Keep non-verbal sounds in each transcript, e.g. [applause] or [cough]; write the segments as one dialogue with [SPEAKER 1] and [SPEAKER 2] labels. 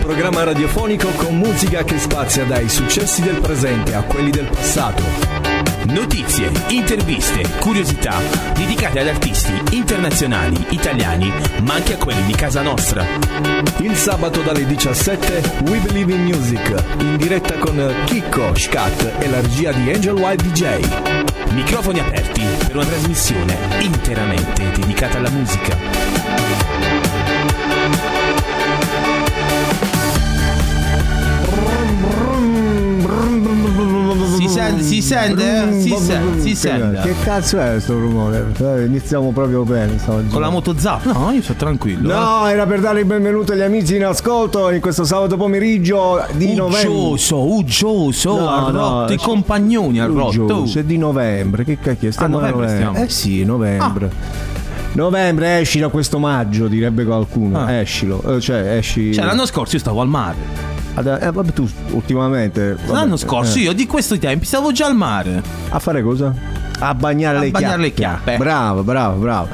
[SPEAKER 1] programma radiofonico con musica che spazia dai successi del presente a quelli del passato.
[SPEAKER 2] Notizie, interviste, curiosità dedicate ad artisti internazionali, italiani, ma anche a quelli di casa nostra.
[SPEAKER 1] Il sabato dalle 17 We Believe in Music, in diretta con Chicco, Scat e la regia di Angel Wild DJ.
[SPEAKER 2] Microfoni aperti per una trasmissione interamente dedicata alla musica.
[SPEAKER 3] Si sente? Si
[SPEAKER 4] Mm,
[SPEAKER 3] sente? eh? Si sente? Si
[SPEAKER 4] boh, Che
[SPEAKER 3] sente?
[SPEAKER 4] cazzo è questo rumore? Eh, Iniziamo proprio bene stavolta.
[SPEAKER 3] Con la moto zap? No, io sto tranquillo. eh.
[SPEAKER 4] No, era per dare il benvenuto agli amici in ascolto in questo sabato pomeriggio di novembre.
[SPEAKER 3] Uggioso, uggioso,
[SPEAKER 4] No,
[SPEAKER 3] ha
[SPEAKER 4] no,
[SPEAKER 3] rotto i
[SPEAKER 4] c-
[SPEAKER 3] compagnoni, ha rotto.
[SPEAKER 4] Uggioso, è di novembre, che cacchio, stiamo a
[SPEAKER 3] Ah, novembre
[SPEAKER 4] novembre.
[SPEAKER 3] stiamo.
[SPEAKER 4] Eh sì, novembre. Novembre, esci da questo maggio, direbbe qualcuno.
[SPEAKER 3] Ah.
[SPEAKER 4] Escilo, eh, cioè esci.
[SPEAKER 3] Cioè, l'anno scorso io stavo al mare.
[SPEAKER 4] Ad- eh, vabbè, tu ultimamente. vabbè,
[SPEAKER 3] L'anno scorso
[SPEAKER 4] eh,
[SPEAKER 3] io di questi tempi stavo già al mare.
[SPEAKER 4] a fare cosa? A bagnare,
[SPEAKER 3] A
[SPEAKER 4] le,
[SPEAKER 3] bagnare
[SPEAKER 4] chiappe.
[SPEAKER 3] le chiappe.
[SPEAKER 4] Bravo, bravo, bravo.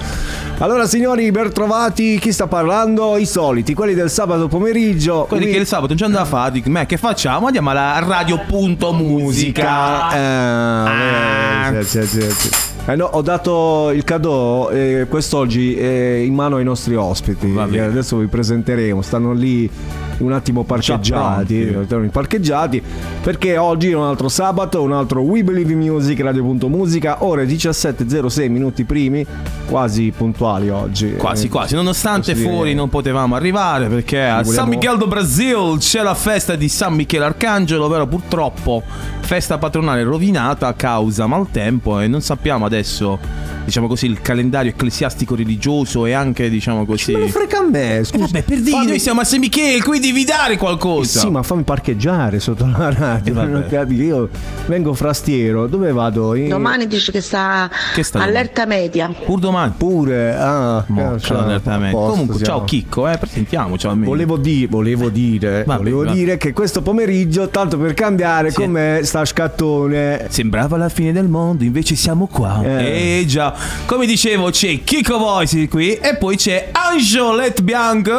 [SPEAKER 4] Allora, signori, ben trovati. Chi sta parlando? I soliti, quelli del sabato pomeriggio.
[SPEAKER 3] Quelli
[SPEAKER 4] Qui-
[SPEAKER 3] che il sabato non c'è andava a fare, dico, "Meh, che facciamo? Andiamo alla radio.musica.
[SPEAKER 4] Ah, eh, sì, sì, sì, sì. Eh no, ho dato il cadeau eh, quest'oggi eh, in mano ai nostri ospiti.
[SPEAKER 3] Va bene.
[SPEAKER 4] Eh, Adesso vi presenteremo, stanno lì un attimo parcheggiati, eh,
[SPEAKER 3] pronti.
[SPEAKER 4] stanno parcheggiati perché oggi è un altro sabato, un altro We Believe in Music radio.musica, ore 17:06 minuti primi, quasi puntuali oggi.
[SPEAKER 3] Quasi
[SPEAKER 4] Eh,
[SPEAKER 3] quasi, nonostante
[SPEAKER 4] Posso dire-
[SPEAKER 3] fuori non potevamo arrivare perché a
[SPEAKER 4] Vogliamo-
[SPEAKER 3] San Miguel do Brasil c'è la festa di San Michele Arcangelo, però purtroppo festa patronale rovinata a causa maltempo e non sappiamo adesso, diciamo così, il calendario ecclesiastico religioso e anche diciamo così...
[SPEAKER 4] Ma lo frega a me, scusa.
[SPEAKER 3] Eh, Vabbè, per dire,
[SPEAKER 4] Fammi-
[SPEAKER 3] noi siamo a San Michele, quindi vi dare qualcosa.
[SPEAKER 4] Sì, ma fammi parcheggiare sotto la radio.
[SPEAKER 3] Eh, vabbè.
[SPEAKER 4] non capi- Io vengo frastiero, dove vado? In-
[SPEAKER 5] Domani dice che sta,
[SPEAKER 3] Che sta domani?
[SPEAKER 5] allerta media.
[SPEAKER 3] Pur domani.
[SPEAKER 4] Pure, ah,
[SPEAKER 3] Mo,
[SPEAKER 4] cazzo,
[SPEAKER 3] ciao,
[SPEAKER 4] a
[SPEAKER 3] direttamente.
[SPEAKER 4] posto
[SPEAKER 3] Comunque,
[SPEAKER 4] siamo.
[SPEAKER 3] ciao Chicco, eh, presentiamoci almeno.
[SPEAKER 4] Volevo, di- volevo dire,
[SPEAKER 3] Va
[SPEAKER 4] volevo
[SPEAKER 3] bene, va.
[SPEAKER 4] dire che questo pomeriggio, tanto per cambiare,
[SPEAKER 3] Sì.
[SPEAKER 4] come sta scattone.
[SPEAKER 3] Sembrava la fine del mondo, invece siamo qua.
[SPEAKER 4] Eh.
[SPEAKER 3] Eh, già, come dicevo, c'è Kiko Voice qui e poi c'è Angelette Bianco.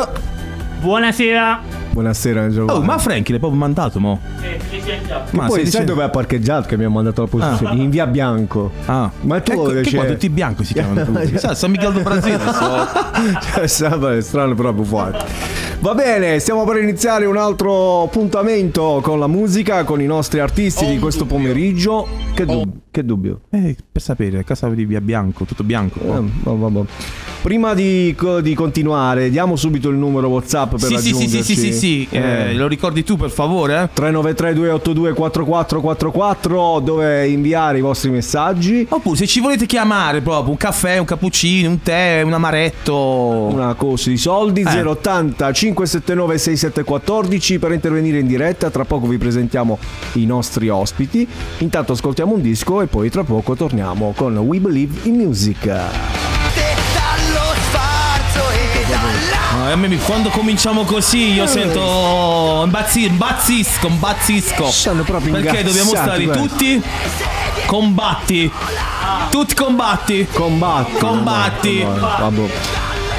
[SPEAKER 6] Buonasera.
[SPEAKER 4] Buonasera, Angelo.
[SPEAKER 3] Oh, ma Frankie l'hai proprio mandato, mo? Ma
[SPEAKER 4] poi
[SPEAKER 3] stai
[SPEAKER 4] sai
[SPEAKER 3] dicendo-
[SPEAKER 4] dove ha parcheggiato che mi ha mandato la posizione? In via Bianco.
[SPEAKER 3] Ah,
[SPEAKER 4] Ma tu
[SPEAKER 3] ecco, che
[SPEAKER 4] invece-
[SPEAKER 3] qua tutti bianco si
[SPEAKER 4] [laughs]
[SPEAKER 3] chiamano tutti. Sa, San Michele do Brasile. so.
[SPEAKER 4] Cioè, sembra strano proprio fuori. Va bene, stiamo per iniziare un altro appuntamento con la musica, con i nostri artisti di questo pomeriggio. Che, dub- che dubbio.
[SPEAKER 3] Eh, per sapere, casa di via bianco, tutto bianco. qua.
[SPEAKER 4] Eh, boh, boh, boh. Prima di, co- di continuare, diamo subito il numero WhatsApp per
[SPEAKER 3] Sì, sì, sì,
[SPEAKER 4] raggiungerci.
[SPEAKER 3] sì, sì, sì, sì. Eh,
[SPEAKER 4] Eh,
[SPEAKER 3] lo ricordi tu, per favore? eh?
[SPEAKER 4] 393 282 4444 dove inviare i vostri messaggi.
[SPEAKER 3] Oppure se ci volete chiamare proprio un caffè, un cappuccino, un tè, un amaretto.
[SPEAKER 4] Una cosa di soldi
[SPEAKER 3] Eh.
[SPEAKER 4] 080 579 6714 per intervenire in diretta. Tra poco vi presentiamo i nostri ospiti. Intanto ascoltiamo un disco e poi tra poco torniamo con We Believe in Music.
[SPEAKER 3] Ah, e a me mi- quando cominciamo così io sento imbazzi- imbazzisco, imbazzisco.
[SPEAKER 4] Sono proprio
[SPEAKER 3] Perché dobbiamo
[SPEAKER 4] ingazzati,
[SPEAKER 3] stare
[SPEAKER 4] guarda.
[SPEAKER 3] tutti combatti. Tutti
[SPEAKER 4] Eh.
[SPEAKER 3] combatti.
[SPEAKER 4] Combatti.
[SPEAKER 3] Combatti.
[SPEAKER 4] Vabbè, vabbè.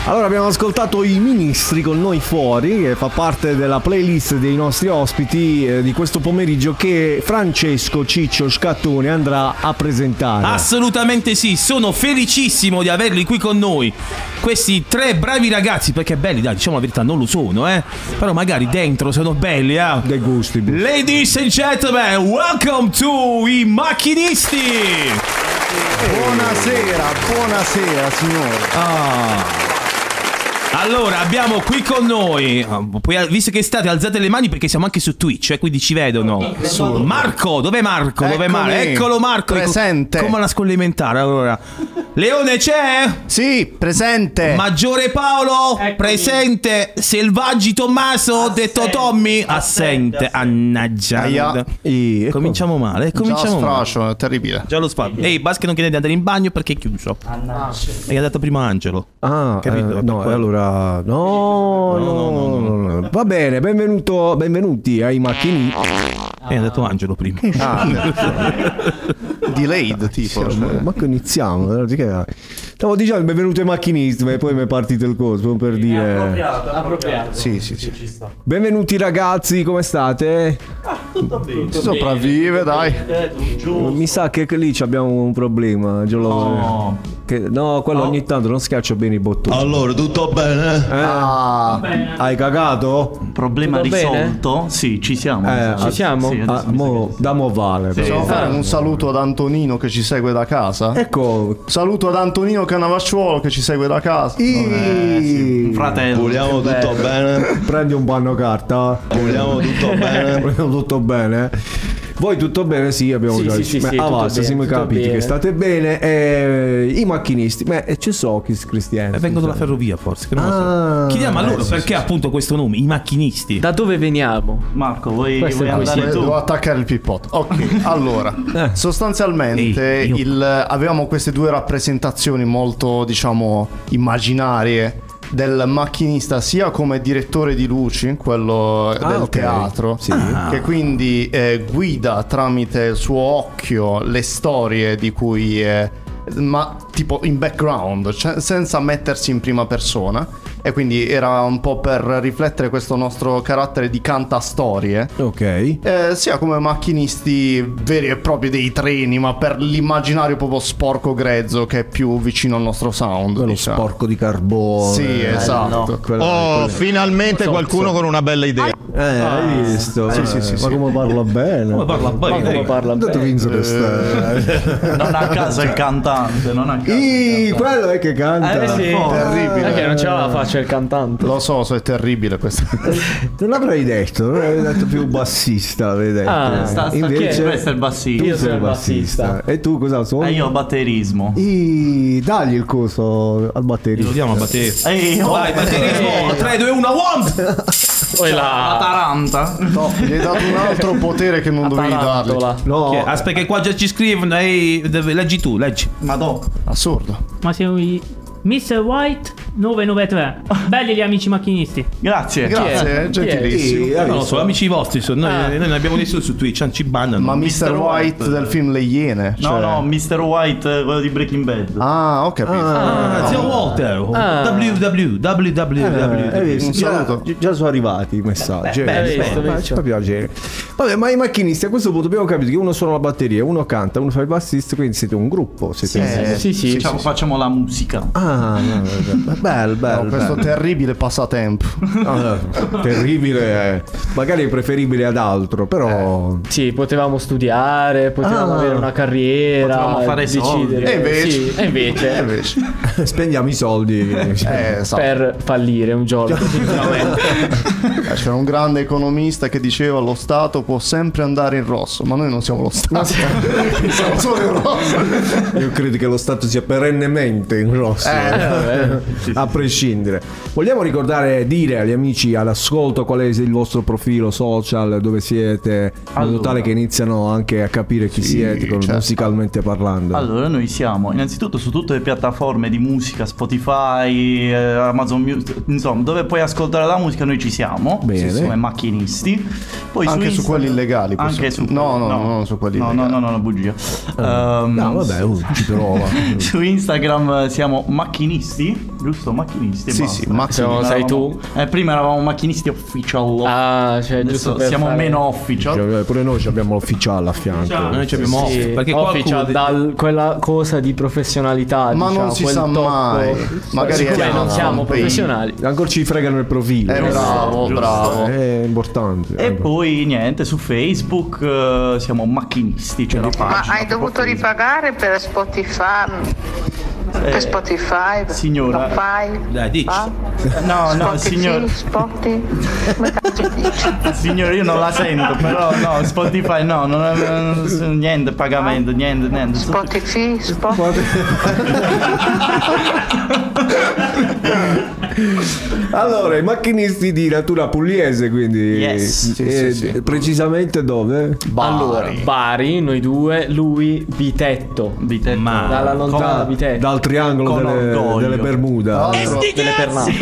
[SPEAKER 4] Allora abbiamo ascoltato i ministri con noi fuori, che fa parte della playlist dei nostri ospiti eh, di questo pomeriggio che Francesco Ciccio Scattone andrà a presentare.
[SPEAKER 3] Assolutamente Ah, sì, sono felicissimo di averli qui con noi. Questi tre bravi ragazzi, perché belli, dai, diciamo la verità, non lo sono, eh. Però magari dentro sono belli, eh.
[SPEAKER 4] Dei gusti. bu-
[SPEAKER 3] Ladies and gentlemen, welcome to i macchinisti.
[SPEAKER 7] Buonasera, buonasera signore.
[SPEAKER 3] Ah. Allora, abbiamo qui con noi, ah, poi, visto che state alzate le mani perché siamo anche su Twitch, eh, quindi ci vedono. Marco, dov'è Marco? Dov'è
[SPEAKER 7] Eccomi.
[SPEAKER 3] Marco? Eccolo Marco. ecco-
[SPEAKER 7] Presente.
[SPEAKER 3] Come la scollimentare allora? Leone c'è?
[SPEAKER 7] Sì, presente.
[SPEAKER 3] Maggiore Paolo,
[SPEAKER 6] Eccomi.
[SPEAKER 3] presente. Selvaggi Tommaso, detto Tommy, assente.
[SPEAKER 6] Assente, assente.
[SPEAKER 3] Annaggia.
[SPEAKER 7] Aia.
[SPEAKER 4] Ih, ecco.
[SPEAKER 3] Cominciamo male, eh, cominciamo
[SPEAKER 7] Già
[SPEAKER 3] male.
[SPEAKER 7] sfrascio,
[SPEAKER 3] [laughs]
[SPEAKER 7] è terribile.
[SPEAKER 3] Già lo spam. Ehi, Basket non chiede di andare in bagno perché è chiuso. E ha dato prima Angelo.
[SPEAKER 4] Ah,
[SPEAKER 3] Capito?
[SPEAKER 4] eh, no,
[SPEAKER 3] Per quello.
[SPEAKER 4] allora no, no, no, no, no. Va bene, benvenuto, benvenuti ai macchini.
[SPEAKER 3] E ha detto Angelo prima.
[SPEAKER 8] Ah.
[SPEAKER 7] Ah, delayed tipo.
[SPEAKER 4] Ma che iniziamo? eh, di che- Stavo dicendo il benvenuto ai macchinisti, ma poi mi è partito il coso per dire.
[SPEAKER 6] appropriato.
[SPEAKER 7] Sì, sì, sì.
[SPEAKER 4] Benvenuti ragazzi, come state?
[SPEAKER 7] Si sopravvive, dai.
[SPEAKER 4] Mi sa che lì ci abbiamo un problema, Giolone.
[SPEAKER 5] No.
[SPEAKER 4] Che- no, quello ogni tanto non schiaccia bene i bottoni. Eh?
[SPEAKER 5] Allora, tutto bene?
[SPEAKER 7] Ah,
[SPEAKER 4] Hai cagato?
[SPEAKER 5] Problema
[SPEAKER 3] Tutto bene?
[SPEAKER 5] risolto? Sì, ci siamo.
[SPEAKER 4] Eh,
[SPEAKER 5] Sì,
[SPEAKER 4] ci
[SPEAKER 3] siamo?
[SPEAKER 5] sì, adesso
[SPEAKER 4] Ah,
[SPEAKER 5] mi sa
[SPEAKER 4] mo-
[SPEAKER 5] che-
[SPEAKER 4] da mo vale. però.
[SPEAKER 3] esatto.
[SPEAKER 7] possiamo fare un saluto ad Antonino che ci segue da casa.
[SPEAKER 4] Ecco.
[SPEAKER 7] Saluto ad Antonino Canavacciuolo che ci segue da casa.
[SPEAKER 4] I-
[SPEAKER 5] Fratello.
[SPEAKER 8] Vogliamo tutto bene?
[SPEAKER 4] [laughs] Prendi un panno carta.
[SPEAKER 8] Vogliamo tutto
[SPEAKER 3] Eh,
[SPEAKER 8] bene?
[SPEAKER 4] Abbiamo [laughs] tutto bene? Voi tutto bene? Sì, abbiamo
[SPEAKER 9] Sì,
[SPEAKER 4] già
[SPEAKER 9] sì, sì,
[SPEAKER 4] Beh,
[SPEAKER 9] sì,
[SPEAKER 4] ah,
[SPEAKER 9] tutto
[SPEAKER 4] basta,
[SPEAKER 9] bene,
[SPEAKER 4] siamo
[SPEAKER 9] tutto
[SPEAKER 4] capiti
[SPEAKER 9] bene.
[SPEAKER 4] che state bene. Eh, I macchinisti, beh, e ci so chi cristiani.
[SPEAKER 3] Eh, Vengo dalla ferrovia forse. Che non lo so.
[SPEAKER 4] Ah.
[SPEAKER 3] Chiediamo a loro perché appunto questo nome, i macchinisti.
[SPEAKER 9] Da dove veniamo?
[SPEAKER 5] Marco, vuoi,
[SPEAKER 9] Questo
[SPEAKER 5] vuoi
[SPEAKER 9] è
[SPEAKER 5] andare
[SPEAKER 7] Eh,
[SPEAKER 5] tu?
[SPEAKER 7] Devo attaccare il pippotto. Ok, allora, sostanzialmente
[SPEAKER 3] Ehi, io-
[SPEAKER 7] il- avevamo queste due rappresentazioni molto, diciamo, immaginarie del macchinista sia come direttore di luci, quello del
[SPEAKER 4] ok.
[SPEAKER 7] teatro, Ah.
[SPEAKER 4] Sì.
[SPEAKER 7] che quindi eh, guida tramite il suo occhio le storie di cui è- ma tipo in background, cioè senza mettersi in prima persona. E quindi era un po' per riflettere questo nostro carattere di cantastorie.
[SPEAKER 4] Ok.
[SPEAKER 7] Eh, sia come macchinisti veri e propri dei treni, ma per l'immaginario proprio sporco grezzo che è più vicino al nostro sound.
[SPEAKER 4] Quello
[SPEAKER 7] diciamo.
[SPEAKER 4] sporco eh, di carbone.
[SPEAKER 7] Sì, esatto.
[SPEAKER 4] Quello-
[SPEAKER 8] Oh, finalmente qualcuno con una bella idea.
[SPEAKER 4] Eh, hai visto? Eh,
[SPEAKER 7] Sì, sì, sì,
[SPEAKER 4] ma
[SPEAKER 7] sì.
[SPEAKER 4] come parla bene?
[SPEAKER 3] Come parla bene? dai.
[SPEAKER 4] Dove vince questa?
[SPEAKER 5] Non a caso il cantante, non a caso. il
[SPEAKER 4] Eh. Ih, quello è che canta.
[SPEAKER 9] Eh sì.
[SPEAKER 7] Terribile.
[SPEAKER 9] Perché Eh, non ce la faccia il cantante.
[SPEAKER 7] Lo so, so, è terribile questo.
[SPEAKER 4] Non l'avrei detto, non l'avrei detto più bassista, vedete.
[SPEAKER 9] Ah, sta-
[SPEAKER 5] cantante.
[SPEAKER 9] Invece-
[SPEAKER 5] Questo è il
[SPEAKER 4] tu
[SPEAKER 5] bassista.
[SPEAKER 9] io
[SPEAKER 4] sei
[SPEAKER 9] sono
[SPEAKER 4] il
[SPEAKER 9] il
[SPEAKER 4] bassista.
[SPEAKER 9] bassista.
[SPEAKER 4] E tu cosa sono?
[SPEAKER 5] E io batterismo.
[SPEAKER 4] Ih, dagli il coso al
[SPEAKER 3] Lo
[SPEAKER 4] batterista.
[SPEAKER 3] diamo a Eh, batterista.
[SPEAKER 5] Ehi, Eh, io
[SPEAKER 3] Vai, batterismo! 3, 2, 1, one!
[SPEAKER 9] Poi
[SPEAKER 5] La
[SPEAKER 9] la
[SPEAKER 5] Taranta.
[SPEAKER 7] No, gli hai dato un altro potere che non dovevi dargli.
[SPEAKER 9] tarantola.
[SPEAKER 4] No,
[SPEAKER 3] Che- Aspetta, che qua già ci scrivono. ehi, dove- leggi tu, leggi.
[SPEAKER 5] Madò.
[SPEAKER 7] Assurdo.
[SPEAKER 6] Ma siamo i Mr. White 993. Belli gli amici macchinisti.
[SPEAKER 5] Grazie.
[SPEAKER 7] Grazie, eh,
[SPEAKER 9] Chi è?
[SPEAKER 7] gentilissimo.
[SPEAKER 4] sì, hai
[SPEAKER 3] Non lo
[SPEAKER 4] visto?
[SPEAKER 3] so, amici vostri sono. Noi, noi ne abbiamo nessuno su Twitch, non ci bannano.
[SPEAKER 7] Ma Mr. White del film Le Iene.
[SPEAKER 5] No,
[SPEAKER 7] cioè-
[SPEAKER 5] no, Mr. White, eh, quello di Breaking Bad.
[SPEAKER 7] Ah, ho capito.
[SPEAKER 3] Ah, zio Walter. www.
[SPEAKER 4] Eh, hai
[SPEAKER 3] www.
[SPEAKER 4] visto?
[SPEAKER 7] un saluto.
[SPEAKER 4] Già, già sono arrivati i messaggi.
[SPEAKER 9] beh,
[SPEAKER 4] Eh,
[SPEAKER 9] beh,
[SPEAKER 4] insomma,
[SPEAKER 9] beh,
[SPEAKER 4] ma
[SPEAKER 9] beh.
[SPEAKER 4] ci fa piacere. Vabbè, ma i macchinisti a questo punto abbiamo capito che uno suona la batteria, uno canta, uno fa il bassista, quindi siete un gruppo. Siete
[SPEAKER 7] Eh,
[SPEAKER 9] Sì, sì.
[SPEAKER 5] Facciamo- facciamo la musica.
[SPEAKER 4] Ah, no, no, no. bello, bello.
[SPEAKER 7] [laughs] no, questo
[SPEAKER 4] bello.
[SPEAKER 7] terribile passatempo.
[SPEAKER 4] Ah, no, terribile, eh. magari è preferibile ad altro, però
[SPEAKER 9] Sì, potevamo studiare, potevamo
[SPEAKER 4] Ah.
[SPEAKER 9] avere una carriera,
[SPEAKER 5] Potevamo fare soldi.
[SPEAKER 9] decidere.
[SPEAKER 7] E invece?
[SPEAKER 9] Sì, e invece,
[SPEAKER 7] Eh, invece.
[SPEAKER 4] [laughs] spendiamo i soldi.
[SPEAKER 7] Eh, esatto.
[SPEAKER 9] per fallire un giorno.
[SPEAKER 7] Eh, C'era un grande economista che diceva lo Stato può sempre andare in rosso, ma noi non siamo lo Stato, [laughs] siamo solo in rosso.
[SPEAKER 4] Io credo che lo Stato sia perennemente in rosso,
[SPEAKER 7] Eh,
[SPEAKER 4] eh. [laughs] a prescindere. Vogliamo ricordare, dire agli amici all'ascolto qual è il vostro profilo social, dove siete, in modo
[SPEAKER 5] Allora.
[SPEAKER 4] tale che iniziano anche a capire chi siete con-
[SPEAKER 7] certo.
[SPEAKER 4] musicalmente parlando.
[SPEAKER 5] Allora, noi siamo innanzitutto su tutte le piattaforme di musica, Spotify, eh, Amazon Music, insomma, dove puoi ascoltare la musica, noi ci siamo.
[SPEAKER 4] Bene.
[SPEAKER 5] Sì, sì, Come macchinisti. Poi
[SPEAKER 7] Anche su
[SPEAKER 5] Instagram-
[SPEAKER 7] quelli illegali,
[SPEAKER 5] Anche su
[SPEAKER 7] possiamo- no, no, no, no, su quelli
[SPEAKER 5] no,
[SPEAKER 7] illegali. Eh.
[SPEAKER 5] No, no, no, no, bugia. Ehm,
[SPEAKER 4] No, vabbè, oh, ci prova.
[SPEAKER 5] Su Instagram eh, siamo macchinisti, giusto? Macchinisti. e
[SPEAKER 7] Sì,
[SPEAKER 5] basta.
[SPEAKER 7] sì, macchinisti.
[SPEAKER 5] Prima
[SPEAKER 9] Sei
[SPEAKER 5] eravamo- eh, prima eravamo macchinisti official.
[SPEAKER 9] ah, cioè, giusto
[SPEAKER 5] Adesso
[SPEAKER 9] per
[SPEAKER 5] siamo
[SPEAKER 9] fare-
[SPEAKER 5] meno official.
[SPEAKER 4] [laughs] Cioè, pure noi ci abbiamo l'ufficiale a fianco.
[SPEAKER 3] Noi ci abbiamo
[SPEAKER 9] Sì,
[SPEAKER 3] off, Perché
[SPEAKER 9] official,
[SPEAKER 3] qualcuno.
[SPEAKER 9] dal- quella cosa di professionalità
[SPEAKER 7] Ma
[SPEAKER 9] diciamo,
[SPEAKER 7] non si
[SPEAKER 9] quel
[SPEAKER 7] sa
[SPEAKER 9] tocco.
[SPEAKER 7] mai. Magari
[SPEAKER 9] Siccome
[SPEAKER 7] era
[SPEAKER 9] non siamo
[SPEAKER 7] un
[SPEAKER 9] professionali
[SPEAKER 4] Ancora ci fregano il profilo.
[SPEAKER 7] Eh, bravo,
[SPEAKER 5] Giusto.
[SPEAKER 7] bravo.
[SPEAKER 4] È importante.
[SPEAKER 5] E poi niente, su Facebook eh, siamo macchinisti, c'è la
[SPEAKER 10] Ma
[SPEAKER 5] pagina
[SPEAKER 10] hai dovuto
[SPEAKER 5] proprio
[SPEAKER 10] ripagare per Spotify?
[SPEAKER 5] Eh,
[SPEAKER 10] per Spotify?
[SPEAKER 5] signora.
[SPEAKER 10] Lo fai?
[SPEAKER 3] Dai, dici.
[SPEAKER 10] Ah?
[SPEAKER 5] Facebook. No, no,
[SPEAKER 10] Spotify,
[SPEAKER 5] signor,
[SPEAKER 10] Spotify? Come cazzo dici?
[SPEAKER 5] signore, io non la sento, però no, Spotify no, non è- non è- niente pagamento, niente, niente.
[SPEAKER 10] Spotify? Spotify?
[SPEAKER 4] Allora, i macchinisti di natura pugliese, quindi
[SPEAKER 5] Yes.
[SPEAKER 7] Sì,
[SPEAKER 4] eh,
[SPEAKER 7] sì, sì.
[SPEAKER 4] precisamente dove?
[SPEAKER 7] Allora,
[SPEAKER 9] Bari, noi due, lui Bitetto
[SPEAKER 5] Vite-
[SPEAKER 3] Ma-
[SPEAKER 9] dalla lontana Bitetto
[SPEAKER 4] Dal triangolo
[SPEAKER 5] Con
[SPEAKER 4] delle,
[SPEAKER 5] orgoglio.
[SPEAKER 4] delle Bermuda.
[SPEAKER 7] tra l'altro,
[SPEAKER 9] delle pernate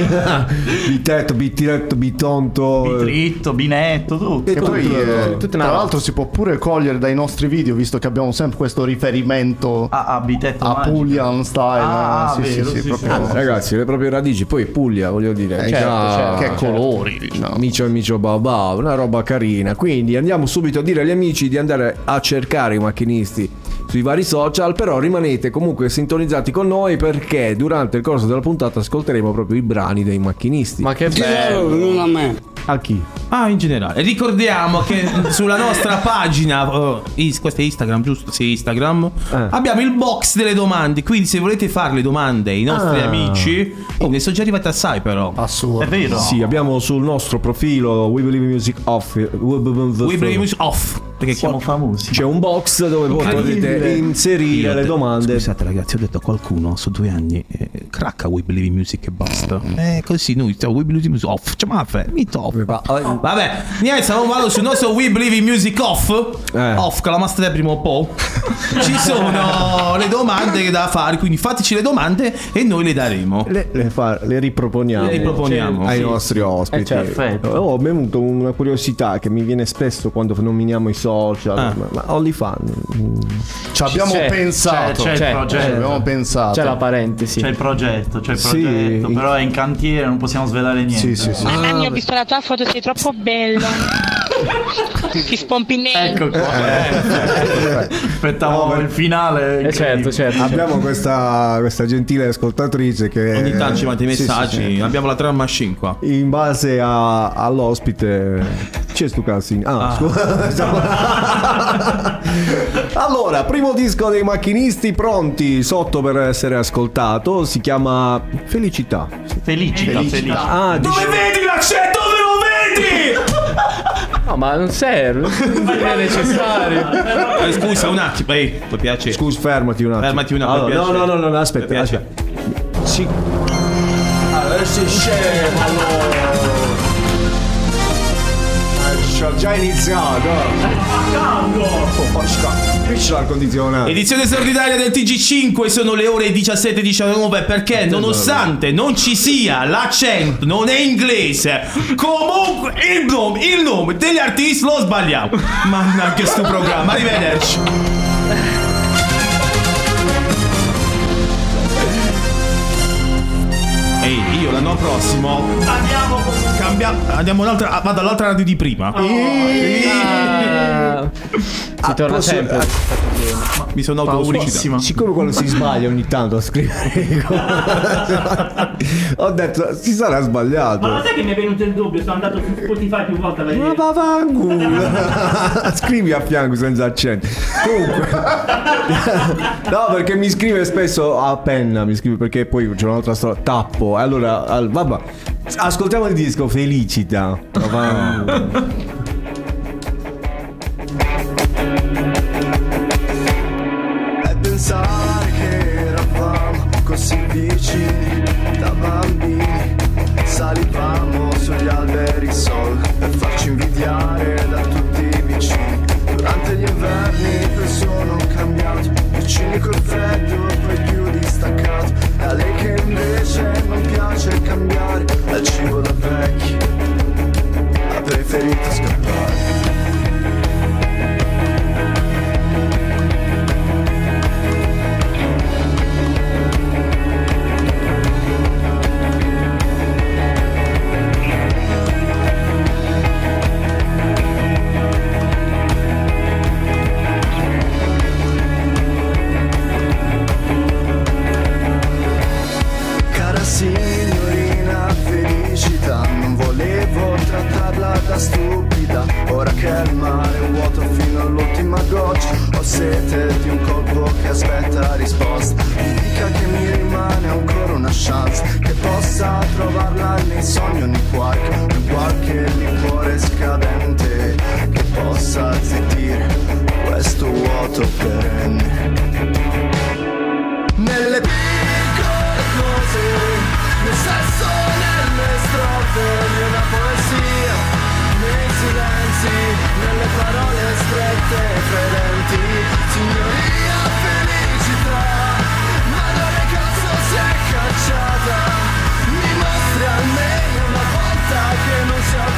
[SPEAKER 4] Bitetto, bitetto, bitonto, eh,
[SPEAKER 5] Fritto, Binetto, tutto.
[SPEAKER 7] E poi, eh,
[SPEAKER 5] Tutto
[SPEAKER 7] tra l'altro, si può pure cogliere dai nostri video, visto che abbiamo sempre questo riferimento
[SPEAKER 5] a, Bitetto
[SPEAKER 7] a Pullian style.
[SPEAKER 5] Ah,
[SPEAKER 7] eh, sì,
[SPEAKER 5] vero,
[SPEAKER 7] sì, sì,
[SPEAKER 5] sì,
[SPEAKER 7] proprio.
[SPEAKER 5] sì, sì.
[SPEAKER 1] certo,
[SPEAKER 4] Ragazzi, le proprie radici, poi Puglia, voglio dire,
[SPEAKER 7] Eh,
[SPEAKER 4] mica-
[SPEAKER 7] certo, certo, che colori, diciamo.
[SPEAKER 4] Micio e micio babà, una roba carina. Quindi andiamo subito a dire agli amici di andare a cercare i macchinisti sui vari social, però rimanete comunque sintonizzati con noi perché durante il corso della puntata ascolteremo proprio i brani dei macchinisti.
[SPEAKER 9] Ma che bello.
[SPEAKER 4] A chi?
[SPEAKER 3] Ah, in generale. Ricordiamo
[SPEAKER 4] [laughs]
[SPEAKER 3] che sulla nostra pagina, oh, is- questo è Instagram, giusto? Sì, Instagram.
[SPEAKER 4] Eh.
[SPEAKER 3] Abbiamo il box delle domande. Quindi, se volete fare le domande ai nostri
[SPEAKER 4] Ah.
[SPEAKER 3] amici, oh, ne sono già arrivate assai, però.
[SPEAKER 7] Assurdo.
[SPEAKER 5] È vero.
[SPEAKER 4] Sì, abbiamo sul nostro profilo We Believe in Music Off. We Believe in
[SPEAKER 3] We Brave Music off. Perché
[SPEAKER 5] Siamo famosi.
[SPEAKER 4] C'è un box dove voi potete inserire le domande.
[SPEAKER 11] Scusate ragazzi, ho detto a qualcuno, sono due anni, eh, cracca We Believe in Music e basta. Eh, così noi, cioè, We Believe in Music off, cioè, ma fai, mi top.
[SPEAKER 4] Ah,
[SPEAKER 3] Vabbè, niente, stavamo parlando sul nostro We Believe in Music Off.
[SPEAKER 4] Eh.
[SPEAKER 3] Off, con la master prima o poi. Ci sono le domande da fare, quindi fateci le domande e noi le daremo.
[SPEAKER 4] Le, le fa- le riproponiamo.
[SPEAKER 3] Le riproponiamo.
[SPEAKER 4] ai nostri ospiti. Oh,
[SPEAKER 9] Eh, certo. Perfetto.
[SPEAKER 4] Ho bevuto una curiosità che mi viene spesso quando nominiamo i social,
[SPEAKER 3] Ah.
[SPEAKER 4] ma, ma OnlyFans. mm,
[SPEAKER 7] Ci abbiamo
[SPEAKER 9] c'è,
[SPEAKER 7] pensato.
[SPEAKER 5] c'è, c'è il
[SPEAKER 7] Ci
[SPEAKER 5] progetto.
[SPEAKER 7] abbiamo pensato.
[SPEAKER 9] C'è la parentesi.
[SPEAKER 5] C'è il progetto, c'è il
[SPEAKER 4] Sì.
[SPEAKER 5] progetto, però è in cantiere, non possiamo svelare niente.
[SPEAKER 7] Sì, sì, sì.
[SPEAKER 12] Anni, ho visto la tua foto, sei troppo bello. Ti spompi nero.
[SPEAKER 5] Ecco qua.
[SPEAKER 7] Eh.
[SPEAKER 5] Aspettavo il finale.
[SPEAKER 9] Eh, certo,
[SPEAKER 5] incredibile.
[SPEAKER 9] certo.
[SPEAKER 4] Abbiamo questa, questa gentile ascoltatrice che
[SPEAKER 3] Ogni tanto ci manda i
[SPEAKER 4] Sì, sì,
[SPEAKER 3] messaggi,
[SPEAKER 4] sì.
[SPEAKER 3] abbiamo la tram machine qua.
[SPEAKER 4] In base a- all'ospite c'è stu casino. Ah, scusa. [laughs] allora, primo disco dei macchinisti pronti sotto per essere ascoltato. Si chiama Felicità.
[SPEAKER 5] Felicità, felicità.
[SPEAKER 4] Ah, dice-
[SPEAKER 11] vedi l'accento, dove lo vedi?
[SPEAKER 9] No, ma non serve. [laughs] Non è necessario.
[SPEAKER 3] Eh, scusa, un attimo, ehi, mi piace.
[SPEAKER 4] Scusa, fermati un attimo.
[SPEAKER 3] Fermati un attimo,
[SPEAKER 4] Allora,
[SPEAKER 3] per
[SPEAKER 4] no, no,
[SPEAKER 3] piacere.
[SPEAKER 4] no, no, no, aspetta.
[SPEAKER 3] Per piacere.
[SPEAKER 4] aspetta. Si. Allora, sei scemo allora. Eh, Ci ho già iniziato. Oh, porca. Qui c'è l'air condizionato.
[SPEAKER 3] Edizione straordinaria del TG5 sono le ore 17.19 perché nonostante non ci sia l'accento, non è inglese, comunque il nome, il nome degli artisti lo sbagliamo. Mannaggia che sto programma, arrivederci. Ehi, io l'anno prossimo andiamo, cambiamo, andiamo un'altra, ah, vado all'altra radio di prima.
[SPEAKER 9] Ah, si torna sempre.
[SPEAKER 3] Mi sono autofelicitato.
[SPEAKER 4] Sicuro Ah, quello si sbaglia ogni tanto a
[SPEAKER 9] [laughs]
[SPEAKER 4] scrivere. ho detto, si sarà
[SPEAKER 13] Ma lo
[SPEAKER 4] sbagliato.
[SPEAKER 13] sai che mi è venuto il dubbio? Sono andato su Spotify più volte a
[SPEAKER 4] Ma
[SPEAKER 13] vedere.
[SPEAKER 4] va va in culo. [laughs] Scrivi a fianco senza accento. Comunque, [laughs] no, perché mi scrive spesso a penna. Mi scrive perché poi c'è un'altra storia. Tappo. Allora, al- vabbè, ascoltiamo il disco. Felicita. Ma va-
[SPEAKER 1] E pensare che eravamo così vicini da bambini Salivamo sugli alberi sol per farci invidiare da tutti i vicini Durante gli inverni poi sono cambiato Vicini col freddo poi più distaccato E a lei che invece non piace cambiare Dal cibo da vecchi ha preferito scappare Cara signorina felicità, non volevo trattarla da stupida. Ora che il mare è vuoto fino all'ultima goccia, ho sete di un colpo che aspetta risposta. Mi dica che mi rimane ancora una chance, che possa trovarla nei sogni ogni qualche, un qualche liquore scadente, che possa zittire questo vuoto perenne. Nelle piccole cose, nel sesso, nelle strofe di una poesia, nei silenzi, nelle parole strette e fredenti, signoria felicità, ma dove cazzo si è cacciata? Mi mostri almeno una volta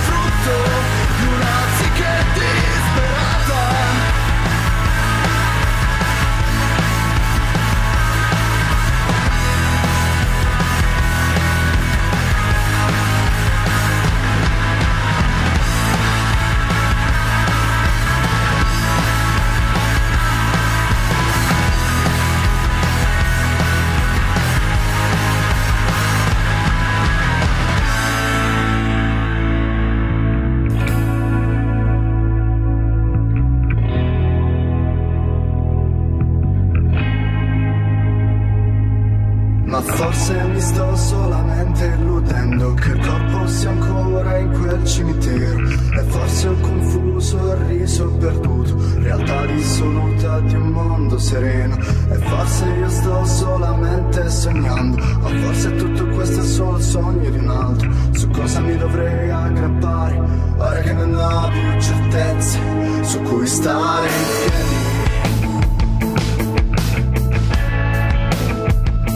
[SPEAKER 1] Ma forse mi sto solamente illudendo Che il corpo sia ancora in quel cimitero E forse ho confuso il riso perduto Realtà dissoluta di un mondo sereno E forse io sto solamente sognando O forse tutto questo è solo il sogno di un altro Su cosa mi dovrei aggrappare Ora che non ho più certezze Su cui stare in piedi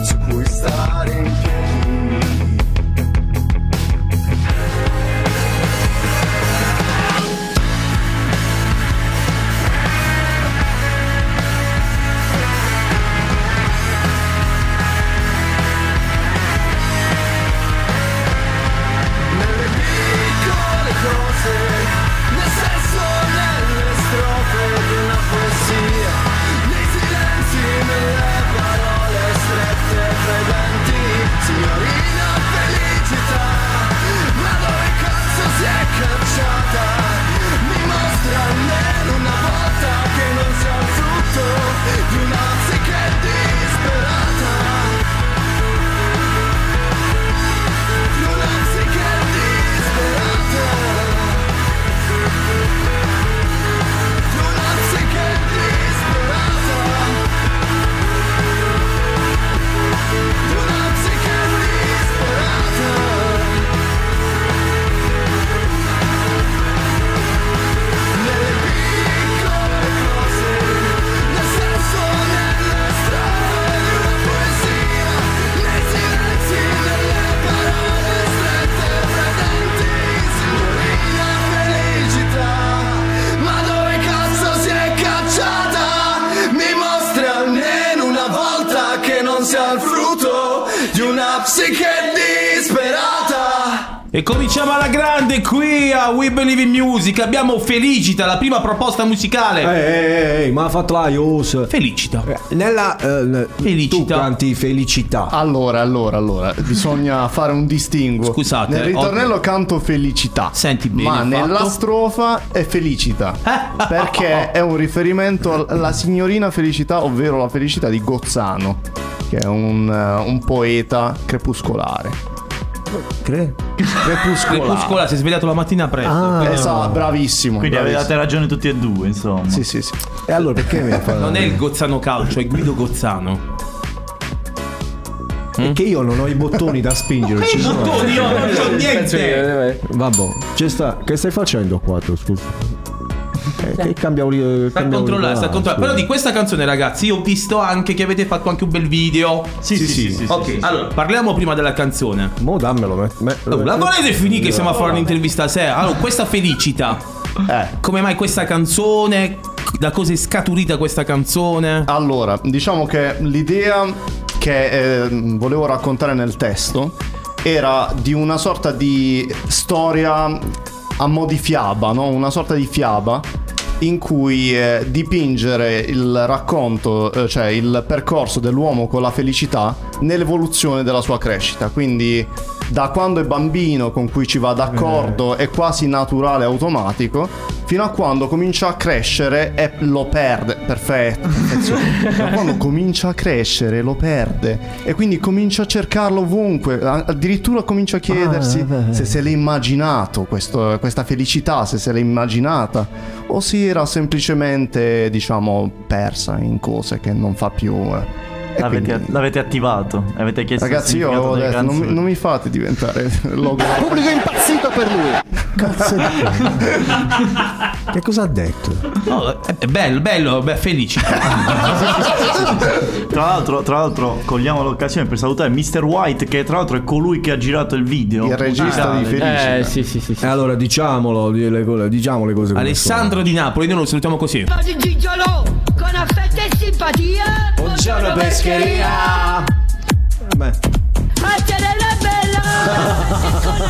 [SPEAKER 1] su cui stare in piedi. Nelle piccole cose, nel senso nelle strofe di una poesia, nei silenzi, nelle parole strette tra i denti, signorina felicità, ma dove cazzo si è cacciata? Mi mostra almeno una volta che non sia il frutto di una psiche disperata. Ma dove cazzo si è cacciata? Mi mostri almeno una volta che non sia il frutto di una psiche disperata.
[SPEAKER 3] E cominciamo alla grande qui a We Believe in Music. Abbiamo Felicita, la prima proposta musicale.
[SPEAKER 5] Eh.
[SPEAKER 4] Ehi, ma ha fatto la Ius.
[SPEAKER 3] Felicita.
[SPEAKER 4] Nella. felicità. Tu canti felicità.
[SPEAKER 9] Ah.
[SPEAKER 7] Allora, allora, allora,
[SPEAKER 3] [laughs]
[SPEAKER 7] bisogna fare un distinguo.
[SPEAKER 3] Scusate,
[SPEAKER 7] Nel ritornello canto felicità.
[SPEAKER 3] Senti bene.
[SPEAKER 7] Ma
[SPEAKER 3] fatto.
[SPEAKER 7] nella strofa
[SPEAKER 3] [laughs]
[SPEAKER 7] è felicita. perché è un riferimento alla signorina felicità, ovvero la felicità di Gozzano, che è un, eh, un poeta crepuscolare. Crepuscolare.
[SPEAKER 3] Crepuscola, si è svegliato la mattina presto.
[SPEAKER 7] Ah, esatto, bravissimo.
[SPEAKER 5] Quindi
[SPEAKER 7] bravissimo.
[SPEAKER 5] avevate ragione tutti e due, insomma.
[SPEAKER 7] Sì, sì, sì.
[SPEAKER 4] E allora perché mi fa
[SPEAKER 3] Non è il Gozzano Calcio, è Guido Gozzano. Mm.
[SPEAKER 4] Perché io non ho i bottoni da
[SPEAKER 3] [laughs]
[SPEAKER 4] spingere. ci sono.
[SPEAKER 3] Bottoni, io non c'ho niente.
[SPEAKER 4] Vabbè, c'è sta- che stai facendo qua? tu, Scusa. Eh, che cambiamo lì.
[SPEAKER 3] Sta a controllare,
[SPEAKER 4] Ah.
[SPEAKER 3] sta a controllare. Però di questa canzone, ragazzi, io ho visto anche che avete fatto anche un bel video.
[SPEAKER 5] Sì, sì, sì. sì, sì,
[SPEAKER 3] Ok,
[SPEAKER 5] sì, sì.
[SPEAKER 3] allora parliamo prima della canzone.
[SPEAKER 4] Mo dammelo. me- me-
[SPEAKER 3] Oh, la volete finire che siamo a fare un'intervista a sé? Allora, questa felicità.
[SPEAKER 7] Eh.
[SPEAKER 3] Come mai questa canzone? Da cosa è scaturita questa
[SPEAKER 7] Ah.
[SPEAKER 3] canzone?
[SPEAKER 7] Allora, diciamo che l'idea che eh, volevo raccontare nel testo era di una sorta di storia a mo' di fiaba, no? una sorta di fiaba in cui eh, dipingere il racconto, eh, cioè il percorso dell'uomo con la felicità nell'evoluzione della sua crescita. Quindi da quando è bambino con cui ci va d'accordo è quasi naturale e automatico, fino a quando comincia a crescere e lo perde. Perfetto. perfezione. Ma quando comincia a crescere lo perde e quindi comincia a cercarlo ovunque, a- addirittura
[SPEAKER 9] Ah,
[SPEAKER 7] comincia a chiedersi se se l'è immaginato questo- questa felicità, se se l'è immaginata o se era semplicemente diciamo persa in cose che non fa più. eh. E
[SPEAKER 5] L'avete,
[SPEAKER 7] quindi-
[SPEAKER 5] l'avete attivato, avete chiesto il
[SPEAKER 7] Ragazzi, io
[SPEAKER 5] significato
[SPEAKER 7] avevo
[SPEAKER 5] delle
[SPEAKER 7] detto, non, mi-
[SPEAKER 5] canzoni.
[SPEAKER 7] non mi fate
[SPEAKER 9] [laughs]
[SPEAKER 7] diventare logo.
[SPEAKER 1] Pubblico impazzito per lui.
[SPEAKER 7] Cazzo di-
[SPEAKER 4] Che cosa ha detto?
[SPEAKER 3] No, è è bello, bello, beh, felice.
[SPEAKER 5] Tra l'altro, tra l'altro, cogliamo l'occasione per salutare Mr. White, che tra l'altro è colui che ha girato il video.
[SPEAKER 7] Il regista di
[SPEAKER 5] musicale.
[SPEAKER 7] Felicita.
[SPEAKER 9] Eh, sì, sì, sì. sì.
[SPEAKER 4] Eh, Allora, diciamolo, di- le cose- diciamo le cose. come
[SPEAKER 3] Alessandro di Napoli, noi lo salutiamo così.
[SPEAKER 13] di Gigolo con affetto e simpatia
[SPEAKER 4] sono. pescheria. Beh,
[SPEAKER 13] fattene la bella e con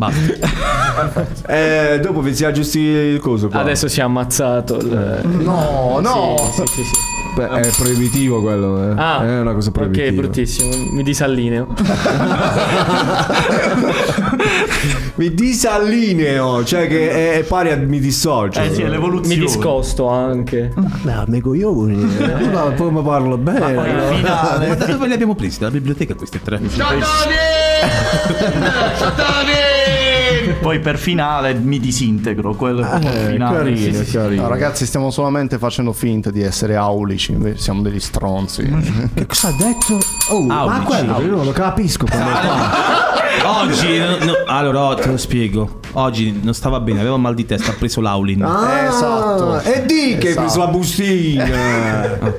[SPEAKER 13] amore
[SPEAKER 4] eh, dopo vi si aggiusti il coso qua.
[SPEAKER 9] Adesso si è ammazzato. il-
[SPEAKER 7] No, no.
[SPEAKER 9] eh, Sì, sì, sì.
[SPEAKER 4] Beh, è proibitivo quello. eh.
[SPEAKER 9] Ah,
[SPEAKER 4] è una cosa
[SPEAKER 9] ok,
[SPEAKER 4] proibitiva.
[SPEAKER 9] bruttissimo. Mi disallineo.
[SPEAKER 4] mi disallineo, cioè che è, è pari a mi dissocio.
[SPEAKER 9] Eh sì, è l'evoluzione. Mi discosto anche.
[SPEAKER 4] Beh, me coglioni. eh. Ma poi mi parlo bene.
[SPEAKER 5] Ah,
[SPEAKER 3] Ma
[SPEAKER 5] eh.
[SPEAKER 3] da Ah, dove le abbiamo prese? Dalla biblioteca queste tre.
[SPEAKER 5] Poi per finale mi disintegro. Quello è proprio il finale. Sì, sì, sì.
[SPEAKER 7] No, ragazzi, stiamo solamente facendo finta di essere aulici, invece siamo degli stronzi.
[SPEAKER 4] Che cosa ha detto? Oh, ma
[SPEAKER 3] Ah,
[SPEAKER 7] Aulici.
[SPEAKER 4] quello io non lo capisco. quando-
[SPEAKER 3] Oggi, no- no- allora oh, te lo spiego. Oggi non stava bene, aveva mal di testa, ha preso l'aulin.
[SPEAKER 4] Ah,
[SPEAKER 7] esatto.
[SPEAKER 4] E di che
[SPEAKER 7] Esatto.
[SPEAKER 4] sulla bustina.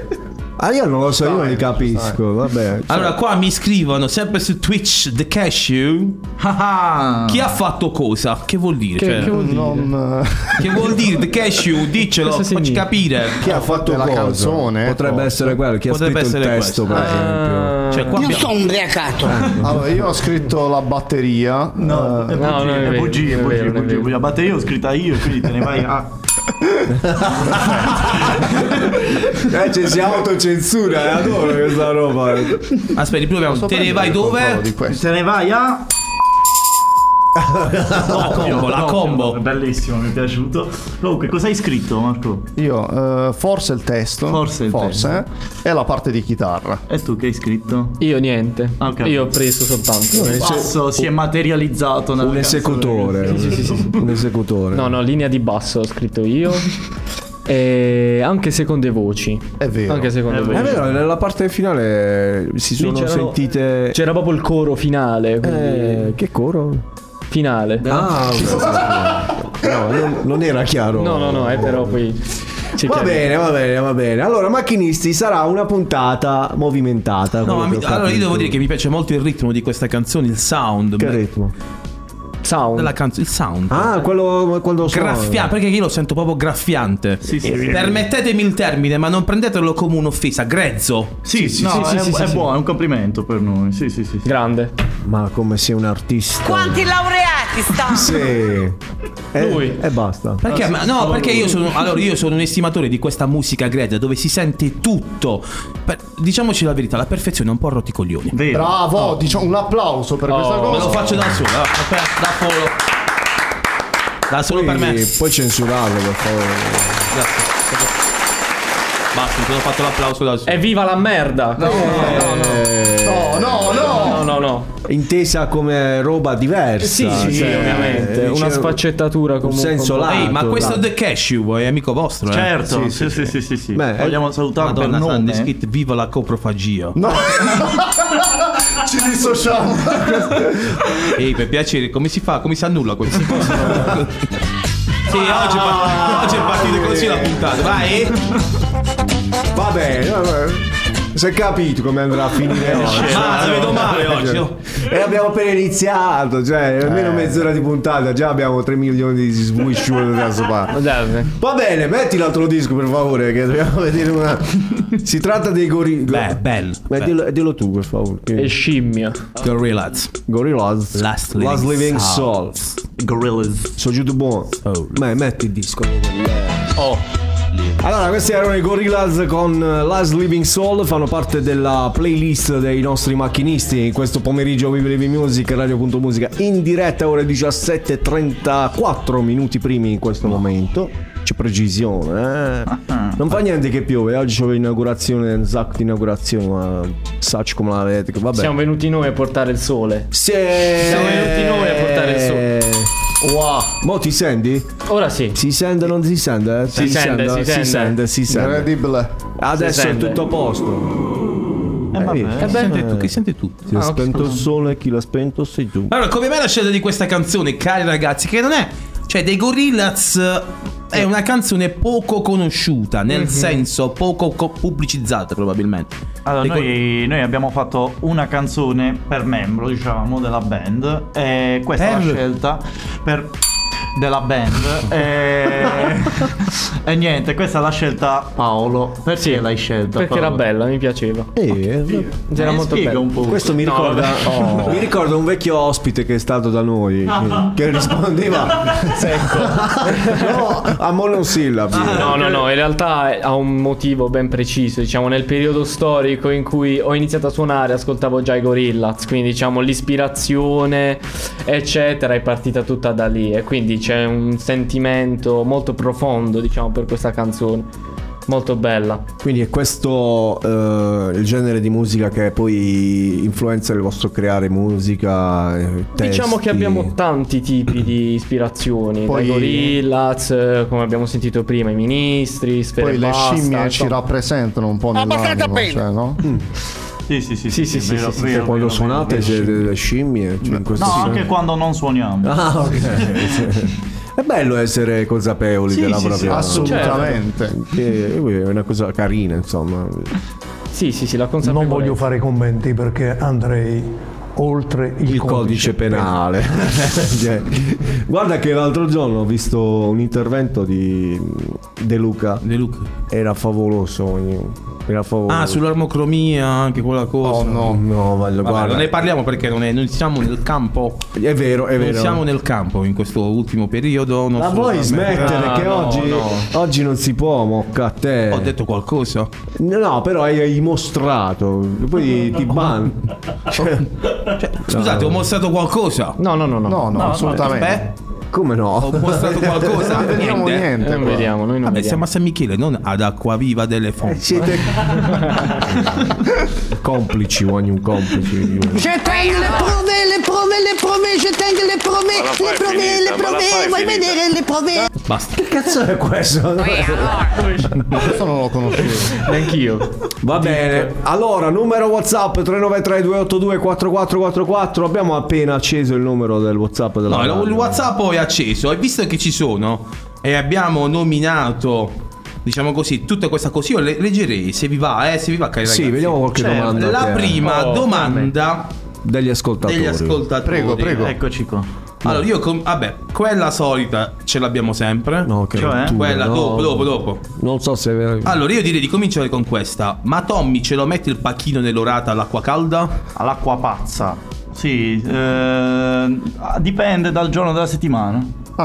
[SPEAKER 4] ah, io non lo so, io
[SPEAKER 3] eh,
[SPEAKER 4] non li capisco. Vabbè.
[SPEAKER 3] Allora, qua mi scrivono sempre su Twitch The Cashew. Ah, Chi ha fatto cosa? Che vuol dire? Cioè,
[SPEAKER 7] che vuol dire? Non...
[SPEAKER 3] che vuol dire The Cashew? Diccelo,
[SPEAKER 7] Cosa
[SPEAKER 3] facci
[SPEAKER 7] significa?
[SPEAKER 3] capire.
[SPEAKER 4] Chi ha fatto
[SPEAKER 7] Eh, la
[SPEAKER 4] cosa?
[SPEAKER 7] canzone,
[SPEAKER 4] Potrebbe
[SPEAKER 9] Oh.
[SPEAKER 7] ecco.
[SPEAKER 4] essere quello. Chi ha
[SPEAKER 3] Potrebbe
[SPEAKER 4] scritto il
[SPEAKER 3] essere
[SPEAKER 4] testo, per
[SPEAKER 3] questo.
[SPEAKER 4] esempio.
[SPEAKER 3] Cioè, qua abbiamo-
[SPEAKER 14] ubriacato.
[SPEAKER 7] Allora, io ho scritto la batteria.
[SPEAKER 5] No, è
[SPEAKER 7] eh,
[SPEAKER 9] no,
[SPEAKER 5] bugie, è bugie,
[SPEAKER 9] non è vero, non è
[SPEAKER 5] bugie,
[SPEAKER 9] vero, non è
[SPEAKER 5] bugie,
[SPEAKER 9] vero.
[SPEAKER 5] bugie. La batteria l'ho scritta io, quindi te ne vai a...
[SPEAKER 4] Eh, ci si autocensura, eh, adoro questa roba.
[SPEAKER 3] Aspetta, riproviamo. Te ne vai dove?
[SPEAKER 5] Te ne vai a...
[SPEAKER 3] No, combo, la combo.
[SPEAKER 5] È bellissimo, mi è piaciuto. Comunque, cosa hai scritto, Marco?
[SPEAKER 7] Io, eh, forse il testo.
[SPEAKER 5] Forse il
[SPEAKER 7] forse, eh, E la parte di chitarra.
[SPEAKER 5] E tu che hai scritto?
[SPEAKER 9] Io niente.
[SPEAKER 5] Ah, ok.
[SPEAKER 9] Io ho preso soltanto.
[SPEAKER 5] Il basso si è materializzato nella
[SPEAKER 4] Un esecutore.
[SPEAKER 9] Sì, sì, sì, sì.
[SPEAKER 4] Un esecutore.
[SPEAKER 9] No, no, linea di basso ho scritto [laughs] io. E anche seconde voci.
[SPEAKER 7] È vero.
[SPEAKER 9] Anche seconde
[SPEAKER 5] È
[SPEAKER 9] voci.
[SPEAKER 4] È vero, nella parte finale si
[SPEAKER 9] Lì
[SPEAKER 4] sono
[SPEAKER 9] c'erano-
[SPEAKER 4] sentite.
[SPEAKER 9] C'era proprio il coro finale. quindi-
[SPEAKER 4] Eh, che coro?
[SPEAKER 9] Finale.
[SPEAKER 4] [laughs] Ah, ok. no, non, non era chiaro.
[SPEAKER 9] No, no, no, eh, però poi. ci
[SPEAKER 4] Va
[SPEAKER 9] chiariamo.
[SPEAKER 4] bene, va bene, va bene. Allora, macchinisti, sarà una puntata movimentata.
[SPEAKER 3] No, ma mi- allora io devo dire
[SPEAKER 4] che
[SPEAKER 3] che mi piace molto il ritmo di questa canzone, il sound.
[SPEAKER 4] Che ritmo?
[SPEAKER 9] Sound.
[SPEAKER 3] Della canzone, il sound.
[SPEAKER 4] Ah, cioè. quello quando suona.
[SPEAKER 3] Graffia- perché io lo sento proprio graffiante.
[SPEAKER 5] Sì, sì, sì.
[SPEAKER 3] Permettetemi il termine, ma non prendetelo come un'offesa, grezzo.
[SPEAKER 5] Sì, sì,
[SPEAKER 3] No,
[SPEAKER 5] sì,
[SPEAKER 3] sì,
[SPEAKER 5] è,
[SPEAKER 3] sì, sì,
[SPEAKER 5] è
[SPEAKER 3] sì.
[SPEAKER 5] buono, è un complimento per noi. Sì, sì, sì. sì.
[SPEAKER 9] Grande.
[SPEAKER 4] Ma come sei un artista.
[SPEAKER 15] Quanti laureati stanno?
[SPEAKER 4] Sì. E,
[SPEAKER 9] Lui.
[SPEAKER 4] e basta.
[SPEAKER 3] Perché? Ma no, perché io sono, allora, io sono un estimatore di questa musica grezza dove si sente tutto. Per- diciamoci la verità, la perfezione è un po' roticoglione.
[SPEAKER 5] Vero.
[SPEAKER 7] Bravo, diciamo un applauso per questa
[SPEAKER 9] Oh,
[SPEAKER 7] cosa.
[SPEAKER 3] Me lo faccio da solo, eh. va, aspetta, da solo. Da solo per me.
[SPEAKER 4] E puoi censurarlo, per favore.
[SPEAKER 3] Basta, mi sono fatto l'applauso da solo.
[SPEAKER 9] Evviva la merda! No,
[SPEAKER 7] No, no, no.
[SPEAKER 9] [laughs] no, no. no.
[SPEAKER 4] Intesa come roba diversa.
[SPEAKER 9] Sì, sì,
[SPEAKER 4] cioè,
[SPEAKER 9] ovviamente.
[SPEAKER 4] dice-
[SPEAKER 9] Una sfaccettatura comunque.
[SPEAKER 4] senso
[SPEAKER 9] un po'-
[SPEAKER 4] lato.
[SPEAKER 3] Ehi, ma
[SPEAKER 4] Tanto,
[SPEAKER 3] questo
[SPEAKER 4] tanto.
[SPEAKER 3] The Cashew è amico vostro, eh?
[SPEAKER 5] Esatto, Certo, sì, sì, sì, sì, sì, sì.
[SPEAKER 4] Beh,
[SPEAKER 5] Vogliamo salutare per
[SPEAKER 3] Madonna, Sandy
[SPEAKER 5] nome.
[SPEAKER 3] Skit, viva la coprofagia.
[SPEAKER 7] Ci dissociamo.
[SPEAKER 3] Ehi, per piacere, come si fa? Come si annulla
[SPEAKER 5] [laughs]
[SPEAKER 3] questo? Sì, oggi è, partito,
[SPEAKER 5] Ah.
[SPEAKER 3] oggi è partita così la puntata, vai!
[SPEAKER 4] Va bene, va bene. Si è capito come andrà a finire oggi.
[SPEAKER 3] Eh, Ma la
[SPEAKER 4] [laughs]
[SPEAKER 3] vedo male oggi, oh. no?
[SPEAKER 4] E abbiamo appena iniziato, cioè almeno mezz'ora di puntata, già abbiamo 3 milioni di swisciole da sopra.
[SPEAKER 9] Dai,
[SPEAKER 4] Va bene, metti l'altro disco per favore, che dobbiamo [laughs] vedere una... Si tratta dei gorilla...
[SPEAKER 3] Beh, bello.
[SPEAKER 4] Beh, dillo, dillo tu per favore.
[SPEAKER 9] E scimmia.
[SPEAKER 3] Gorillaz.
[SPEAKER 4] Gorillaz.
[SPEAKER 3] Last Living
[SPEAKER 4] Soul.
[SPEAKER 5] Gorillaz.
[SPEAKER 4] So giù buono.
[SPEAKER 3] Soul.
[SPEAKER 4] Beh, metti il disco.
[SPEAKER 3] Oh.
[SPEAKER 4] Allora, questi erano i Gorillaz con eh, Last Living Soul, fanno parte della playlist dei nostri macchinisti in questo pomeriggio We Believe in Music, radio.musica in diretta ore 17.34 minuti primi in questo momento. C'è precisione, eh. Non fa niente che piove, oggi c'è l'inaugurazione, un sacco di inaugurazioni, ma sacci come l'avete, che vabbè.
[SPEAKER 9] Siamo venuti noi a portare il sole.
[SPEAKER 4] Sì.
[SPEAKER 9] Siamo venuti noi a portare il sole.
[SPEAKER 4] Wow. Mo ti senti?
[SPEAKER 9] Ora sì.
[SPEAKER 4] Si sente o non si sente? Si,
[SPEAKER 9] sente,
[SPEAKER 4] si
[SPEAKER 9] si sente.
[SPEAKER 4] sente, si sente.
[SPEAKER 7] Incredibile.
[SPEAKER 4] Adesso
[SPEAKER 9] Si
[SPEAKER 4] è
[SPEAKER 9] sente.
[SPEAKER 4] tutto a posto.
[SPEAKER 5] Eh, vabbè.
[SPEAKER 3] Senti tu, che senti tu?
[SPEAKER 4] Si è spento il sole, chi l'ha spento sei tu.
[SPEAKER 3] Allora, come mai la scelta di questa canzone, cari ragazzi, che non è... Cioè, dei Gorillaz eh, è una canzone poco conosciuta,
[SPEAKER 5] Mhm.
[SPEAKER 3] nel senso poco co- pubblicizzata probabilmente.
[SPEAKER 5] Allora,
[SPEAKER 3] Dei Gor-
[SPEAKER 5] noi, noi abbiamo fatto una canzone per membro, diciamo, della band. E questa è
[SPEAKER 3] Per?
[SPEAKER 5] la scelta per. della band. e... e niente, questa è la scelta Paolo. Perché l'hai scelta?
[SPEAKER 9] Perché era bella, mi piaceva. Era
[SPEAKER 5] Eh,
[SPEAKER 9] molto
[SPEAKER 5] spiega
[SPEAKER 9] bella.
[SPEAKER 5] un po'.
[SPEAKER 4] Questo mi
[SPEAKER 9] No,
[SPEAKER 4] ricorda,
[SPEAKER 9] [laughs] vabbè.
[SPEAKER 4] mi ricorda un vecchio ospite che è stato da noi che, che
[SPEAKER 9] [laughs]
[SPEAKER 4] rispondeva no, a monosillabi.
[SPEAKER 9] No, no, no, in realtà ha un motivo ben preciso. Diciamo, nel periodo storico in cui ho iniziato a suonare, ascoltavo già i Gorillaz. Quindi, diciamo, l'ispirazione, eccetera, è partita tutta da lì. E quindi c'è un sentimento molto profondo, diciamo, per questa canzone. Molto bella.
[SPEAKER 4] Quindi è questo eh, il genere di musica che poi influenza il vostro creare musica. eh,
[SPEAKER 9] Diciamo
[SPEAKER 4] testi.
[SPEAKER 9] che abbiamo tanti tipi di ispirazioni,
[SPEAKER 4] Poi-
[SPEAKER 9] poi Gorillaz, eh, come abbiamo sentito prima, i ministri, Sfera
[SPEAKER 7] Poi
[SPEAKER 9] e
[SPEAKER 7] le
[SPEAKER 9] Basta,
[SPEAKER 7] scimmie ci
[SPEAKER 9] insomma.
[SPEAKER 7] rappresentano un po' nell'animo, cioè, no?
[SPEAKER 5] Sì, sì, sì,
[SPEAKER 7] Sì, sì,
[SPEAKER 5] è
[SPEAKER 7] sì,
[SPEAKER 5] vero,
[SPEAKER 7] sì, sì,
[SPEAKER 5] vero, vero,
[SPEAKER 7] che poi lo
[SPEAKER 5] vero,
[SPEAKER 4] Suonate
[SPEAKER 5] vero.
[SPEAKER 4] siete delle scimmie. cioè, in questo
[SPEAKER 5] No,
[SPEAKER 4] senso.
[SPEAKER 5] anche quando non suoniamo.
[SPEAKER 4] Ah,
[SPEAKER 3] [laughs]
[SPEAKER 4] ok. È bello essere consapevoli
[SPEAKER 5] Sì,
[SPEAKER 4] della
[SPEAKER 5] sì,
[SPEAKER 4] propria
[SPEAKER 5] sì, assolutamente.
[SPEAKER 4] Che è una cosa carina, insomma.
[SPEAKER 9] Sì, sì, sì, la
[SPEAKER 14] [laughs] Non voglio fare commenti perché andrei oltre il,
[SPEAKER 4] Il
[SPEAKER 3] [laughs]
[SPEAKER 4] codice penale. Cioè, Guarda che l'altro giorno ho visto un intervento di De Luca.
[SPEAKER 3] De Luca.
[SPEAKER 4] Era favoloso. Era favoloso.
[SPEAKER 3] Ah, sull'armocromia, anche
[SPEAKER 5] Oh,
[SPEAKER 3] quella cosa.
[SPEAKER 4] no, no, voglio-
[SPEAKER 3] Vabbè,
[SPEAKER 4] guarda.
[SPEAKER 3] non ne parliamo perché non è, noi siamo nel campo.
[SPEAKER 4] È vero, è vero.
[SPEAKER 3] Non siamo nel campo in questo ultimo periodo. non
[SPEAKER 4] Ma
[SPEAKER 3] so
[SPEAKER 4] vuoi
[SPEAKER 3] esattamente.
[SPEAKER 4] smettere
[SPEAKER 3] Ah,
[SPEAKER 4] che
[SPEAKER 3] no,
[SPEAKER 4] oggi,
[SPEAKER 3] no.
[SPEAKER 4] oggi non si può, mocca a te.
[SPEAKER 3] Ho detto qualcosa?
[SPEAKER 4] No, però hai, hai mostrato.
[SPEAKER 3] [laughs]
[SPEAKER 4] Poi ti ban. Cioè,
[SPEAKER 3] Scusate, ho mostrato qualcosa. Eh?
[SPEAKER 9] No, no, no, no.
[SPEAKER 7] No, no, assolutamente.
[SPEAKER 4] Come no?
[SPEAKER 3] Ho mostrato qualcosa.
[SPEAKER 7] Non vediamo
[SPEAKER 9] Eh,
[SPEAKER 7] niente
[SPEAKER 3] Non
[SPEAKER 7] qua.
[SPEAKER 3] vediamo, noi non Vabbè, siamo a San Michele, non ad Acquaviva delle Fonti.
[SPEAKER 4] Siete [laughs] complici, ogni complici.
[SPEAKER 16] Je tengo le prove, le prove, le prove, je tengo le prove,
[SPEAKER 4] Ma la fai
[SPEAKER 16] le prove, le
[SPEAKER 4] finita, ma la
[SPEAKER 16] prove,
[SPEAKER 4] fai
[SPEAKER 16] vuoi
[SPEAKER 4] finita.
[SPEAKER 16] vedere le prove?
[SPEAKER 3] Basta.
[SPEAKER 4] Che cazzo è questo?
[SPEAKER 7] Questo non lo conoscevo.
[SPEAKER 9] Neanch'io.
[SPEAKER 4] Va bene, allora numero WhatsApp 393 282 4444. Abbiamo appena acceso il numero del WhatsApp della
[SPEAKER 3] No, il
[SPEAKER 4] radio.
[SPEAKER 3] WhatsApp poi è acceso e visto che ci sono e abbiamo nominato diciamo così tutta questa cosa io le- leggerei se vi va, eh, se vi va cari
[SPEAKER 4] Sì,
[SPEAKER 3] ragazzi.
[SPEAKER 4] vediamo qualche
[SPEAKER 3] Cioè,
[SPEAKER 4] domanda
[SPEAKER 3] La
[SPEAKER 4] che-
[SPEAKER 3] prima
[SPEAKER 4] Oh,
[SPEAKER 3] domanda
[SPEAKER 4] degli ascoltatori.
[SPEAKER 3] degli ascoltatori. Ecco.
[SPEAKER 5] Eccoci qua.
[SPEAKER 3] Allora io com- vabbè, quella solita ce l'abbiamo sempre.
[SPEAKER 4] Cioè?
[SPEAKER 3] quella
[SPEAKER 4] no.
[SPEAKER 3] dopo dopo dopo.
[SPEAKER 4] Non so se è vero.
[SPEAKER 3] Allora io direi di cominciare con questa. Ma Tommy ce lo mette il pacchino nell'orata all'acqua calda?
[SPEAKER 5] All'acqua pazza. Sì, eh, dipende dal giorno della settimana.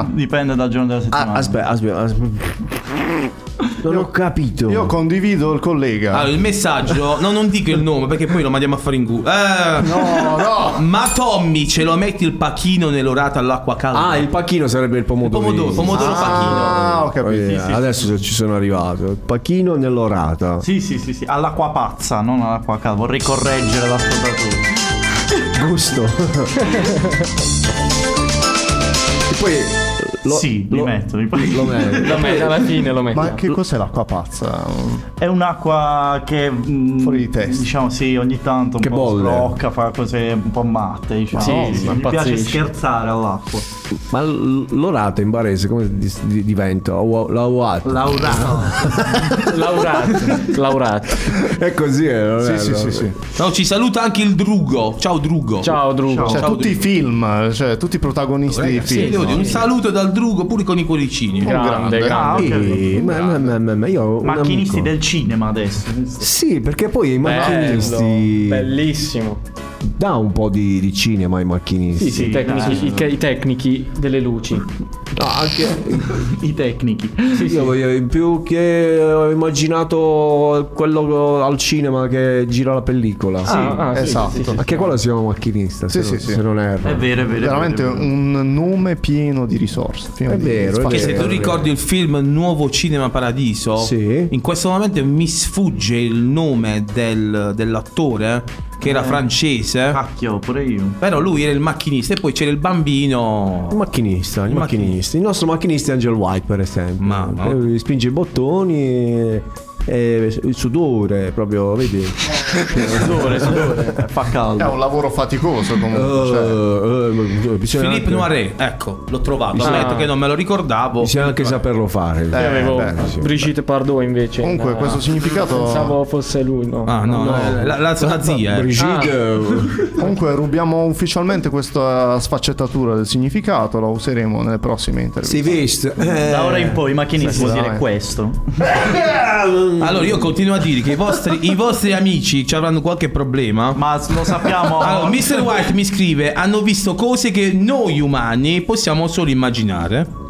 [SPEAKER 5] Dipende dal giorno della settimana.
[SPEAKER 4] aspetta, aspetta, Non ho capito.
[SPEAKER 7] Io condivido il collega.
[SPEAKER 3] Allora, Ah, il messaggio, no, non dico il nome perché poi lo mandiamo a fare in culo. Eh,
[SPEAKER 7] No, no.
[SPEAKER 3] Ma Tommy, ce lo metti il pacchino nell'orata all'acqua calda?
[SPEAKER 4] Ah, il pacchino sarebbe il pomodoro.
[SPEAKER 3] pomodoro, pomodoro
[SPEAKER 7] Ah, ho capito.
[SPEAKER 4] Eh, Adesso ci sono arrivato. Il pacchino nell'orata.
[SPEAKER 5] Sì, sì, sì, sì, all'acqua pazza, non all'acqua calda. Vorrei correggere l'ascoltatore.
[SPEAKER 7] [laughs]
[SPEAKER 4] Gusto. E poi eh, lo,
[SPEAKER 5] sì,
[SPEAKER 4] lo-
[SPEAKER 5] li metto, li
[SPEAKER 4] lo metto.
[SPEAKER 9] Lo metto, alla fine lo metto.
[SPEAKER 7] Ma che cos'è l'acqua pazza? Cioè,
[SPEAKER 5] È un'acqua che mm,
[SPEAKER 7] Fuori di testa.
[SPEAKER 5] Diciamo sì, ogni tanto un
[SPEAKER 7] Che
[SPEAKER 5] po'
[SPEAKER 7] bolle.
[SPEAKER 5] sbrocca, fa cose un po' matte, diciamo.
[SPEAKER 4] Sì,
[SPEAKER 5] No,
[SPEAKER 4] sì,
[SPEAKER 5] mi piace
[SPEAKER 4] impazzisce.
[SPEAKER 5] scherzare all'acqua.
[SPEAKER 4] Ma l- l'orata in barese come di- di- diventa? Ua- La uata.
[SPEAKER 9] Laurat. Laurat.
[SPEAKER 4] È così, eh, non è-
[SPEAKER 7] sì, sì, sì.
[SPEAKER 3] No, ci saluta anche il Drugo. Ciao Drugo.
[SPEAKER 9] Ciao Drugo.
[SPEAKER 7] Cioè, tutti i
[SPEAKER 3] Drugo.
[SPEAKER 7] film, cioè, tutti i protagonisti dei
[SPEAKER 3] Ragazzi,
[SPEAKER 7] film.
[SPEAKER 3] devo dire, un saluto dal Drugo pure con i cuoricini.
[SPEAKER 7] Un grande,
[SPEAKER 4] Sì, ma, ma- ma- ma- ma io ho un
[SPEAKER 5] Macchinisti
[SPEAKER 4] amico-
[SPEAKER 5] del cinema adesso.
[SPEAKER 4] Sì, perché poi i macchinisti
[SPEAKER 9] Bellissimo.
[SPEAKER 4] dà un po' di, di cinema ai macchinisti.
[SPEAKER 9] Sì, sì, i tecnici,
[SPEAKER 4] Dai.
[SPEAKER 9] i, te- i tecnici delle luci.
[SPEAKER 4] No, anche
[SPEAKER 5] i tecnichi.
[SPEAKER 4] Io voglio- più che ho immaginato quello al cinema che gira la pellicola.
[SPEAKER 7] Sì, ah, sì, esatto. sì, sì, sì.
[SPEAKER 4] Perché quello si chiama macchinista, se,
[SPEAKER 7] Sì,
[SPEAKER 4] non,
[SPEAKER 7] sì, sì.
[SPEAKER 4] se non erro.
[SPEAKER 5] È vero, è vero.
[SPEAKER 7] Veramente un nome pieno di risorse. pieno
[SPEAKER 4] È
[SPEAKER 7] di
[SPEAKER 4] vero, è
[SPEAKER 7] spazio.
[SPEAKER 3] Perché se tu ricordi il film Nuovo Cinema Paradiso, in questo momento mi sfugge il nome del- dell'attore che era francese.
[SPEAKER 5] Cacchio, pure io.
[SPEAKER 3] Però lui era il macchinista e poi c'era il bambino.
[SPEAKER 4] Il macchinista, il macchinista. Il nostro macchinista è Angel White, per esempio.
[SPEAKER 3] Mamma.
[SPEAKER 4] Eh, Spinge i bottoni e, e il sudore, proprio, vedi?
[SPEAKER 5] Sudore, sudore. Fa caldo.
[SPEAKER 7] È un lavoro faticoso
[SPEAKER 4] Oh.
[SPEAKER 7] comunque. cioè.
[SPEAKER 4] Eh, bisogna
[SPEAKER 3] Philippe
[SPEAKER 4] anche-
[SPEAKER 3] Noiret, ecco, l'ho trovato.
[SPEAKER 4] Bisogna-
[SPEAKER 3] Ammetto che non me lo ricordavo.
[SPEAKER 4] Bisogna anche saperlo fare.
[SPEAKER 9] Io avevo Brigitte Bardot invece.
[SPEAKER 7] eh, Comunque,
[SPEAKER 9] No,
[SPEAKER 7] questo
[SPEAKER 9] no.
[SPEAKER 7] significato-
[SPEAKER 9] Pensavo fosse lui, no.
[SPEAKER 3] Ah, no, eh, la, la- la zia. eh.
[SPEAKER 7] Ah. Comunque rubiamo ufficialmente questa sfaccettatura del significato, la useremo nelle prossime
[SPEAKER 4] Si
[SPEAKER 7] interviste.
[SPEAKER 4] Eh. veste.
[SPEAKER 5] Da ora in poi i macchinisti
[SPEAKER 7] Sì,
[SPEAKER 5] può dire
[SPEAKER 7] dai.
[SPEAKER 5] questo.
[SPEAKER 3] Allora, io continuo a dire che i vostri, i vostri amici ci avranno qualche problema.
[SPEAKER 5] Ma
[SPEAKER 3] [laughs]
[SPEAKER 5] lo sappiamo.
[SPEAKER 3] Allora, Mr. White mi scrive: hanno visto cose che noi umani possiamo solo immaginare.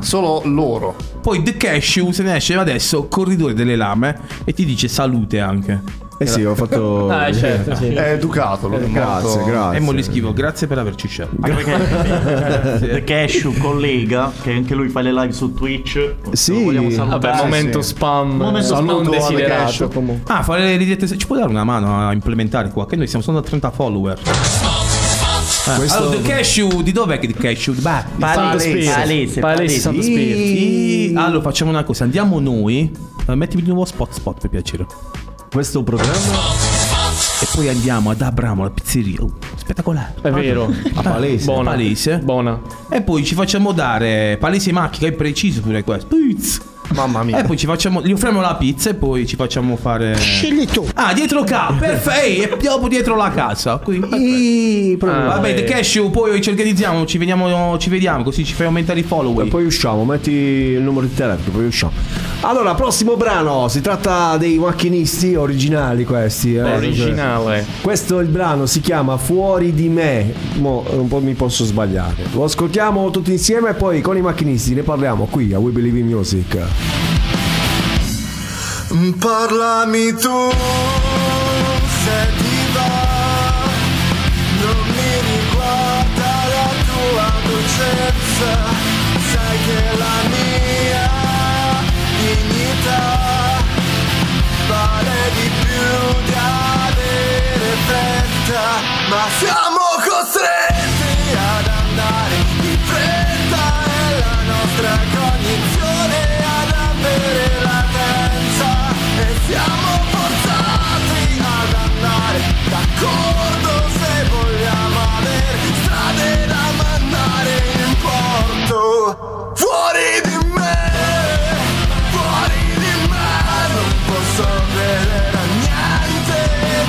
[SPEAKER 7] Solo loro.
[SPEAKER 3] Poi The Cashew se ne esce adesso, corridore delle lame, e ti dice salute anche.
[SPEAKER 4] Eh sì, ho
[SPEAKER 5] [laughs]
[SPEAKER 4] fatto.
[SPEAKER 9] Ah, certo, sì.
[SPEAKER 7] È educato, lo
[SPEAKER 4] Grazie, grazie.
[SPEAKER 3] E mo gli scrivo, grazie per averci scelto. [laughs]
[SPEAKER 5] Anche perché The Cash, un collega, che anche lui fa le live su Twitch.
[SPEAKER 4] Sì.
[SPEAKER 5] vogliamo salutare.
[SPEAKER 9] Vabbè, momento spam.
[SPEAKER 5] Momento
[SPEAKER 9] eh,
[SPEAKER 5] spam
[SPEAKER 9] non
[SPEAKER 7] alla
[SPEAKER 9] desiderato
[SPEAKER 7] Cash.
[SPEAKER 9] comunque.
[SPEAKER 3] Ah, fare le ridette. Ci puoi dare una mano a implementare qua? Che noi siamo solo a 30 follower. Eh,
[SPEAKER 4] Questo-
[SPEAKER 3] Allora, The Cashew, di dov'è che The Cashew? Bah,
[SPEAKER 5] Palese, palese,
[SPEAKER 9] Palese Santo Spirito.
[SPEAKER 3] Sì. Allora, facciamo una cosa. Andiamo noi. Eh, Mettimi di nuovo spot spot per piacere.
[SPEAKER 4] Questo programma
[SPEAKER 3] E poi andiamo ad Abramo, la pizzeria. Oh, spettacolare.
[SPEAKER 9] È vero.
[SPEAKER 4] a palese.
[SPEAKER 9] Buona.
[SPEAKER 3] Palese.
[SPEAKER 9] Buona.
[SPEAKER 3] E poi ci facciamo dare palese macchina, è preciso pure questo. Pizz.
[SPEAKER 7] Mamma mia.
[SPEAKER 3] E poi ci facciamo. Gli offriamo la pizza e poi ci facciamo fare.
[SPEAKER 16] Scegli tu.
[SPEAKER 3] Ah, dietro K, perfetto. Ehi, e dopo dietro la casa. Quindi.
[SPEAKER 9] Ah,
[SPEAKER 3] Vabbè, The
[SPEAKER 9] eh.
[SPEAKER 3] Cashew, poi ci organizziamo, ci vediamo, ci vediamo, così ci fai aumentare i follower.
[SPEAKER 4] Poi usciamo, metti il numero di telefono, poi usciamo. Allora, prossimo brano, si tratta dei macchinisti originali questi. eh.
[SPEAKER 9] Originale.
[SPEAKER 4] Questo è il brano, si chiama Fuori di me. Mo, un po' mi posso sbagliare. Lo ascoltiamo tutti insieme e poi con i macchinisti ne parliamo qui a We Believe in Music.
[SPEAKER 13] Parlami tu se ti va, non mi riguarda la tua dolcezza, sai che la mia dignità vale di più di avere fretta, ma siamo costretti ad andare in fretta e la nostra cognizione ad avere latenza e siamo forzati ad andare d'accordo se vogliamo avere strade da mandare in porto fuori di me fuori di me non posso vedere a niente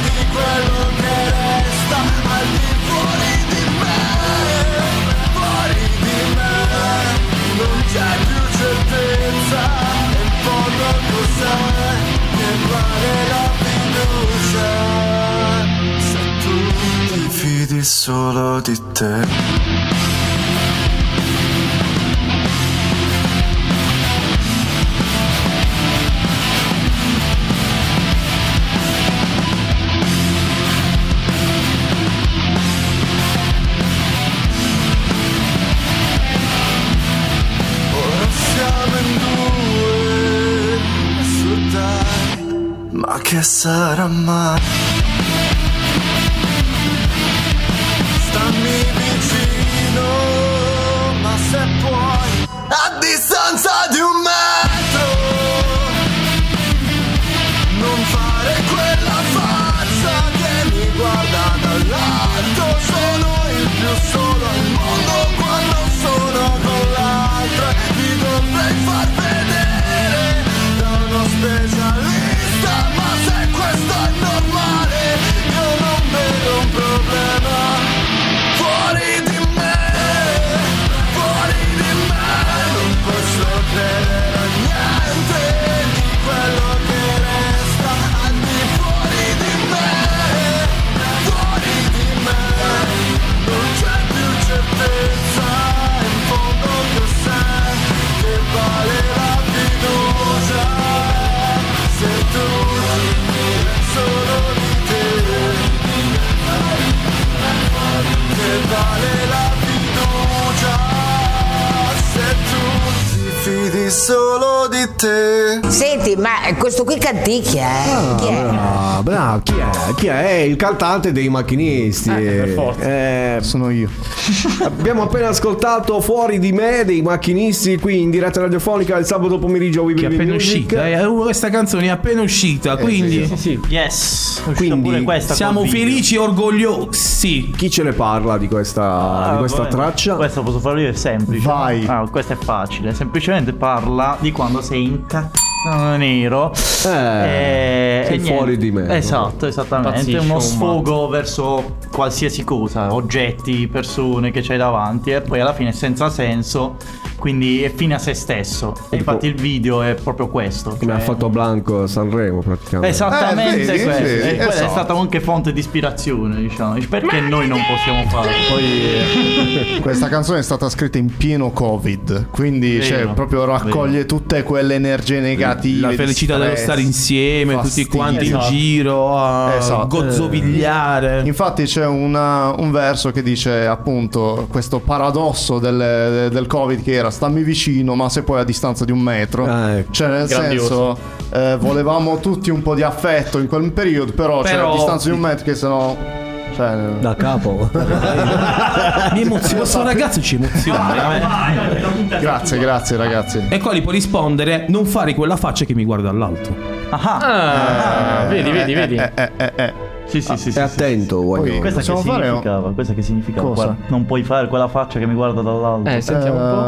[SPEAKER 13] di quello che resta al di fuori di me fuori di me non c'è più certezza e in fondo cos'è che vale la fiducia se tu ti fidi solo di te Ora siamo in due Su dai Ma che sarà mai Stammi vicino Ma se puoi A distanza di un metro non fare quella faccia che mi guarda dall'alto Sono il più solo al mondo quando sono con l'altra Mi dovrei far vedere da uno specialista Ma se questo è normale io non vedo un problema Fuori di me, fuori di me Non posso credere a niente di quello che resta Al di fuori di me, fuori di me Non c'è più certezza in fondo cos'è Che vale la fiducia Se tu solo di te che vale la fiducia se tu ti fidi solo di te.
[SPEAKER 16] Senti,
[SPEAKER 17] Senti, ma questo qui canticchia, eh? Chi è?
[SPEAKER 4] Ah, bravo, chi è? Chi è? Eh, il cantante dei
[SPEAKER 3] Eh,
[SPEAKER 4] macchinisti. per forza.
[SPEAKER 7] Sono io.
[SPEAKER 4] Abbiamo appena ascoltato Fuori di me dei macchinisti qui in diretta radiofonica il sabato pomeriggio a Weebly
[SPEAKER 3] Che è appena uscita, eh, uh, questa canzone è appena uscita,
[SPEAKER 7] Eh,
[SPEAKER 3] quindi
[SPEAKER 5] Yes.
[SPEAKER 4] Quindi
[SPEAKER 5] pure questa
[SPEAKER 3] siamo
[SPEAKER 5] col video.
[SPEAKER 3] felici e orgogliosi.
[SPEAKER 4] Chi ce ne parla di questa, Ah, di questa
[SPEAKER 5] Ah, vabbè,
[SPEAKER 4] traccia?
[SPEAKER 5] Questo posso farlo io, è semplice. Vai. Ah, questo è facile. Semplicemente parla di quando sei incazzato nero. Eh,
[SPEAKER 4] sei fuori di me.
[SPEAKER 5] Esatto, esattamente.
[SPEAKER 4] Impazzisce
[SPEAKER 5] uno
[SPEAKER 4] un
[SPEAKER 5] sfogo verso qualsiasi cosa, oggetti, persone che c'hai davanti. E poi alla fine è senza senso. Quindi è fine a se stesso. E infatti il video è proprio questo.
[SPEAKER 4] Come ha
[SPEAKER 5] cioè-
[SPEAKER 4] fatto Blanco a Sanremo praticamente.
[SPEAKER 5] Esattamente
[SPEAKER 7] Eh, vedi,
[SPEAKER 5] questo.
[SPEAKER 7] vedi,
[SPEAKER 5] E quella è
[SPEAKER 7] esatto.
[SPEAKER 5] stata anche fonte di ispirazione, diciamo. Dici, Perché noi non possiamo fare? Poi
[SPEAKER 7] eh, Questa canzone è stata scritta in pieno Covid, quindi
[SPEAKER 5] Vero,
[SPEAKER 7] cioè, proprio raccoglie tutte quelle energie negative.
[SPEAKER 3] La
[SPEAKER 7] di
[SPEAKER 3] felicità dello
[SPEAKER 7] stress,
[SPEAKER 3] stare insieme, tutti
[SPEAKER 7] eh, fastidio.
[SPEAKER 3] quanti in
[SPEAKER 7] Esatto.
[SPEAKER 3] giro a
[SPEAKER 7] Esatto.
[SPEAKER 3] gozzovigliare.
[SPEAKER 7] Infatti c'è una- un verso che dice appunto questo paradosso del, del Covid che era stammi vicino ma sei poi a distanza di un metro.
[SPEAKER 3] Ah, ecco.
[SPEAKER 7] Cioè nel
[SPEAKER 9] Grandioso.
[SPEAKER 7] senso eh, volevamo tutti un po' di affetto in quel periodo però, c'è
[SPEAKER 3] Però-
[SPEAKER 7] a distanza di un metro che sennò... Cioè,
[SPEAKER 4] da capo.
[SPEAKER 3] Mi emoziona, questo ragazzo ci emoziona. eh.
[SPEAKER 7] grazie, grazie ragazzi.
[SPEAKER 3] E quali può rispondere? Non fare quella faccia che mi guarda all'alto.
[SPEAKER 5] ah.
[SPEAKER 9] Ah, vedi, vedi,
[SPEAKER 7] eh,
[SPEAKER 9] vedi.
[SPEAKER 7] eh, eh, eh, eh.
[SPEAKER 5] Sì, sì, sì. sì,
[SPEAKER 4] attento,
[SPEAKER 5] sì.
[SPEAKER 4] Guaglione.
[SPEAKER 5] Ecco, Questa che
[SPEAKER 7] possiamo fare-
[SPEAKER 5] significava? Questa che significava?
[SPEAKER 7] Cosa?
[SPEAKER 5] Guarda, non puoi fare quella faccia che mi guarda dall'alto.
[SPEAKER 9] Eh, sentiamo un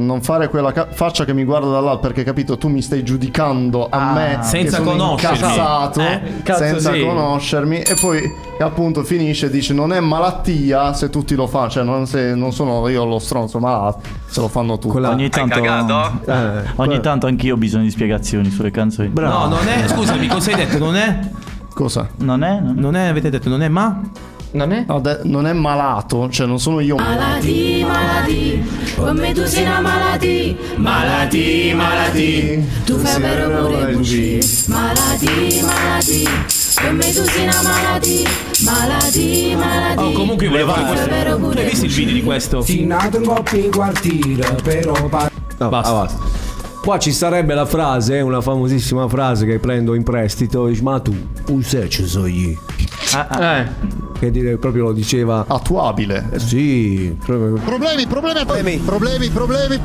[SPEAKER 7] Eh, non fare quella ca- faccia che mi guarda dall'alto perché capito tu mi stai giudicando a me
[SPEAKER 3] Ah, senza
[SPEAKER 7] che sono
[SPEAKER 3] conoscermi.
[SPEAKER 7] incazzato,
[SPEAKER 3] Eh, cazzo
[SPEAKER 7] senza
[SPEAKER 3] sì.
[SPEAKER 7] conoscermi e poi appunto finisce e dice non è malattia se tutti lo fanno cioè non, se- non sono io lo stronzo malato se lo fanno tutti
[SPEAKER 5] Ogni tanto, ogni tanto anch'io ho bisogno di spiegazioni sulle canzoni.
[SPEAKER 3] No, non è. Scusami, cosa hai detto? Non è?
[SPEAKER 7] cosa?
[SPEAKER 5] Non è?
[SPEAKER 3] Non è, avete detto, non è ma?
[SPEAKER 9] Non
[SPEAKER 3] Eh?
[SPEAKER 9] è?
[SPEAKER 7] No, de- non è malato cioè non sono
[SPEAKER 3] Ah.
[SPEAKER 7] io
[SPEAKER 15] Malati, malati, come tu sei una malati, malati, malati, tu fai per rumore e buci. Malati, malati, come tu sei una malati, malati, malati.
[SPEAKER 3] Oh, comunque volevo fare questo. Tu hai visto il video di questo?
[SPEAKER 18] nato in coppia in quartiere, però pa-
[SPEAKER 4] No,
[SPEAKER 3] Basta.
[SPEAKER 4] ah, basta. Qua ci sarebbe la frase, eh, una famosissima frase che prendo in prestito, dice, ma tu, un se ci so io.
[SPEAKER 9] Eh.
[SPEAKER 4] Che dire, proprio lo diceva...
[SPEAKER 7] Attuabile.
[SPEAKER 4] sì, proprio...
[SPEAKER 19] Problemi, problemi, problemi, problemi, problemi,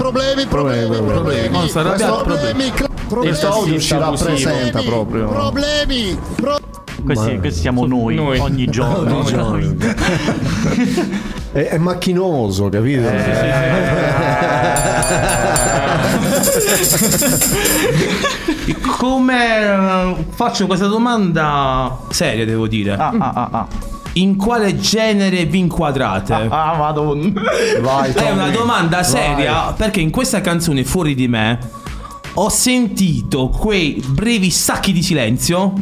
[SPEAKER 19] problemi,
[SPEAKER 4] Eh,
[SPEAKER 19] problemi, problemi.
[SPEAKER 3] Non sarà
[SPEAKER 19] Questo-
[SPEAKER 3] abbiato
[SPEAKER 19] problemi, cla- problemi,
[SPEAKER 7] questo audio ci
[SPEAKER 19] problemi,
[SPEAKER 7] rappresenta proprio
[SPEAKER 19] Problemi, pro-
[SPEAKER 5] Questi, questi siamo noi, ogni giorno.
[SPEAKER 19] Ogni giorno.
[SPEAKER 4] È, è macchinoso, capito?
[SPEAKER 3] Come eh, faccio questa domanda seria, devo dire.
[SPEAKER 5] Ah, ah, ah, ah.
[SPEAKER 3] In quale genere vi inquadrate?
[SPEAKER 5] Ah, madonna. [laughs]
[SPEAKER 7] Vai,
[SPEAKER 3] È una domanda seria perché in questa canzone Fuori di me ho sentito quei brevi sacchi di silenzio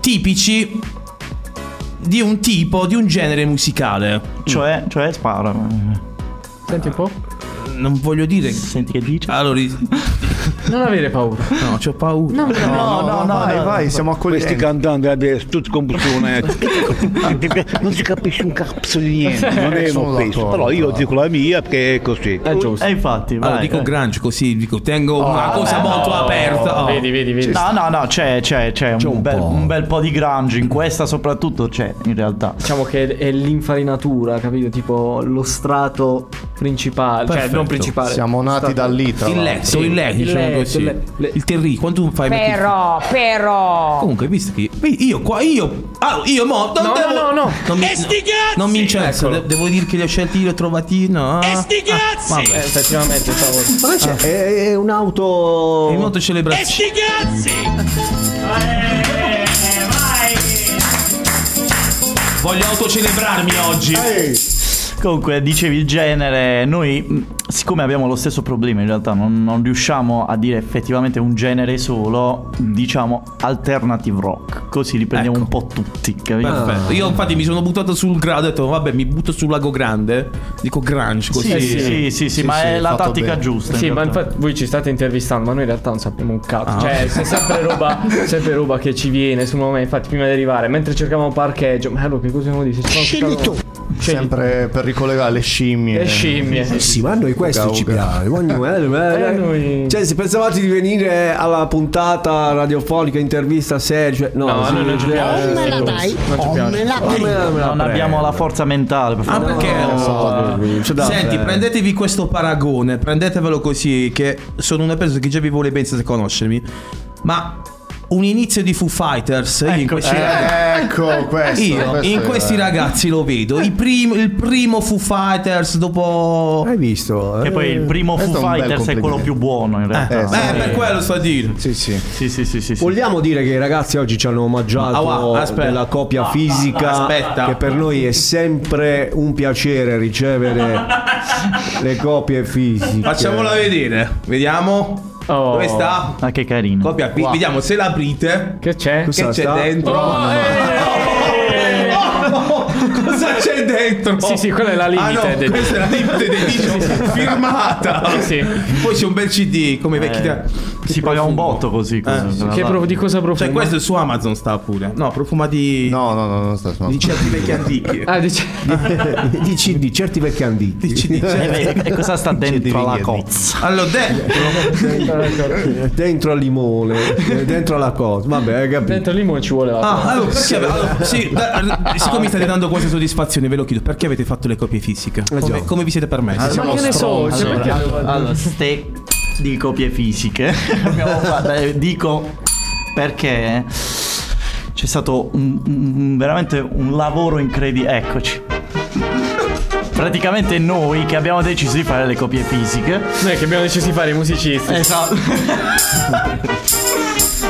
[SPEAKER 3] tipici di un tipo, di un genere musicale.
[SPEAKER 5] Cioè, cioè spara.
[SPEAKER 9] Senti un po'.
[SPEAKER 3] Non voglio dire.
[SPEAKER 5] Senti che dice.
[SPEAKER 3] Allora,
[SPEAKER 9] Non avere paura.
[SPEAKER 3] No, c'ho paura.
[SPEAKER 9] No,
[SPEAKER 7] no, no, vai, vai, siamo accoglienti.
[SPEAKER 20] Questi cantanti, vabbè, tutti combustione, eh. non si capisce un cazzo di niente, non è
[SPEAKER 7] Eh, Sono
[SPEAKER 20] un peso.
[SPEAKER 7] d'accordo,
[SPEAKER 20] Però io dico la mia perché è così.
[SPEAKER 5] È giusto. E Eh, infatti, vai.
[SPEAKER 3] Allora, dico
[SPEAKER 5] eh.
[SPEAKER 3] grunge così, dico tengo una cosa
[SPEAKER 5] vabbè,
[SPEAKER 3] molto
[SPEAKER 5] no.
[SPEAKER 3] aperta. Oh.
[SPEAKER 5] No, no, no, c'è, c'è, c'è, un, bel, un bel po' di grunge in questa, soprattutto c'è in realtà.
[SPEAKER 9] Diciamo che è l'infarinatura, capito? Tipo lo strato principale, cioè
[SPEAKER 3] Perfetto.
[SPEAKER 9] non principale.
[SPEAKER 7] Siamo nati
[SPEAKER 9] Strato-
[SPEAKER 7] da lì, tra
[SPEAKER 3] Il letto,
[SPEAKER 7] l'altro.
[SPEAKER 3] il letto,
[SPEAKER 9] Il
[SPEAKER 3] diciamo
[SPEAKER 9] letto,
[SPEAKER 3] così.
[SPEAKER 9] il
[SPEAKER 3] Il,
[SPEAKER 9] letto,
[SPEAKER 3] terri, quanto fai metti
[SPEAKER 17] Però, però.
[SPEAKER 3] Comunque, visto che io qua, io, ah, io mo, non
[SPEAKER 9] No,
[SPEAKER 3] devo,
[SPEAKER 9] no, no, no.
[SPEAKER 3] non mi, non ah, mi incenso, de- devo dire che li ho scelti io, ah. li ho trovati, no. E sti cazzi!
[SPEAKER 9] Eh, effettivamente, stavo-
[SPEAKER 4] Ma che c'è? È, è un'auto...
[SPEAKER 3] È un'auto celebrazione.
[SPEAKER 15] sti
[SPEAKER 14] [laughs]
[SPEAKER 15] cazzi! Eh,
[SPEAKER 3] Voglio autocelebrarmi oggi.
[SPEAKER 5] Comunque, dicevi il genere, noi mh, siccome abbiamo lo stesso problema in realtà, non, non riusciamo a dire effettivamente un genere solo, diciamo alternative rock, così li prendiamo un po' tutti, capito?
[SPEAKER 3] Perfetto. Io infatti mi sono buttato sul grado, ho detto vabbè mi butto sul lago grande, dico grunge così.
[SPEAKER 5] Sì, sì, sì, sì, ma è la tattica giusta. in
[SPEAKER 9] Sì, ma
[SPEAKER 5] realtà.
[SPEAKER 9] infatti voi ci state intervistando, ma noi in realtà non sappiamo un cazzo.
[SPEAKER 3] Ah.
[SPEAKER 9] Cioè, se sempre roba, sempre roba che ci viene sul momento. Infatti, prima di arrivare, mentre cercavamo parcheggio, ma allora che cosa devo dire? Se ci sono-
[SPEAKER 7] Sempre per ricollegare le scimmie.
[SPEAKER 9] cioè, Le scimmie.
[SPEAKER 1] Eh sì, ma a noi questo
[SPEAKER 7] Uga,
[SPEAKER 1] ci
[SPEAKER 7] uga.
[SPEAKER 1] piace.
[SPEAKER 4] [laughs]
[SPEAKER 9] Eh, a noi-
[SPEAKER 1] Cioè, se pensavate di venire alla puntata radiofonica, intervista seria, cioè, no,
[SPEAKER 9] No,
[SPEAKER 1] sì,
[SPEAKER 9] noi non ci
[SPEAKER 1] cioè,
[SPEAKER 9] piace.
[SPEAKER 1] eh,
[SPEAKER 9] Non me la
[SPEAKER 5] dai, Non
[SPEAKER 1] prendo.
[SPEAKER 5] abbiamo la forza mentale per
[SPEAKER 3] Ah,
[SPEAKER 5] fare-
[SPEAKER 3] perché?
[SPEAKER 5] No, no.
[SPEAKER 3] Cioè, Senti, prendetevi questo paragone, prendetevelo così, che sono una persona che già vi vuole bene senza conoscermi, ma un inizio di Foo Fighters, io in
[SPEAKER 5] eh,
[SPEAKER 3] questi ragazzi...
[SPEAKER 7] Ecco questo.
[SPEAKER 3] Io
[SPEAKER 7] questo
[SPEAKER 3] in
[SPEAKER 7] è-
[SPEAKER 3] questi ragazzi lo vedo. i prim- il primo Foo Fighters dopo.
[SPEAKER 1] Hai visto?
[SPEAKER 5] Che poi il primo Foo Fighters è quello più buono in realtà.
[SPEAKER 1] Eh, sì. Eh, per quello
[SPEAKER 3] sto a dire.
[SPEAKER 1] Sì, sì.
[SPEAKER 5] Sì, sì, sì, sì, sì.
[SPEAKER 1] Vogliamo dire che i ragazzi oggi ci hanno
[SPEAKER 5] Ah,
[SPEAKER 1] omaggiato
[SPEAKER 5] wow, aspetta.
[SPEAKER 1] la copia fisica
[SPEAKER 3] Aspetta.
[SPEAKER 1] che per noi è sempre un piacere ricevere le copie fisiche.
[SPEAKER 5] eh.
[SPEAKER 3] Facciamola vedere. Vediamo. Dove sta?
[SPEAKER 5] Ah, che carino.
[SPEAKER 3] Copia qui. Vediamo se l'aprite.
[SPEAKER 9] Che c'è?
[SPEAKER 3] Che c'è dentro? eh! [laughs] Cosa c'è dentro?
[SPEAKER 9] Sì, sì, quella è la limite
[SPEAKER 3] Ah, no,
[SPEAKER 9] del-
[SPEAKER 3] questa è la limite edition firmata.
[SPEAKER 9] Sì, sì.
[SPEAKER 3] Poi c'è un bel CD come i vecchi
[SPEAKER 5] Eh,
[SPEAKER 3] te- cioè,
[SPEAKER 5] si paga un botto così. così.
[SPEAKER 3] Che
[SPEAKER 9] prof- di cosa profuma?
[SPEAKER 3] Cioè, questo su Amazon sta pure. No, profuma di.
[SPEAKER 7] No, no, no, non sta
[SPEAKER 3] Di certi vecchi antichi.
[SPEAKER 9] Ah, dice...
[SPEAKER 1] Di CD, certi vecchi
[SPEAKER 4] [laughs]
[SPEAKER 1] antichi.
[SPEAKER 3] Di CD,
[SPEAKER 5] E,
[SPEAKER 3] certi-
[SPEAKER 5] e eh, cosa sta dentro la cozza?
[SPEAKER 3] Allora, dentro.
[SPEAKER 1] dentro al limone, [laughs] eh, dentro alla cosa. Vabbè, hai capito.
[SPEAKER 9] Dentro il limone ci vuole la
[SPEAKER 3] Ah, allora, perché
[SPEAKER 1] Sì.
[SPEAKER 3] allora, sì, da- siccome mi state dando quasi soddisfazione, ve lo chiedo, perché avete fatto le copie fisiche? Come, come vi siete permessi?
[SPEAKER 7] Allora,
[SPEAKER 9] Ma che ne so, cioè, perché devo-
[SPEAKER 5] Allora, [laughs] allora, ste di copie fisiche. [laughs] Abbiamo fatto- eh, dico perché c'è stato un- un- veramente un lavoro incredibile. Eccoci. Praticamente noi che abbiamo deciso di fare le copie fisiche.
[SPEAKER 9] Noi che abbiamo deciso di fare i musicisti.
[SPEAKER 5] Esatto. [laughs]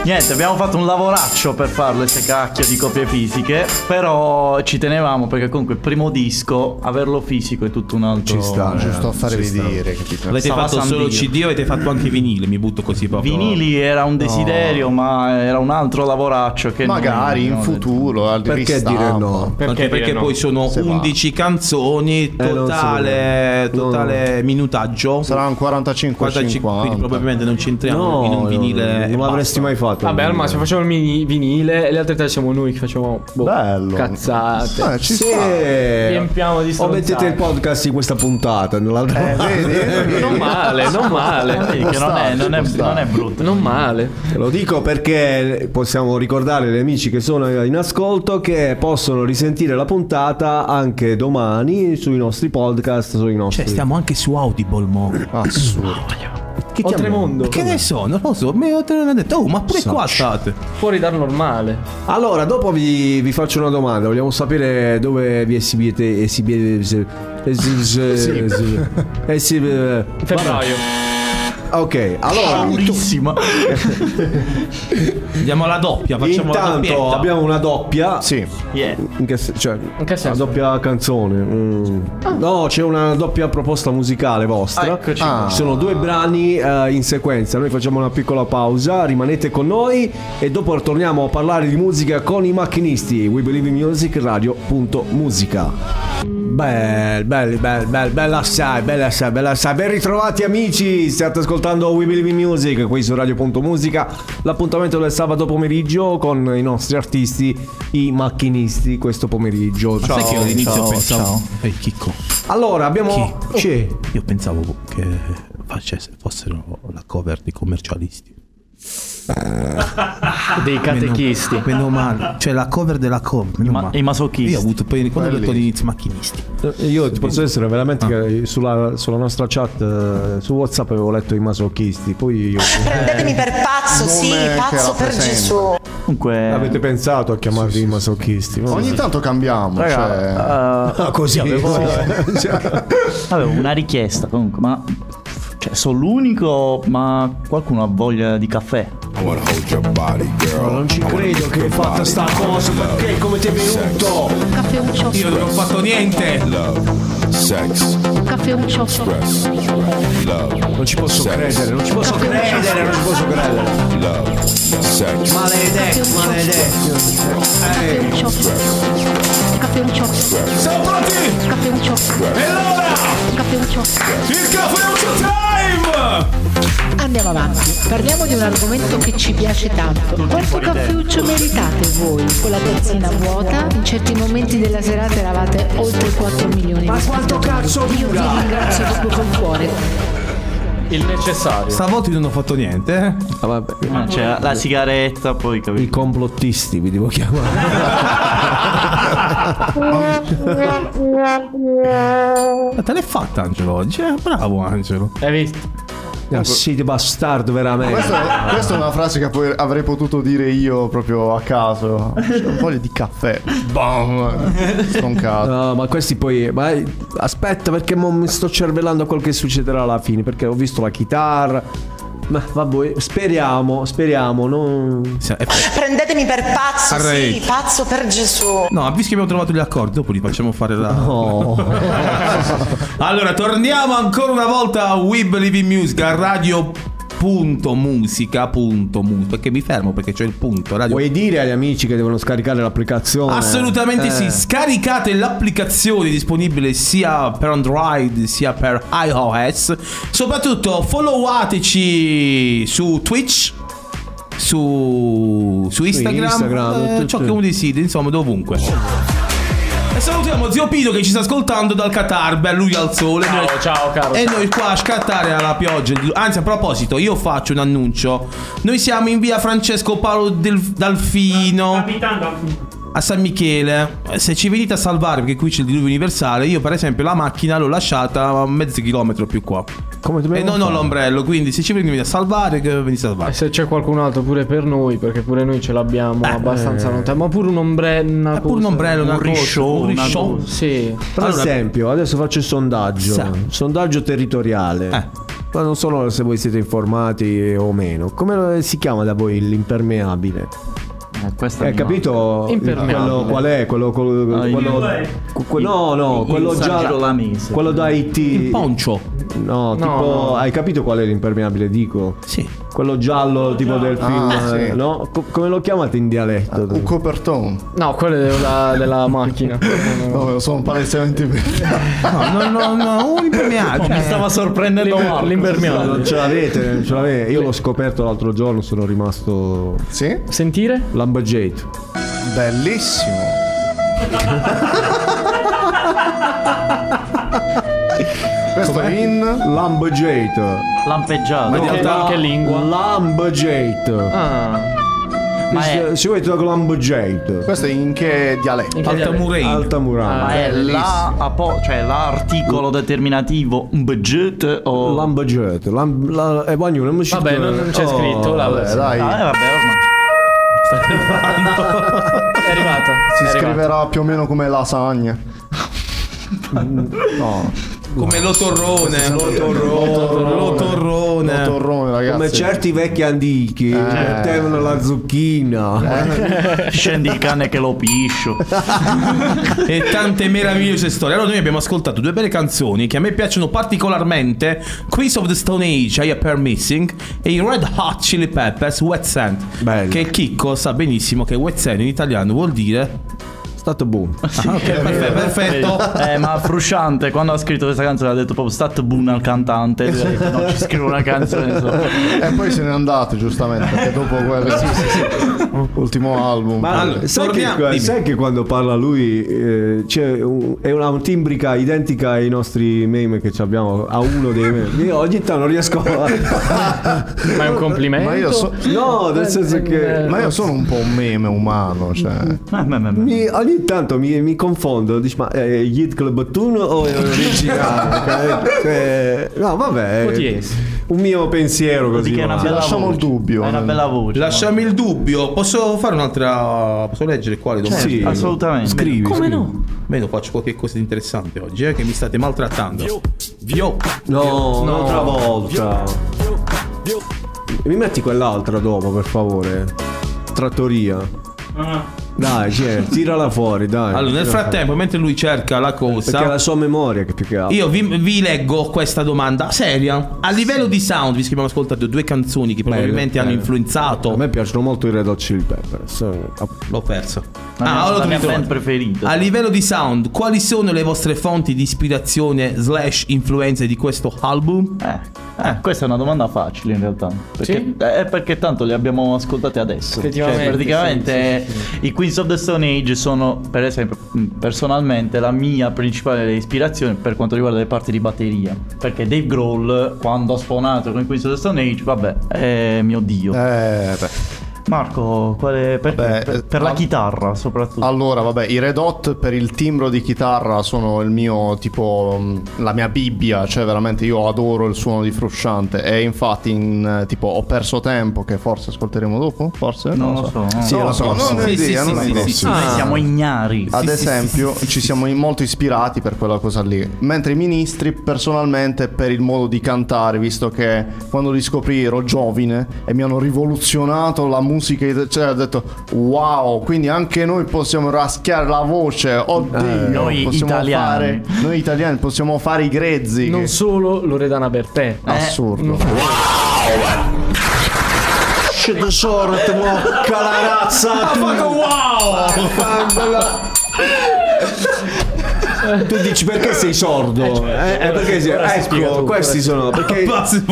[SPEAKER 5] Niente, abbiamo fatto un lavoraccio per farle queste cacchio di copie fisiche, però ci tenevamo perché comunque il primo disco, averlo fisico è tutto un altro...
[SPEAKER 7] Ci sta, giusto a farvi
[SPEAKER 5] ci sta.
[SPEAKER 7] dire. capito?
[SPEAKER 3] Avete
[SPEAKER 5] Stava
[SPEAKER 3] fatto
[SPEAKER 5] San
[SPEAKER 3] solo
[SPEAKER 5] Dio.
[SPEAKER 3] CD o avete fatto anche vinile? Mi butto così proprio.
[SPEAKER 5] Vinili era un desiderio, ma era un altro lavoraccio che
[SPEAKER 7] Magari in
[SPEAKER 5] non-
[SPEAKER 7] futuro, al
[SPEAKER 1] Perché
[SPEAKER 7] ristampo.
[SPEAKER 1] dire no?
[SPEAKER 9] Perché
[SPEAKER 3] Anche
[SPEAKER 9] dire
[SPEAKER 3] perché
[SPEAKER 9] no?
[SPEAKER 3] poi sono
[SPEAKER 7] Se va.
[SPEAKER 3] 11 canzoni,
[SPEAKER 1] non si può.
[SPEAKER 3] totale,
[SPEAKER 1] Eh, No,
[SPEAKER 3] totale minutaggio.
[SPEAKER 7] Sarà un 45
[SPEAKER 3] 45, quindi probabilmente non c'entriamo
[SPEAKER 1] No,
[SPEAKER 3] in un vinile.
[SPEAKER 1] non
[SPEAKER 3] e
[SPEAKER 1] l'avresti mai fatto.
[SPEAKER 9] Vabbè, al massimo facciamo il mini- vinile e le altre tre siamo noi che facciamo boh,
[SPEAKER 7] Bello.
[SPEAKER 9] cazzate.
[SPEAKER 7] Eh, ci
[SPEAKER 1] Sì.
[SPEAKER 7] sta.
[SPEAKER 9] Riempiamo di
[SPEAKER 1] O
[SPEAKER 9] stronzate.
[SPEAKER 1] mettete il podcast di questa puntata nell'altra
[SPEAKER 7] Eh, vedi, vedi?
[SPEAKER 9] Non male, non [laughs] male.
[SPEAKER 5] Vedi che non è, non è- non è brutto.
[SPEAKER 9] Non male.
[SPEAKER 1] Lo dico perché possiamo ricordare agli amici che sono in ascolto che possono risentire la puntata anche domani sui nostri podcast, sui nostri...
[SPEAKER 3] Cioè, stiamo anche su Audible, mo.
[SPEAKER 7] Assurdo.
[SPEAKER 1] Chi ti ha-
[SPEAKER 9] Oltremondo.
[SPEAKER 3] Che ne so, non lo so. Mi hanno detto, oh, ma pure qua state.
[SPEAKER 9] Fuori dal normale.
[SPEAKER 1] Allora, dopo vi, vi faccio una domanda, vogliamo sapere dove vi esibite... esibite se- esi- se- esi- esi-
[SPEAKER 9] Febbraio.
[SPEAKER 1] eh, Ok, allora...
[SPEAKER 5] Paurissima.
[SPEAKER 3] Andiamo alla doppia, facciamo la
[SPEAKER 1] Intanto
[SPEAKER 3] doppietta.
[SPEAKER 1] abbiamo una doppia.
[SPEAKER 7] Sì.
[SPEAKER 5] Yeah.
[SPEAKER 1] In che se- cioè,
[SPEAKER 9] che
[SPEAKER 1] una
[SPEAKER 9] senso?
[SPEAKER 1] doppia canzone. mm. No, c'è una doppia proposta musicale vostra.
[SPEAKER 5] Eccoci
[SPEAKER 1] Ah. Ci sono due brani eh, in sequenza. Noi facciamo una piccola pausa. Rimanete con noi e dopo torniamo a parlare di musica con i macchinisti. We believe in music radio.musica. Bel, bel, bel, bel, bella assai, bella assai, bella assai. Ben ritrovati amici, state ascoltando We Believe in Music qui su Radio.musica. L'appuntamento del sabato pomeriggio con i nostri artisti, i macchinisti questo pomeriggio. Ciao.
[SPEAKER 3] Sai che io all'inizio
[SPEAKER 5] ciao,
[SPEAKER 3] pensavo.
[SPEAKER 5] ciao.
[SPEAKER 3] Ehi, Chicco.
[SPEAKER 1] Allora, abbiamo
[SPEAKER 3] Chi?
[SPEAKER 1] Sì.
[SPEAKER 3] Io pensavo che facesse, fossero la cover di commercialisti.
[SPEAKER 5] Eh.
[SPEAKER 9] Dei catechisti.
[SPEAKER 3] Meno, meno male. Cioè la cover della cover. Meno
[SPEAKER 5] Ma-
[SPEAKER 3] male.
[SPEAKER 5] i masochisti.
[SPEAKER 3] Io ho avuto poi quando ho detto
[SPEAKER 7] Belli.
[SPEAKER 3] all'inizio macchinisti.
[SPEAKER 1] Io ti posso essere
[SPEAKER 4] Ah.
[SPEAKER 1] veramente che sulla, sulla nostra chat eh, su WhatsApp avevo letto i masochisti, poi
[SPEAKER 4] [laughs]
[SPEAKER 1] io
[SPEAKER 4] Prendetemi per pazzo, sì,
[SPEAKER 7] Nome che
[SPEAKER 4] pazzo per
[SPEAKER 7] rappresenta.
[SPEAKER 4] Gesù.
[SPEAKER 5] Comunque...
[SPEAKER 1] avete pensato a chiamarvi i masochisti. no?
[SPEAKER 7] Ogni tanto cambiamo. cioè...
[SPEAKER 5] Raga, eh,
[SPEAKER 1] Ah, così avevo
[SPEAKER 5] Avevo una richiesta comunque, ma. Cioè, sono l'unico, ma qualcuno ha voglia di caffè.
[SPEAKER 1] Non ci credo che hai fatto sta cosa perché come ti è venuto?
[SPEAKER 12] Caffeuccio,
[SPEAKER 3] Io non ho fatto niente.
[SPEAKER 12] caffeuccio,
[SPEAKER 1] Non ci posso credere, non ci posso credere, non ci posso credere. Maledetto, maledetto.
[SPEAKER 12] caffeuccio, caffeuccio,
[SPEAKER 3] Siamo pronti!
[SPEAKER 12] caffeuccio,
[SPEAKER 3] E allora!
[SPEAKER 12] caffeuccio.
[SPEAKER 3] Il caffè time!
[SPEAKER 12] Andiamo. andiamo avanti. Parliamo di un argomento che ci piace tanto. Quanto caffeuccio meritate voi? Con la tazzina vuota, in certi momenti della serata eravate oltre 4 milioni. Ma quanto cazzo Io vi ringrazio proprio col cuore.
[SPEAKER 9] Il necessario.
[SPEAKER 3] Stavolta io non ho fatto niente. eh.
[SPEAKER 5] Ah, c'è la sigaretta, poi capito. I
[SPEAKER 4] complottisti vi devo chiamare.
[SPEAKER 3] Ma te l'hai fatta Angelo oggi? Eh, bravo Angelo.
[SPEAKER 9] Hai visto?
[SPEAKER 4] Ah, sì, di bastardo, veramente.
[SPEAKER 7] Questo- questa è una frase che poi avrei potuto dire io proprio a caso. C'è un foglio di caffè. Bam! Stroncato.
[SPEAKER 4] No, ma questi poi. ma- eh, aspetta, perché mo mi sto cervellando a quel che succederà alla fine. Perché ho visto la chitarra. Ma vabbè, speriamo, speriamo. Non...
[SPEAKER 17] Prendetemi per pazzo,
[SPEAKER 3] Arrei.
[SPEAKER 17] sì, pazzo per Gesù.
[SPEAKER 3] No, visto che abbiamo trovato gli accordi, dopo li facciamo fare la. allora, torniamo ancora una volta a We Believe in Music, a radio. Punto musica, punto mu- Perché mi fermo perché c'è il punto. Radio.
[SPEAKER 4] Vuoi dire agli amici che devono scaricare l'applicazione?
[SPEAKER 3] Assolutamente
[SPEAKER 4] Eh.
[SPEAKER 3] sì. Scaricate l'applicazione disponibile sia per Android sia per iOS. Soprattutto followateci su Twitch. Su, su Instagram,
[SPEAKER 4] Instagram,
[SPEAKER 3] eh,
[SPEAKER 4] tutto.
[SPEAKER 3] ciò che uno desidera, insomma, dovunque. E salutiamo zio Pino che ci sta ascoltando dal Qatar, bel lui al sole. Ciao,
[SPEAKER 9] ciao caro.
[SPEAKER 3] E noi qua a scattare alla pioggia. Anzi, a proposito, io faccio un annuncio. Noi siamo in via Francesco Paolo del- Dalfino. A San Michele, se ci venite a salvare, perché qui c'è il diluvio universale, io per esempio la macchina l'ho lasciata a mezzo chilometro più qua. e non ho
[SPEAKER 9] fare?
[SPEAKER 3] l'ombrello, quindi se ci venite a salvare, che venite a salvare.
[SPEAKER 9] Se c'è qualcun altro pure per noi, perché pure noi ce l'abbiamo abbastanza lontano. Ma pure un ombrello. Eh. Pure un ombrello,
[SPEAKER 3] una cosa, un risciò.
[SPEAKER 9] Sì.
[SPEAKER 4] Per esempio, adesso faccio il sondaggio.
[SPEAKER 9] Sa.
[SPEAKER 4] Sondaggio territoriale.
[SPEAKER 5] Eh.
[SPEAKER 4] Ma non so se voi siete informati o meno. Come eh, si chiama da voi l'impermeabile?
[SPEAKER 5] eh,
[SPEAKER 1] Eh,
[SPEAKER 5] Questa
[SPEAKER 4] Hai
[SPEAKER 5] no.
[SPEAKER 4] capito
[SPEAKER 5] Impermeabile.
[SPEAKER 4] quello qual è? Quello, quello,
[SPEAKER 5] Ah, il-
[SPEAKER 4] quello-
[SPEAKER 5] il-
[SPEAKER 4] que- no, no,
[SPEAKER 5] il
[SPEAKER 4] quello
[SPEAKER 5] San
[SPEAKER 4] già
[SPEAKER 5] Girolamese.
[SPEAKER 4] quello da IT.
[SPEAKER 5] Il
[SPEAKER 3] esatto. poncio.
[SPEAKER 4] No, tipo
[SPEAKER 5] no.
[SPEAKER 4] hai capito qual è l'impermeabile dico?
[SPEAKER 3] Sì.
[SPEAKER 4] Quello giallo tipo del
[SPEAKER 7] Ah,
[SPEAKER 4] film,
[SPEAKER 7] sì.
[SPEAKER 4] eh, no? Co- come lo chiamate in dialetto?
[SPEAKER 7] Un copertone.
[SPEAKER 9] No, quello è della, della [laughs] macchina.
[SPEAKER 7] No, sono palesemente
[SPEAKER 3] No, no, no, no, un impermeabile.
[SPEAKER 5] mi stava sorprendendo Marco.
[SPEAKER 4] No, non ce l'avete, non ce l'avete. Io l'ho scoperto l'altro giorno, sono rimasto
[SPEAKER 7] Sì?
[SPEAKER 9] Sentire?
[SPEAKER 4] Lumberjade.
[SPEAKER 7] Bellissimo. Questo in
[SPEAKER 4] Lumberjade.
[SPEAKER 5] Lampeggiato.
[SPEAKER 4] Ma in realtà
[SPEAKER 9] che lingua?
[SPEAKER 4] Lumberjade.
[SPEAKER 9] Ah.
[SPEAKER 5] Ma
[SPEAKER 4] Se-
[SPEAKER 5] è-
[SPEAKER 4] Se vuoi te lo dico Lumberjade.
[SPEAKER 7] Questo è in che dialetto?
[SPEAKER 9] In che dialetto? Altamurain.
[SPEAKER 4] Altamurain.
[SPEAKER 5] Ma è la, a po- cioè l'articolo determinativo budget o
[SPEAKER 4] Lumberjade. Lam- la- eh, e poi ognuno non ci
[SPEAKER 9] Vabbè, non, non c'è
[SPEAKER 4] Oh,
[SPEAKER 9] scritto. là,
[SPEAKER 4] vabbè,
[SPEAKER 9] sì.
[SPEAKER 4] dai.
[SPEAKER 5] Ah, eh, vabbè, ormai.
[SPEAKER 9] È arrivata.
[SPEAKER 7] Si
[SPEAKER 9] è arrivata.
[SPEAKER 7] scriverà più o meno come lasagna. no.
[SPEAKER 3] Come l'otorrone, l'otorrone, l'otorrone.
[SPEAKER 7] Torrone, ragazzi.
[SPEAKER 4] Come certi vecchi antichi mettevano la zucchina.
[SPEAKER 5] Scendi il cane che lo piscio.
[SPEAKER 3] e tante meravigliose storie. Allora, noi abbiamo ascoltato due belle canzoni che a me piacciono particolarmente: Queens of the Stone Age, I Appear Missing, e i Red Hot Chili Peppers, Wet Sand. Che Chicco sa benissimo che Wet Sand in italiano vuol dire.
[SPEAKER 4] Stato boom.
[SPEAKER 3] Ah, ok, perfetto. perfetto.
[SPEAKER 5] Eh, ma Frusciante quando ha scritto questa canzone ha detto proprio stat boon al cantante. Lui ha detto, no, ci scrivo una canzone. sopra."
[SPEAKER 7] e Eh, poi se n'è andato giustamente perché dopo
[SPEAKER 5] [laughs]
[SPEAKER 7] quello ultimo album
[SPEAKER 4] Ma sai,
[SPEAKER 3] torniamo-
[SPEAKER 4] che,
[SPEAKER 3] dimmi.
[SPEAKER 4] sai che quando parla lui eh, c'è un- è una timbrica identica ai nostri meme che abbiamo, a uno dei meme. Io ogni tanto non riesco a...
[SPEAKER 9] Ma è un complimento.
[SPEAKER 7] ma io, so-
[SPEAKER 4] No, nel senso che...
[SPEAKER 7] ma io sono un po' un meme umano cioè
[SPEAKER 5] Ma- ma- ma- ma-
[SPEAKER 4] Mi- ogni tanto mi, mi confondo, dici ma eh, è Yid Clubatun o
[SPEAKER 1] [laughs]
[SPEAKER 4] è [laughs] originale? ok? Cioè, no, vabbè.
[SPEAKER 9] Potiesi.
[SPEAKER 4] Un mio pensiero così.
[SPEAKER 5] Perché è una
[SPEAKER 4] va.
[SPEAKER 5] bella
[SPEAKER 7] lasciamo
[SPEAKER 5] voce.
[SPEAKER 7] il dubbio.
[SPEAKER 5] È una bella voce.
[SPEAKER 3] Lasciamo il dubbio. Posso fare un'altra. Posso leggere qua le domande?
[SPEAKER 4] Sì.
[SPEAKER 5] Assolutamente.
[SPEAKER 4] Scrivi.
[SPEAKER 9] Come
[SPEAKER 4] scrivi.
[SPEAKER 9] no?
[SPEAKER 3] Almeno faccio qualche cosa di interessante oggi, eh, che mi state maltrattando. Vio.
[SPEAKER 4] Eh, No, un'altra volta. Mi metti quell'altra dopo, per favore. Trattoria.
[SPEAKER 21] Ah.
[SPEAKER 4] Dai, c'è, tirala fuori, dai.
[SPEAKER 3] Allora, nel
[SPEAKER 4] Tira-
[SPEAKER 3] frattempo, mentre lui cerca la
[SPEAKER 4] Perché è
[SPEAKER 3] cosa,
[SPEAKER 4] la sua memoria che più che altro.
[SPEAKER 3] Io vi, vi leggo questa domanda seria. A livello di sound, visto che abbiamo ascoltato due canzoni che probabilmente hanno
[SPEAKER 4] bene.
[SPEAKER 3] influenzato.
[SPEAKER 4] A me piacciono molto i Red Hot Chili Peppers. eh,
[SPEAKER 3] L'ho perso.
[SPEAKER 5] La mia,
[SPEAKER 3] Ah,
[SPEAKER 5] la
[SPEAKER 3] allora
[SPEAKER 5] mia
[SPEAKER 3] mi
[SPEAKER 5] band
[SPEAKER 3] trovo.
[SPEAKER 5] preferita.
[SPEAKER 3] A livello di sound, quali sono le vostre fonti di ispirazione slash influenze di questo album?
[SPEAKER 5] Eh, Eh, questa è una domanda facile in realtà. Perché,
[SPEAKER 9] Sì?
[SPEAKER 5] eh, perché tanto le abbiamo ascoltate adesso.
[SPEAKER 9] Effettivamente,
[SPEAKER 5] Cioè, praticamente
[SPEAKER 9] sì, sì,
[SPEAKER 5] i Queens of the Stone Age sono, per esempio, mh, personalmente la mia principale ispirazione per quanto riguarda le parti di batteria. Perché Dave Grohl, quando ha suonato con i Queens of the Stone Age, vabbè, è mio dio.
[SPEAKER 7] Eh,
[SPEAKER 5] Marco, quale, per, per- per la chitarra soprattutto.
[SPEAKER 7] Allora, vabbè, i Red Hot per il timbro di chitarra sono il mio tipo mh, la mia bibbia, cioè veramente io adoro il suono di frusciante e infatti in eh, tipo ho perso tempo che forse ascolteremo dopo, forse
[SPEAKER 5] Non lo so, no.
[SPEAKER 7] Sì,
[SPEAKER 5] Non Ah.
[SPEAKER 7] lo
[SPEAKER 5] lo
[SPEAKER 7] so,
[SPEAKER 5] so.
[SPEAKER 7] non ho
[SPEAKER 5] Sì, sì,
[SPEAKER 7] idea,
[SPEAKER 5] sì,
[SPEAKER 7] non ho
[SPEAKER 5] sì,
[SPEAKER 7] idea.
[SPEAKER 5] sì, sì, noi siamo ignari.
[SPEAKER 7] Ad
[SPEAKER 5] Sì, sì,
[SPEAKER 7] esempio, ci siamo molto ispirati per quella cosa lì, mentre i ministri personalmente per il modo di cantare, visto che quando li scoprì ero giovane e mi hanno rivoluzionato la musica, cioè ho detto wow, quindi anche noi possiamo raschiare la voce, oddio,
[SPEAKER 9] Eh, noi
[SPEAKER 7] possiamo
[SPEAKER 9] italiani.
[SPEAKER 7] fare noi italiani possiamo fare i grezzi.
[SPEAKER 9] Non eh, solo Loredana Bertè.
[SPEAKER 7] Assurdo.
[SPEAKER 19] C'è tesoro, te mocca la razza.
[SPEAKER 13] Ha fatto
[SPEAKER 4] Tu dici perché sei sordo? Eh, eh, perché sei-
[SPEAKER 19] cioè, Ora si spiega
[SPEAKER 4] ecco,
[SPEAKER 19] tutto,
[SPEAKER 4] questi
[SPEAKER 19] ora si
[SPEAKER 4] sono.
[SPEAKER 19] spiega.
[SPEAKER 4] Perché
[SPEAKER 19] Abbassa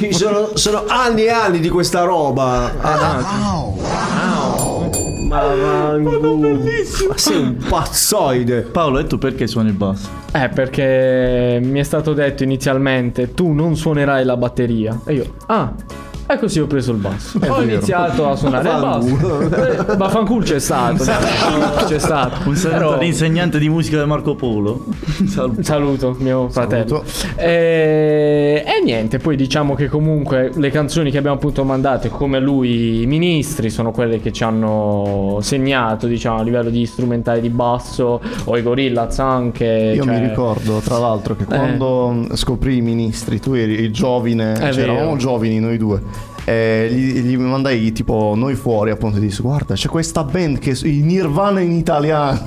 [SPEAKER 4] ci sono, sono anni e anni di questa roba.
[SPEAKER 19] Ah,
[SPEAKER 4] Ma, ma, ma sei un pazzoide.
[SPEAKER 5] Paolo, e tu perché suoni il basso?
[SPEAKER 9] Eh, perché mi è stato detto inizialmente tu non suonerai la batteria. E io, ah, e così ho preso il basso.
[SPEAKER 5] È
[SPEAKER 9] ho
[SPEAKER 5] vero.
[SPEAKER 9] iniziato a suonare il basso. Eh, Vaffanculo c'è stato. diciamo, c'è stato.
[SPEAKER 5] Un saluto
[SPEAKER 9] Però-
[SPEAKER 5] all'insegnante di musica di Marco Polo.
[SPEAKER 9] Saluto. mio fratello. E... e niente, poi diciamo che comunque le canzoni che abbiamo appunto mandate, come lui, i ministri, sono quelle che ci hanno segnato, diciamo, a livello di strumentale di basso, o i Gorillaz anche.
[SPEAKER 7] Io
[SPEAKER 9] cioè- eh.
[SPEAKER 7] mi ricordo tra l'altro che quando mh, scoprì i ministri, tu eri giovane,
[SPEAKER 9] È
[SPEAKER 7] cioè, eravamo
[SPEAKER 9] vero.
[SPEAKER 7] giovani noi due. E gli, gli mandai tipo noi fuori appunto e dissi guarda c'è questa band che i Nirvana in italiano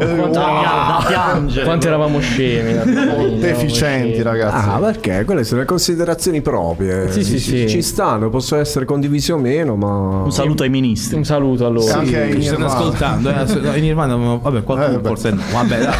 [SPEAKER 7] Eh,
[SPEAKER 9] Quanto- Ah.
[SPEAKER 7] wow.
[SPEAKER 9] Quanti eravamo scemi. davvero, eravamo scemi.
[SPEAKER 7] ragazzi.
[SPEAKER 4] Ah, perché? Quelle sono le considerazioni proprie.
[SPEAKER 9] Sì, sì, sì.
[SPEAKER 4] Ci stanno, possono essere condivise o meno, ma.
[SPEAKER 5] Un saluto ai ministri.
[SPEAKER 9] Un saluto
[SPEAKER 4] Sì,
[SPEAKER 9] allora.
[SPEAKER 4] anche ai
[SPEAKER 3] Ci
[SPEAKER 7] Ah.
[SPEAKER 3] stanno
[SPEAKER 4] Nirvana.
[SPEAKER 3] ascoltando. eh, ass- no, in Irlanda, ma- vabbè, qualcuno forse no. Vabbè, dai.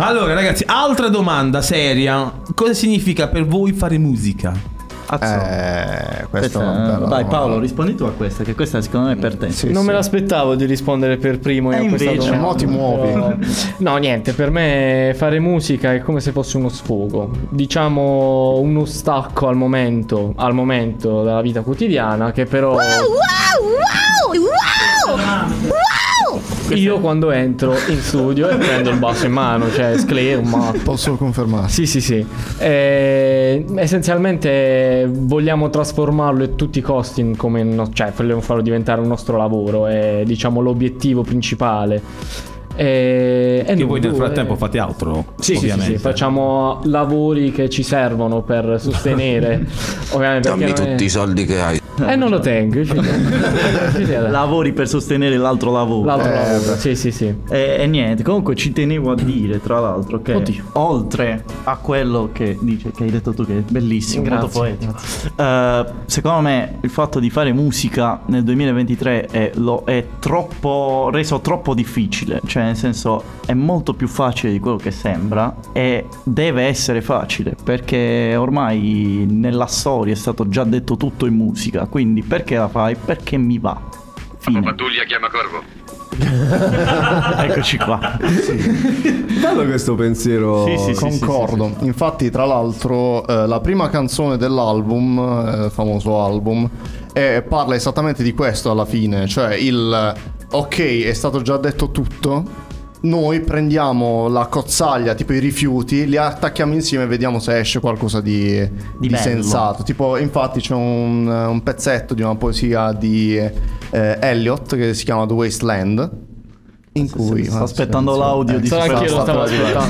[SPEAKER 3] Allora, ragazzi, altra domanda seria. Cosa significa per voi fare musica?
[SPEAKER 7] Eh,
[SPEAKER 5] Questa- Vai Paolo, rispondi tu a questa, che questa secondo me è per te.
[SPEAKER 9] non me l'aspettavo di rispondere per primo io
[SPEAKER 5] Eh,
[SPEAKER 9] a questa
[SPEAKER 5] invece,
[SPEAKER 9] domanda.
[SPEAKER 5] mo ti muovi.
[SPEAKER 9] [laughs] Però- No, niente, per me fare musica è come se fosse uno sfogo. Diciamo uno stacco al momento, al momento della vita quotidiana che però io quando entro in studio e prendo il basso in mano, cioè sclerma.
[SPEAKER 7] Posso confermare?
[SPEAKER 9] Sì, sì, sì. Eh, essenzialmente vogliamo trasformarlo a tutti i costi, in come no- cioè vogliamo farlo diventare un nostro lavoro, è diciamo l'obiettivo principale. Eh, E,
[SPEAKER 3] che voi nel frattempo fate altro.
[SPEAKER 9] sì, sì, sì,
[SPEAKER 3] ovviamente.
[SPEAKER 9] sì, facciamo lavori che ci servono per
[SPEAKER 3] [laughs]
[SPEAKER 9] sostenere. ovviamente perché non è-
[SPEAKER 5] soldi che hai.
[SPEAKER 9] Eh, non lo tengo.
[SPEAKER 7] [laughs]
[SPEAKER 5] Lavori per sostenere l'altro lavoro.
[SPEAKER 7] Eh,
[SPEAKER 9] L'altro lavoro, sì, sì, sì.
[SPEAKER 5] E, e niente, comunque ci tenevo a dire, tra l'altro, che
[SPEAKER 9] Oddio.
[SPEAKER 5] oltre a quello che dice, che hai detto tu, che è bellissimo, molto
[SPEAKER 9] Grazie,
[SPEAKER 5] poetico. eh, secondo me il fatto di fare musica nel 2023 è, lo- è troppo reso troppo difficile. Cioè, nel senso, è molto più facile di quello che sembra. E deve essere facile, perché ormai nella storia è stato già detto tutto in musica. Quindi, perché la fai? Perché mi va. Fine.
[SPEAKER 22] Pattuglia chiama Corvo.
[SPEAKER 5] [laughs] Eccoci qua.
[SPEAKER 4] Bello questo pensiero.
[SPEAKER 7] Sì, sì, sì, Oh, concordo. Infatti, tra l'altro, eh, la prima canzone dell'album, eh, famoso album, eh, parla esattamente di questo alla fine, cioè il eh, ok, è stato già detto tutto. Noi prendiamo la cozzaglia, tipo i rifiuti, li attacchiamo insieme e vediamo se esce qualcosa di, di
[SPEAKER 5] bello.
[SPEAKER 7] sensato. Tipo, infatti, c'è un, un pezzetto di una poesia di eh, Elliot che si chiama The Wasteland.
[SPEAKER 5] Ah,
[SPEAKER 7] In cui Ah,
[SPEAKER 5] sto aspettando l'audio di
[SPEAKER 7] Eh, Sarà
[SPEAKER 5] Superstar.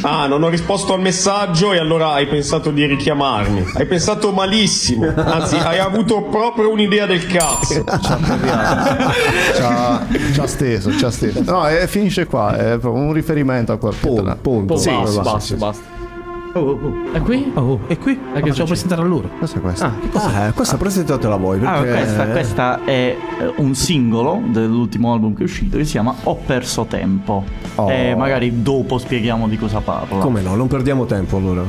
[SPEAKER 21] Ah, non ho risposto al messaggio e allora hai pensato di richiamarmi. Hai pensato malissimo. Anzi, hai avuto proprio un'idea del cazzo.
[SPEAKER 7] ci ha, ci ha steso, ci ha steso. No, e finisce qua, è proprio un riferimento a qualcosa. Punto,
[SPEAKER 9] Boh,
[SPEAKER 7] Sì,
[SPEAKER 9] basta,
[SPEAKER 7] sì,
[SPEAKER 9] basta,
[SPEAKER 7] sì, Oh, sì.
[SPEAKER 9] basta. È qui?
[SPEAKER 3] è qui?
[SPEAKER 9] È che facciamo
[SPEAKER 3] presentare a loro.
[SPEAKER 7] Cosa è questa?
[SPEAKER 4] Ah, questa presentatela voi.
[SPEAKER 5] Ah,
[SPEAKER 4] perché-
[SPEAKER 5] questa, questa è eh, un singolo dell'ultimo album che è uscito che si chiama Ho perso tempo. E magari dopo spieghiamo di cosa parla.
[SPEAKER 4] Come no? Non perdiamo tempo allora.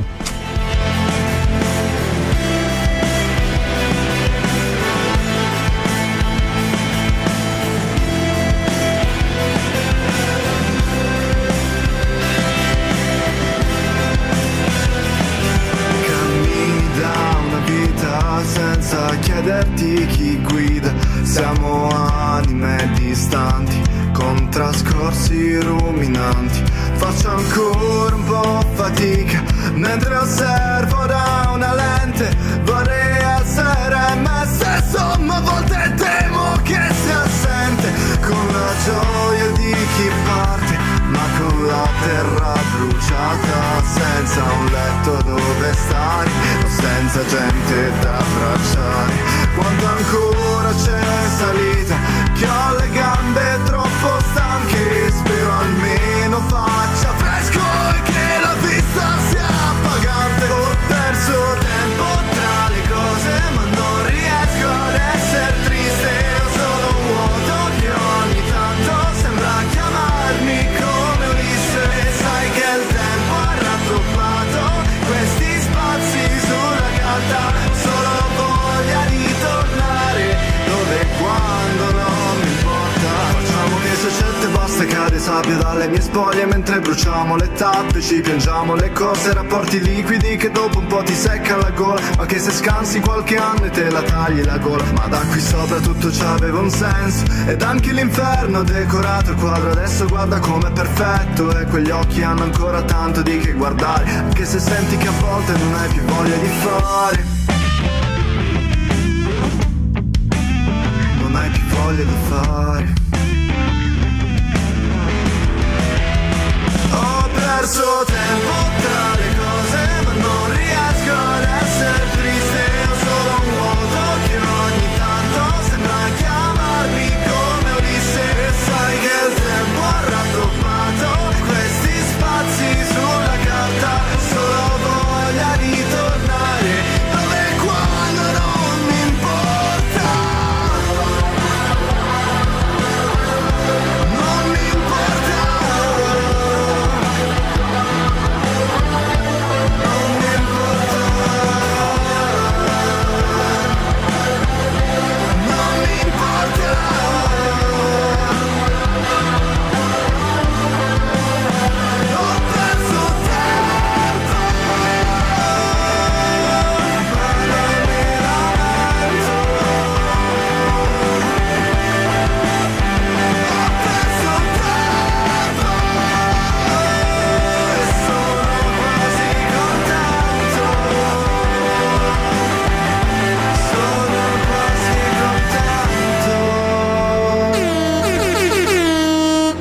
[SPEAKER 13] con trascorsi ruminanti Faccio ancora un po' fatica Mentre osservo da una lente Vorrei essere me stesso Ma a volte temo che sia assente Con la gioia di chi parte Ma con la terra bruciata Senza un letto dove stare O senza gente da abbracciare Quanto ancora c'è salita Che ho le gambe troppo stanche Spero almeno faccia fresco E che la vista sia appagante Ho perso tempo tra le cose Ma non riesco ad essere triste Io sono un vuoto che ogni tanto Sembra chiamarmi come Ulisse E sai che il tempo ha raddoppiato Questi spazi sulla carta Solo voglia di tornare Dove e quando non mi importa Facciamo che se scelte basta cade sabbia dalle mie spoglie Mentre bruciamo le tappe ci piangiamo le cose Rapporti liquidi che dopo un po' ti secca la gola Ma che se scansi qualche anno e te la tagli la gola Ma da qui sopra tutto ci aveva un senso Ed anche l'inferno ha decorato il quadro Adesso guarda com'è perfetto E quegli occhi hanno ancora tanto di che guardare Anche se senti che a volte non hai più voglia di fare Non hai più voglia di fare Ho perso tempo tra le cose ma non riesco ad essere triste Ho solo un vuoto che ogni tanto sembra chiamarmi come Ulisse E sai che il tempo ha raddoppiato questi spazi sulla carta Solo voglia di tornare dove e quando non mi importa Non mi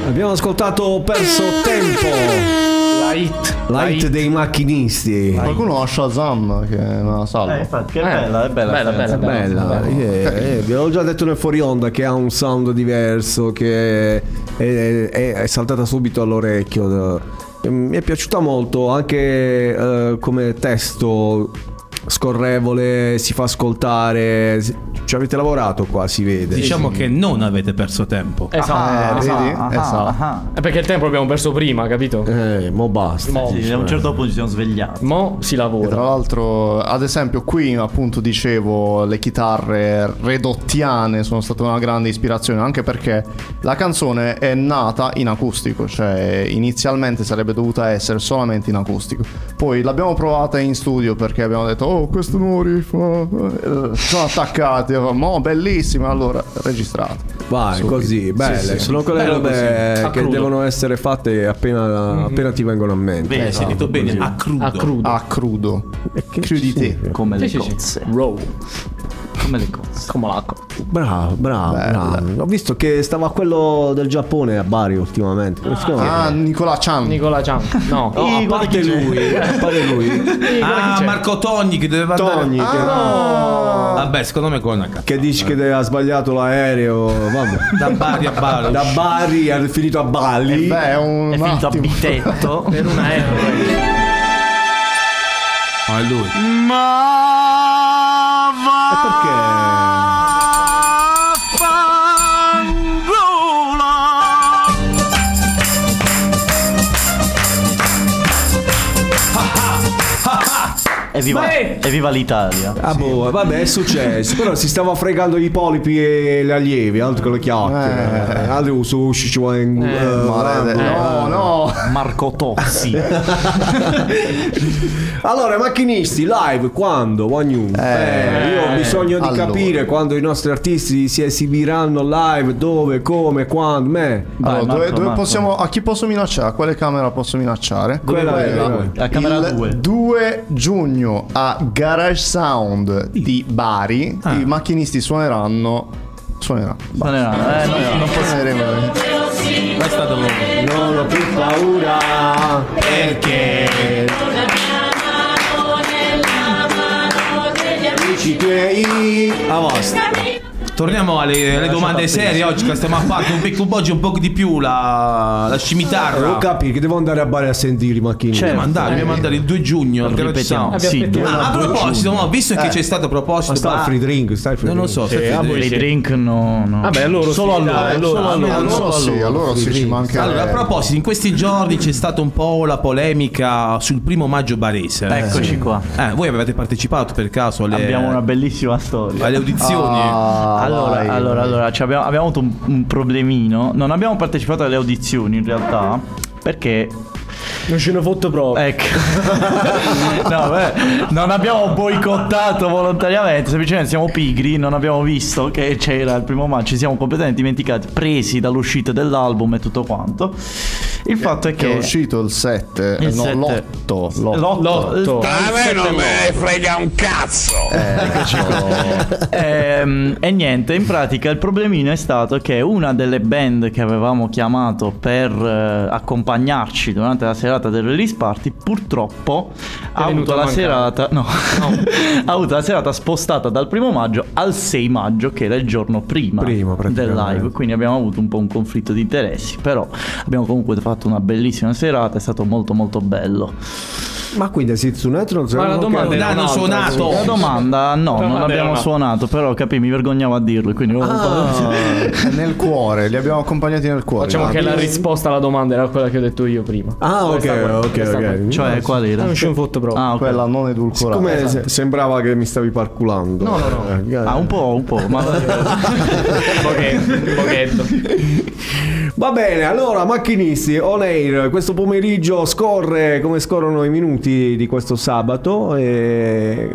[SPEAKER 1] Abbiamo ascoltato Ho perso tempo.
[SPEAKER 9] La hit.
[SPEAKER 1] La, hit, dei macchinisti.
[SPEAKER 7] Qualcuno ha Shazam che non la salva.
[SPEAKER 5] Eh, infatti, che bella, è bella,
[SPEAKER 7] bella,
[SPEAKER 5] bella,
[SPEAKER 7] bella,
[SPEAKER 1] Bella, eh, eh, vi avevo già detto nel fuori onda che ha un sound diverso, che è, è- è saltata subito all'orecchio. Eh, Mi è piaciuta molto anche eh, come testo scorrevole, si fa ascoltare. Si- Ci avete lavorato qua, si vede.
[SPEAKER 3] Diciamo che non avete perso tempo.
[SPEAKER 5] Ah,
[SPEAKER 9] Esatto.
[SPEAKER 7] eh, vedi? Esatto.
[SPEAKER 9] È perché il tempo l'abbiamo perso prima, capito?
[SPEAKER 1] Eh, mo basta.
[SPEAKER 9] Mo,
[SPEAKER 5] Sì, a un certo punto ci siamo svegliati.
[SPEAKER 9] mo si
[SPEAKER 7] E tra
[SPEAKER 9] lavora.
[SPEAKER 7] l'altro, ad esempio, qui appunto dicevo le chitarre redottiane sono state una grande ispirazione, anche perché la canzone è nata in acustico, cioè inizialmente sarebbe dovuta essere solamente in acustico. Poi l'abbiamo provata in studio perché abbiamo detto, oh, questo nuovo riff, eh, sono attaccati, ma bellissima, allora registrate.
[SPEAKER 1] Vai,
[SPEAKER 7] Subito.
[SPEAKER 1] così, belle.
[SPEAKER 7] Sì, sì.
[SPEAKER 1] Sono quelle
[SPEAKER 3] Bello
[SPEAKER 1] robe
[SPEAKER 3] così, a
[SPEAKER 1] che
[SPEAKER 3] crudo.
[SPEAKER 1] devono essere fatte appena, appena ti vengono a mente.
[SPEAKER 3] Bene,
[SPEAKER 1] Esatto,
[SPEAKER 3] hai detto Eh, bene,
[SPEAKER 1] così.
[SPEAKER 3] a crudo.
[SPEAKER 9] A crudo.
[SPEAKER 7] A crudo, crudité.
[SPEAKER 5] Come le
[SPEAKER 9] Sì, sì, sì.
[SPEAKER 5] cozze.
[SPEAKER 9] Row.
[SPEAKER 5] Come le cozze.
[SPEAKER 9] Come l'acqua.
[SPEAKER 1] Bravo, bravo, bravo. Ho visto che stava quello del Giappone a Bari ultimamente. Come si chiama?
[SPEAKER 7] Ah, Nicola Chan.
[SPEAKER 9] Nicola Cian. No.
[SPEAKER 1] No, a parte lui, a parte [laughs] lui.
[SPEAKER 9] Nicola chi
[SPEAKER 3] Ah,
[SPEAKER 9] c'è?
[SPEAKER 3] Marco Togni che doveva
[SPEAKER 1] Togni
[SPEAKER 3] andare. Ah,
[SPEAKER 1] che,
[SPEAKER 3] Vabbè, secondo me qua è una cazzo.
[SPEAKER 1] che dice che ha sbagliato l'aereo. Vabbè.
[SPEAKER 3] Da Bari a Bari. Eh
[SPEAKER 1] Da Bari ha finito a Bali.
[SPEAKER 7] Beh, è un
[SPEAKER 5] È finito a
[SPEAKER 7] attimo.
[SPEAKER 5] bitetto.
[SPEAKER 9] Per un aereo.
[SPEAKER 3] Ah, è lui.
[SPEAKER 1] E
[SPEAKER 3] Ah.
[SPEAKER 1] perché?
[SPEAKER 5] Evviva,
[SPEAKER 9] Vai!
[SPEAKER 5] evviva l'Italia.
[SPEAKER 1] Ah boh, vabbè, è successo. Però si stava fregando i polipi e le
[SPEAKER 4] Eh.
[SPEAKER 5] Ah,
[SPEAKER 1] allievi, altro che le chiacchiere. Altro che sushi ci vuole in
[SPEAKER 7] Male- no, no.
[SPEAKER 5] Marco Tozzi.
[SPEAKER 4] Allora, macchinisti, live quando? One News? Eh, io ho bisogno di
[SPEAKER 7] allora.
[SPEAKER 4] capire quando i nostri artisti si esibiranno live, dove, come, quando. Me.
[SPEAKER 7] Allora, dove- dove possiamo- a chi posso minacciare? A quale camera posso minacciare?
[SPEAKER 4] Dove Quella vuoi, dove vuoi.
[SPEAKER 5] La camera
[SPEAKER 7] Il
[SPEAKER 5] due.
[SPEAKER 7] 2 giugno a Garage Sound di Bari
[SPEAKER 5] Ah.
[SPEAKER 7] i macchinisti suoneranno. Suonerà.
[SPEAKER 5] Suonerà, eh, no,
[SPEAKER 7] non suoneremo. Eh,
[SPEAKER 4] Non ho più paura perché amici tuoi. A vostra.
[SPEAKER 3] Torniamo
[SPEAKER 1] Eh,
[SPEAKER 3] alle, alle domande serie oggi che stiamo a fare un picco oggi un po' di più la, la scimitarra.
[SPEAKER 4] Devo capire che devo andare a Bari a sentire i macchinisti.
[SPEAKER 3] Certo. Mandare, dobbiamo andare il 2 giugno al Garage
[SPEAKER 4] Ripetiamo.
[SPEAKER 5] Eh,
[SPEAKER 3] Sound.
[SPEAKER 4] Sì, due-
[SPEAKER 3] Ah, a
[SPEAKER 4] due
[SPEAKER 3] proposito,
[SPEAKER 4] giugno.
[SPEAKER 3] ma visto che
[SPEAKER 4] Eh.
[SPEAKER 3] c'è stato a proposito,
[SPEAKER 4] Ma sta il
[SPEAKER 3] bah-
[SPEAKER 4] free drink, sta il free
[SPEAKER 3] Non lo so, sta
[SPEAKER 4] drink.
[SPEAKER 3] il
[SPEAKER 4] Sì,
[SPEAKER 3] free
[SPEAKER 4] ah, voi
[SPEAKER 3] drink.
[SPEAKER 4] sì.
[SPEAKER 5] Drink no, no.
[SPEAKER 4] Vabbè, allora
[SPEAKER 5] solo
[SPEAKER 4] sì,
[SPEAKER 5] a loro,
[SPEAKER 4] dai,
[SPEAKER 5] allora,
[SPEAKER 4] solo a loro,
[SPEAKER 5] allora,
[SPEAKER 4] solo a
[SPEAKER 5] solo
[SPEAKER 4] loro.
[SPEAKER 5] a loro.
[SPEAKER 4] Sì,
[SPEAKER 7] sì, ci Ah, manca-
[SPEAKER 3] Allora, a proposito, in questi giorni c'è stata un po' la polemica sul primo maggio barese.
[SPEAKER 5] Eccoci
[SPEAKER 3] Sì.
[SPEAKER 5] qua.
[SPEAKER 3] Eh, voi avevate partecipato per caso alle,
[SPEAKER 5] Abbiamo una bellissima storia.
[SPEAKER 3] alle audizioni?
[SPEAKER 7] Ah,
[SPEAKER 5] allora,
[SPEAKER 7] vai,
[SPEAKER 5] allora,
[SPEAKER 7] vai.
[SPEAKER 5] allora, ci abbiamo, abbiamo avuto un, un problemino. Non abbiamo partecipato alle audizioni in realtà perché.
[SPEAKER 9] Non ce ne ho fatto
[SPEAKER 7] Oh.
[SPEAKER 9] proprio.
[SPEAKER 5] Ecco.
[SPEAKER 7] [laughs]
[SPEAKER 5] no, beh, non abbiamo boicottato volontariamente, semplicemente siamo pigri, non abbiamo visto che c'era il primo maggio, ci siamo completamente dimenticati, presi dall'uscita dell'album e tutto quanto. Il fatto è
[SPEAKER 7] Che
[SPEAKER 5] che...
[SPEAKER 7] è uscito il 7,
[SPEAKER 5] Il
[SPEAKER 7] no,
[SPEAKER 5] sette.
[SPEAKER 7] l'8.
[SPEAKER 5] L'otto.
[SPEAKER 22] A me non me ne frega un cazzo.
[SPEAKER 5] Ehm, e niente, in pratica il problemino è stato che una delle band che avevamo chiamato per eh, accompagnarci durante la serata del release party, purtroppo ha
[SPEAKER 9] venuta
[SPEAKER 5] avuto la
[SPEAKER 9] a mancare.
[SPEAKER 5] serata. No, [laughs] ha avuto la serata spostata dal primo maggio al 6 maggio, che era il giorno prima, del live. Quindi abbiamo avuto un po' un conflitto di interessi. Però abbiamo comunque fatto una bellissima serata, è stato molto molto bello.
[SPEAKER 4] Ma quindi Sitsunet non
[SPEAKER 5] Ma la domanda era
[SPEAKER 3] Hanno
[SPEAKER 5] un'altra,
[SPEAKER 3] suonato.
[SPEAKER 5] sì. La
[SPEAKER 3] La
[SPEAKER 5] domanda no, non
[SPEAKER 3] domanda era
[SPEAKER 5] abbiamo
[SPEAKER 3] un'altra.
[SPEAKER 5] suonato, però capì, mi vergognavo a dirlo, quindi ho voluto-
[SPEAKER 7] Ah, nel cuore, li abbiamo accompagnati nel cuore.
[SPEAKER 9] Diciamo che la risposta alla domanda era quella che ho detto io prima.
[SPEAKER 4] Ah, ok,
[SPEAKER 9] Questa qua,
[SPEAKER 4] ok,
[SPEAKER 9] questa qua.
[SPEAKER 4] ok.
[SPEAKER 5] Cioè, qual era?
[SPEAKER 9] Non ce ne fotto proprio.
[SPEAKER 5] Ah, ok.
[SPEAKER 7] Quella non edulcorata.
[SPEAKER 4] Come
[SPEAKER 7] Esatto.
[SPEAKER 4] se- sembrava che mi stavi parculando.
[SPEAKER 5] No, no, no.
[SPEAKER 4] Eh,
[SPEAKER 5] Ah, un po', un po',
[SPEAKER 7] [laughs]
[SPEAKER 5] ma
[SPEAKER 9] Un pochetto.
[SPEAKER 4] Va bene, allora macchinisti, on air, questo pomeriggio scorre come scorrono i minuti di questo sabato e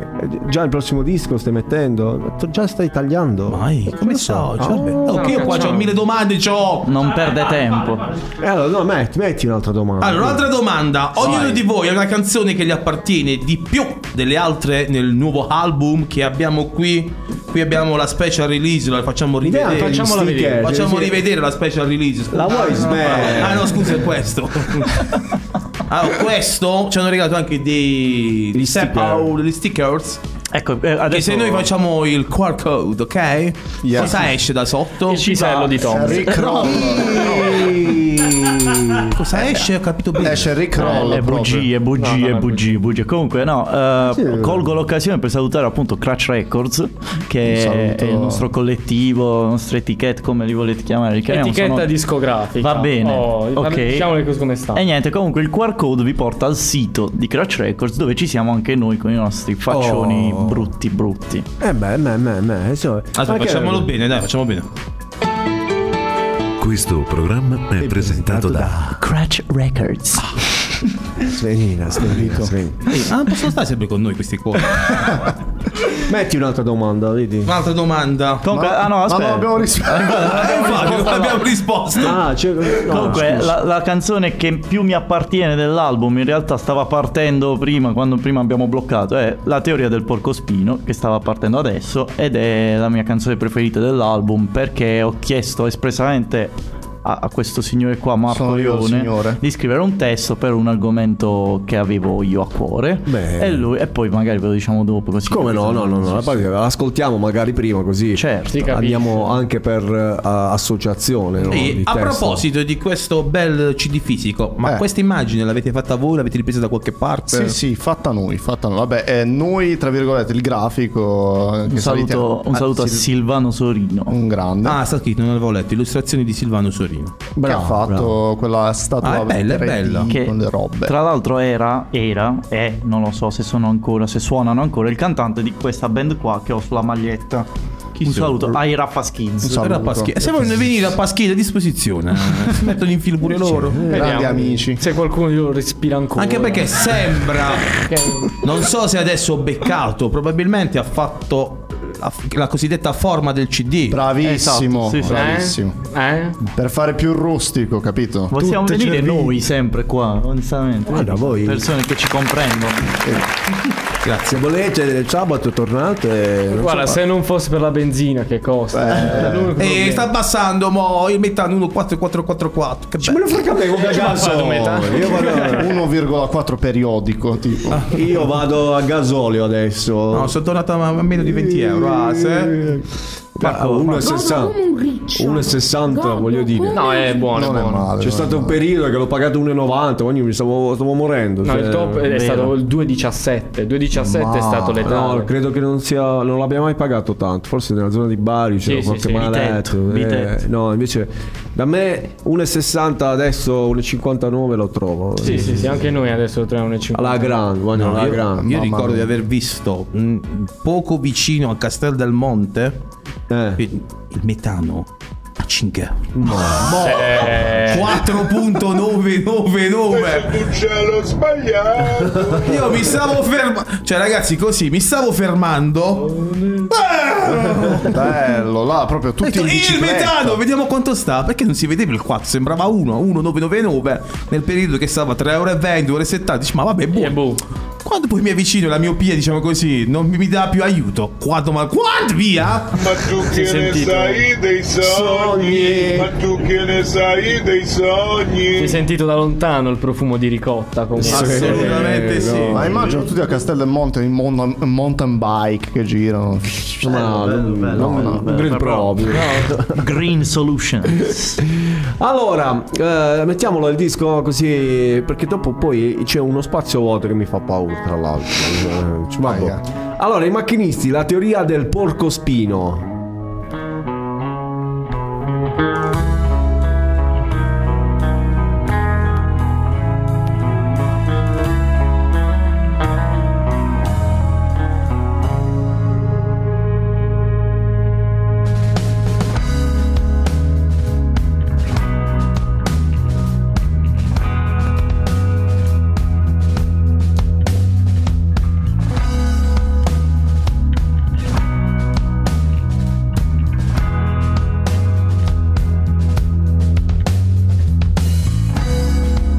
[SPEAKER 4] già il prossimo disco stai mettendo? Tu già stai tagliando? Mai,
[SPEAKER 3] come so? Cioè, vabbè.
[SPEAKER 4] E
[SPEAKER 3] Oh, che io qua c'ho mille domande, c'ho.
[SPEAKER 5] non perde tempo.
[SPEAKER 4] Eh, allora no, metti, metti un'altra domanda.
[SPEAKER 3] Allora, Ah, un'altra domanda. Ognuno di voi ha una canzone che gli appartiene di più delle altre nel nuovo album che abbiamo qui. Qui abbiamo la special release, la facciamo
[SPEAKER 4] Idea,
[SPEAKER 3] rivedere.
[SPEAKER 4] facciamola vedere.
[SPEAKER 3] Facciamo
[SPEAKER 4] Sì.
[SPEAKER 3] rivedere la special release. scusa.
[SPEAKER 4] La vuoi smettere?
[SPEAKER 3] Ah no, scusa, è questo. allora, questo ci hanno regalato anche dei dei sample, degli stickers.
[SPEAKER 5] Ecco, eh, adesso
[SPEAKER 3] Che se noi facciamo il QR code, ok?
[SPEAKER 7] Yeah.
[SPEAKER 3] Cosa esce da sotto? Il
[SPEAKER 9] cisello di Tom.
[SPEAKER 7] Rick
[SPEAKER 3] Cosa esce? Ho capito bene.
[SPEAKER 7] Eh, Esce Rick
[SPEAKER 5] Eh,
[SPEAKER 7] Roll.
[SPEAKER 5] le
[SPEAKER 7] proprio.
[SPEAKER 5] bugie, bugie, bugie, bugie. Comunque, no, eh, colgo l'occasione per salutare appunto Crutch Records,
[SPEAKER 7] Un
[SPEAKER 5] che
[SPEAKER 7] saluto.
[SPEAKER 5] è il nostro collettivo, la nostra etichetta, come li volete chiamare. li chiamiamo,
[SPEAKER 9] Etichetta
[SPEAKER 5] sono-
[SPEAKER 9] discografica.
[SPEAKER 5] Va bene,
[SPEAKER 9] Oh,
[SPEAKER 5] ok. Eh.
[SPEAKER 9] Diciamo le cose come stanno.
[SPEAKER 5] E niente, comunque il QR code vi porta al sito di Crutch Records dove ci siamo anche noi con i nostri faccioni
[SPEAKER 4] Oh.
[SPEAKER 5] brutti brutti.
[SPEAKER 4] Eh beh, beh, beh, beh, insomma,
[SPEAKER 3] Aspetta,
[SPEAKER 4] perché-
[SPEAKER 3] facciamolo bene, dai, facciamo bene.
[SPEAKER 23] Questo programma è presentato da
[SPEAKER 5] Crutch Records.
[SPEAKER 4] Svenina, svenina, svenina.
[SPEAKER 3] Ehi, ah, possono stare sempre con noi questi qua.
[SPEAKER 4] Metti un'altra domanda, vedi?
[SPEAKER 3] Un'altra domanda.
[SPEAKER 5] Comunque, ah no, aspetta.
[SPEAKER 7] non abbiamo risposto.
[SPEAKER 3] Eh,
[SPEAKER 7] [laughs]
[SPEAKER 3] infatti, non abbiamo risposto.
[SPEAKER 4] Ah, c'è... no,
[SPEAKER 5] Comunque,
[SPEAKER 4] scusa.
[SPEAKER 5] la, la canzone che più mi appartiene dell'album, in realtà stava partendo prima, quando prima abbiamo bloccato, è La teoria del porcospino, che stava partendo adesso, ed è la mia canzone preferita dell'album, perché ho chiesto espressamente a, a questo signore qua, Marco
[SPEAKER 7] Sono io il signore.
[SPEAKER 5] Leone, di scrivere un testo per un argomento che avevo io a cuore.
[SPEAKER 4] Beh.
[SPEAKER 5] E lui, e poi magari ve lo diciamo dopo così.
[SPEAKER 4] Come no, no, no, no, la parte- l'ascoltiamo magari prima così.
[SPEAKER 5] Certo. Si
[SPEAKER 9] capisce.
[SPEAKER 4] Andiamo anche per eh, associazione. no,
[SPEAKER 3] Ehi,
[SPEAKER 4] di
[SPEAKER 3] a
[SPEAKER 4] testo.
[SPEAKER 3] proposito di questo bel CD fisico, ma
[SPEAKER 7] Eh.
[SPEAKER 3] questa immagine l'avete fatta voi? L'avete ripresa da qualche parte?
[SPEAKER 7] Sì, sì, fatta noi, fatta noi. Vabbè, eh, noi, tra virgolette, il grafico. eh, che
[SPEAKER 5] Un
[SPEAKER 7] salutiamo.
[SPEAKER 5] saluto, un
[SPEAKER 4] Ah,
[SPEAKER 5] saluto a
[SPEAKER 7] Anzi,
[SPEAKER 5] Silvano Sorino.
[SPEAKER 7] Un grande.
[SPEAKER 3] Ah, sta scritto, non l'avevo letto. Illustrazioni di Silvano Sorino.
[SPEAKER 7] che ha fatto quella statua
[SPEAKER 3] Ah, è bella, è
[SPEAKER 7] 3D
[SPEAKER 3] bella.
[SPEAKER 5] Che-
[SPEAKER 7] con le robe.
[SPEAKER 5] Tra l'altro era, era, è, non lo so se sono ancora, se suonano ancora, il cantante di questa band qua che ho sulla maglietta. Un saluto ai Raffa Skins.
[SPEAKER 3] Era Paschi- Se vogliono venire a Paschini a disposizione, eh, si mettono in filo pure loro.
[SPEAKER 7] Grandi amici.
[SPEAKER 9] Se qualcuno di loro respira ancora. Eh?
[SPEAKER 3] Anche perché sembra. Non so se adesso ho beccato, probabilmente ha fatto la, la cosiddetta forma del CD.
[SPEAKER 7] Bravissimo,
[SPEAKER 5] Esatto, sì, sì.
[SPEAKER 7] bravissimo.
[SPEAKER 9] Eh?
[SPEAKER 7] Per fare più rustico, capito?
[SPEAKER 5] Possiamo
[SPEAKER 7] Tutte
[SPEAKER 5] venire
[SPEAKER 7] cervelli.
[SPEAKER 5] noi sempre qua, onestamente.
[SPEAKER 12] Guarda, voi-
[SPEAKER 5] Persone che ci comprendono.
[SPEAKER 12] Se volete, il sabato tornate. non
[SPEAKER 9] Guarda,
[SPEAKER 12] so-
[SPEAKER 9] se non fosse per la benzina, che costa? Eh, l'unico
[SPEAKER 3] E
[SPEAKER 9] problema.
[SPEAKER 3] sta abbassando, mo io mettano 14444. Che bello.
[SPEAKER 12] cazzo,
[SPEAKER 1] [laughs]
[SPEAKER 12] io vado-
[SPEAKER 7] 1,4 periodico, tipo.
[SPEAKER 12] [laughs]
[SPEAKER 1] Ah.
[SPEAKER 12] Io vado a gasolio adesso. Eh,
[SPEAKER 3] No, sono tornato a a meno di 20 euro. Ah, se...
[SPEAKER 12] Ma 1,60 1,60 voglio dire.
[SPEAKER 9] No, è buono,
[SPEAKER 12] Non
[SPEAKER 9] è buono.
[SPEAKER 12] C'è stato un periodo che l'ho pagato 1,90, quindi mi stavo, stavo morendo.
[SPEAKER 9] No,
[SPEAKER 12] cioè-
[SPEAKER 9] Ah, il top è
[SPEAKER 12] Vero.
[SPEAKER 9] stato il 2.17. 2.17 è stato letale.
[SPEAKER 12] No, credo che non sia. Non l'abbia mai pagato tanto. Forse nella zona di Bari c'era
[SPEAKER 9] sì,
[SPEAKER 12] qualche
[SPEAKER 9] sì,
[SPEAKER 12] maletto.
[SPEAKER 5] Bitetto,
[SPEAKER 12] eh,
[SPEAKER 5] bitetto.
[SPEAKER 12] no, invece da me 1,60 adesso 1,59 lo trovo.
[SPEAKER 9] Sì, sì, sì, anche noi adesso lo troviamo nel 50.
[SPEAKER 12] Alla grande, voglio alla
[SPEAKER 3] io,
[SPEAKER 12] grande.
[SPEAKER 3] io
[SPEAKER 12] Mamma
[SPEAKER 3] ricordo
[SPEAKER 12] mia.
[SPEAKER 3] di aver visto mm, poco vicino a Castel del Monte
[SPEAKER 12] Eh.
[SPEAKER 3] il, il metano a 5 euro. Mo- 4.999
[SPEAKER 13] Cielo sbagliato.
[SPEAKER 3] Io mi stavo fermando. Cioè, ragazzi, così mi stavo fermando. Eh,
[SPEAKER 7] Bello, là proprio
[SPEAKER 3] Ho
[SPEAKER 7] tutti
[SPEAKER 3] detto,
[SPEAKER 7] in
[SPEAKER 3] "Eh, il
[SPEAKER 7] bicicletta.
[SPEAKER 3] metano, vediamo quanto sta. Perché non si vedeva il 4, sembrava 1, 1999 nel periodo che stava a 3,20 euro, 2,70 Dici, ma vabbè, boh. Quando poi mi avvicino e la miopia, diciamo così, non mi, mi dà più aiuto. Quando, ma quando via?
[SPEAKER 7] Eh,
[SPEAKER 13] Ma tu che ne
[SPEAKER 3] sentito?
[SPEAKER 13] sai dei sogni?
[SPEAKER 9] Sogni.
[SPEAKER 13] Ma tu che ne sai dei
[SPEAKER 9] Si è
[SPEAKER 13] sogni?
[SPEAKER 9] sentito da lontano il profumo di ricotta comunque.
[SPEAKER 3] Assolutamente sì.
[SPEAKER 7] Ma immagino tutti a Castel del Monte in mon- mountain bike che girano. No,
[SPEAKER 12] bello, bello, bello, bello, bello.
[SPEAKER 5] Green Solutions.
[SPEAKER 12] Allora, eh, mettiamolo il disco così. Perché dopo poi c'è uno spazio vuoto che mi fa paura, tra l'altro. Eh, ci- vabbè. Allora, i macchinisti, la teoria del porco spino.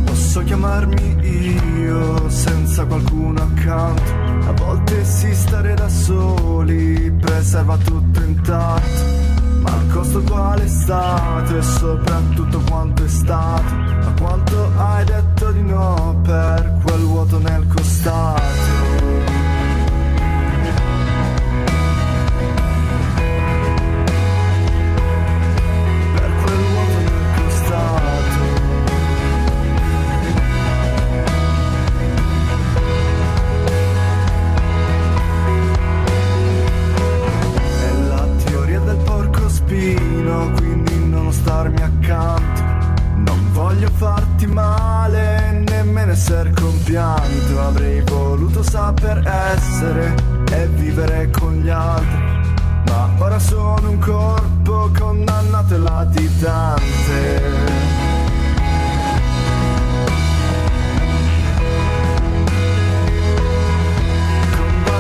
[SPEAKER 1] Posso chiamarmi io senza qualcuno accanto. A volte si stare da soli preserva tutto intatto. Ma il costo quale è stato e soprattutto quanto è stato. Ma quanto hai detto di no per quel vuoto nel costato. Per quel vuoto nel costato. È la teoria del porco spino, quindi non starmi accanto. Non voglio farti male, nemmeno esser compianto. Avrei voluto saper essere e vivere con gli altri. Ma ora sono un corpo condannato e latitante.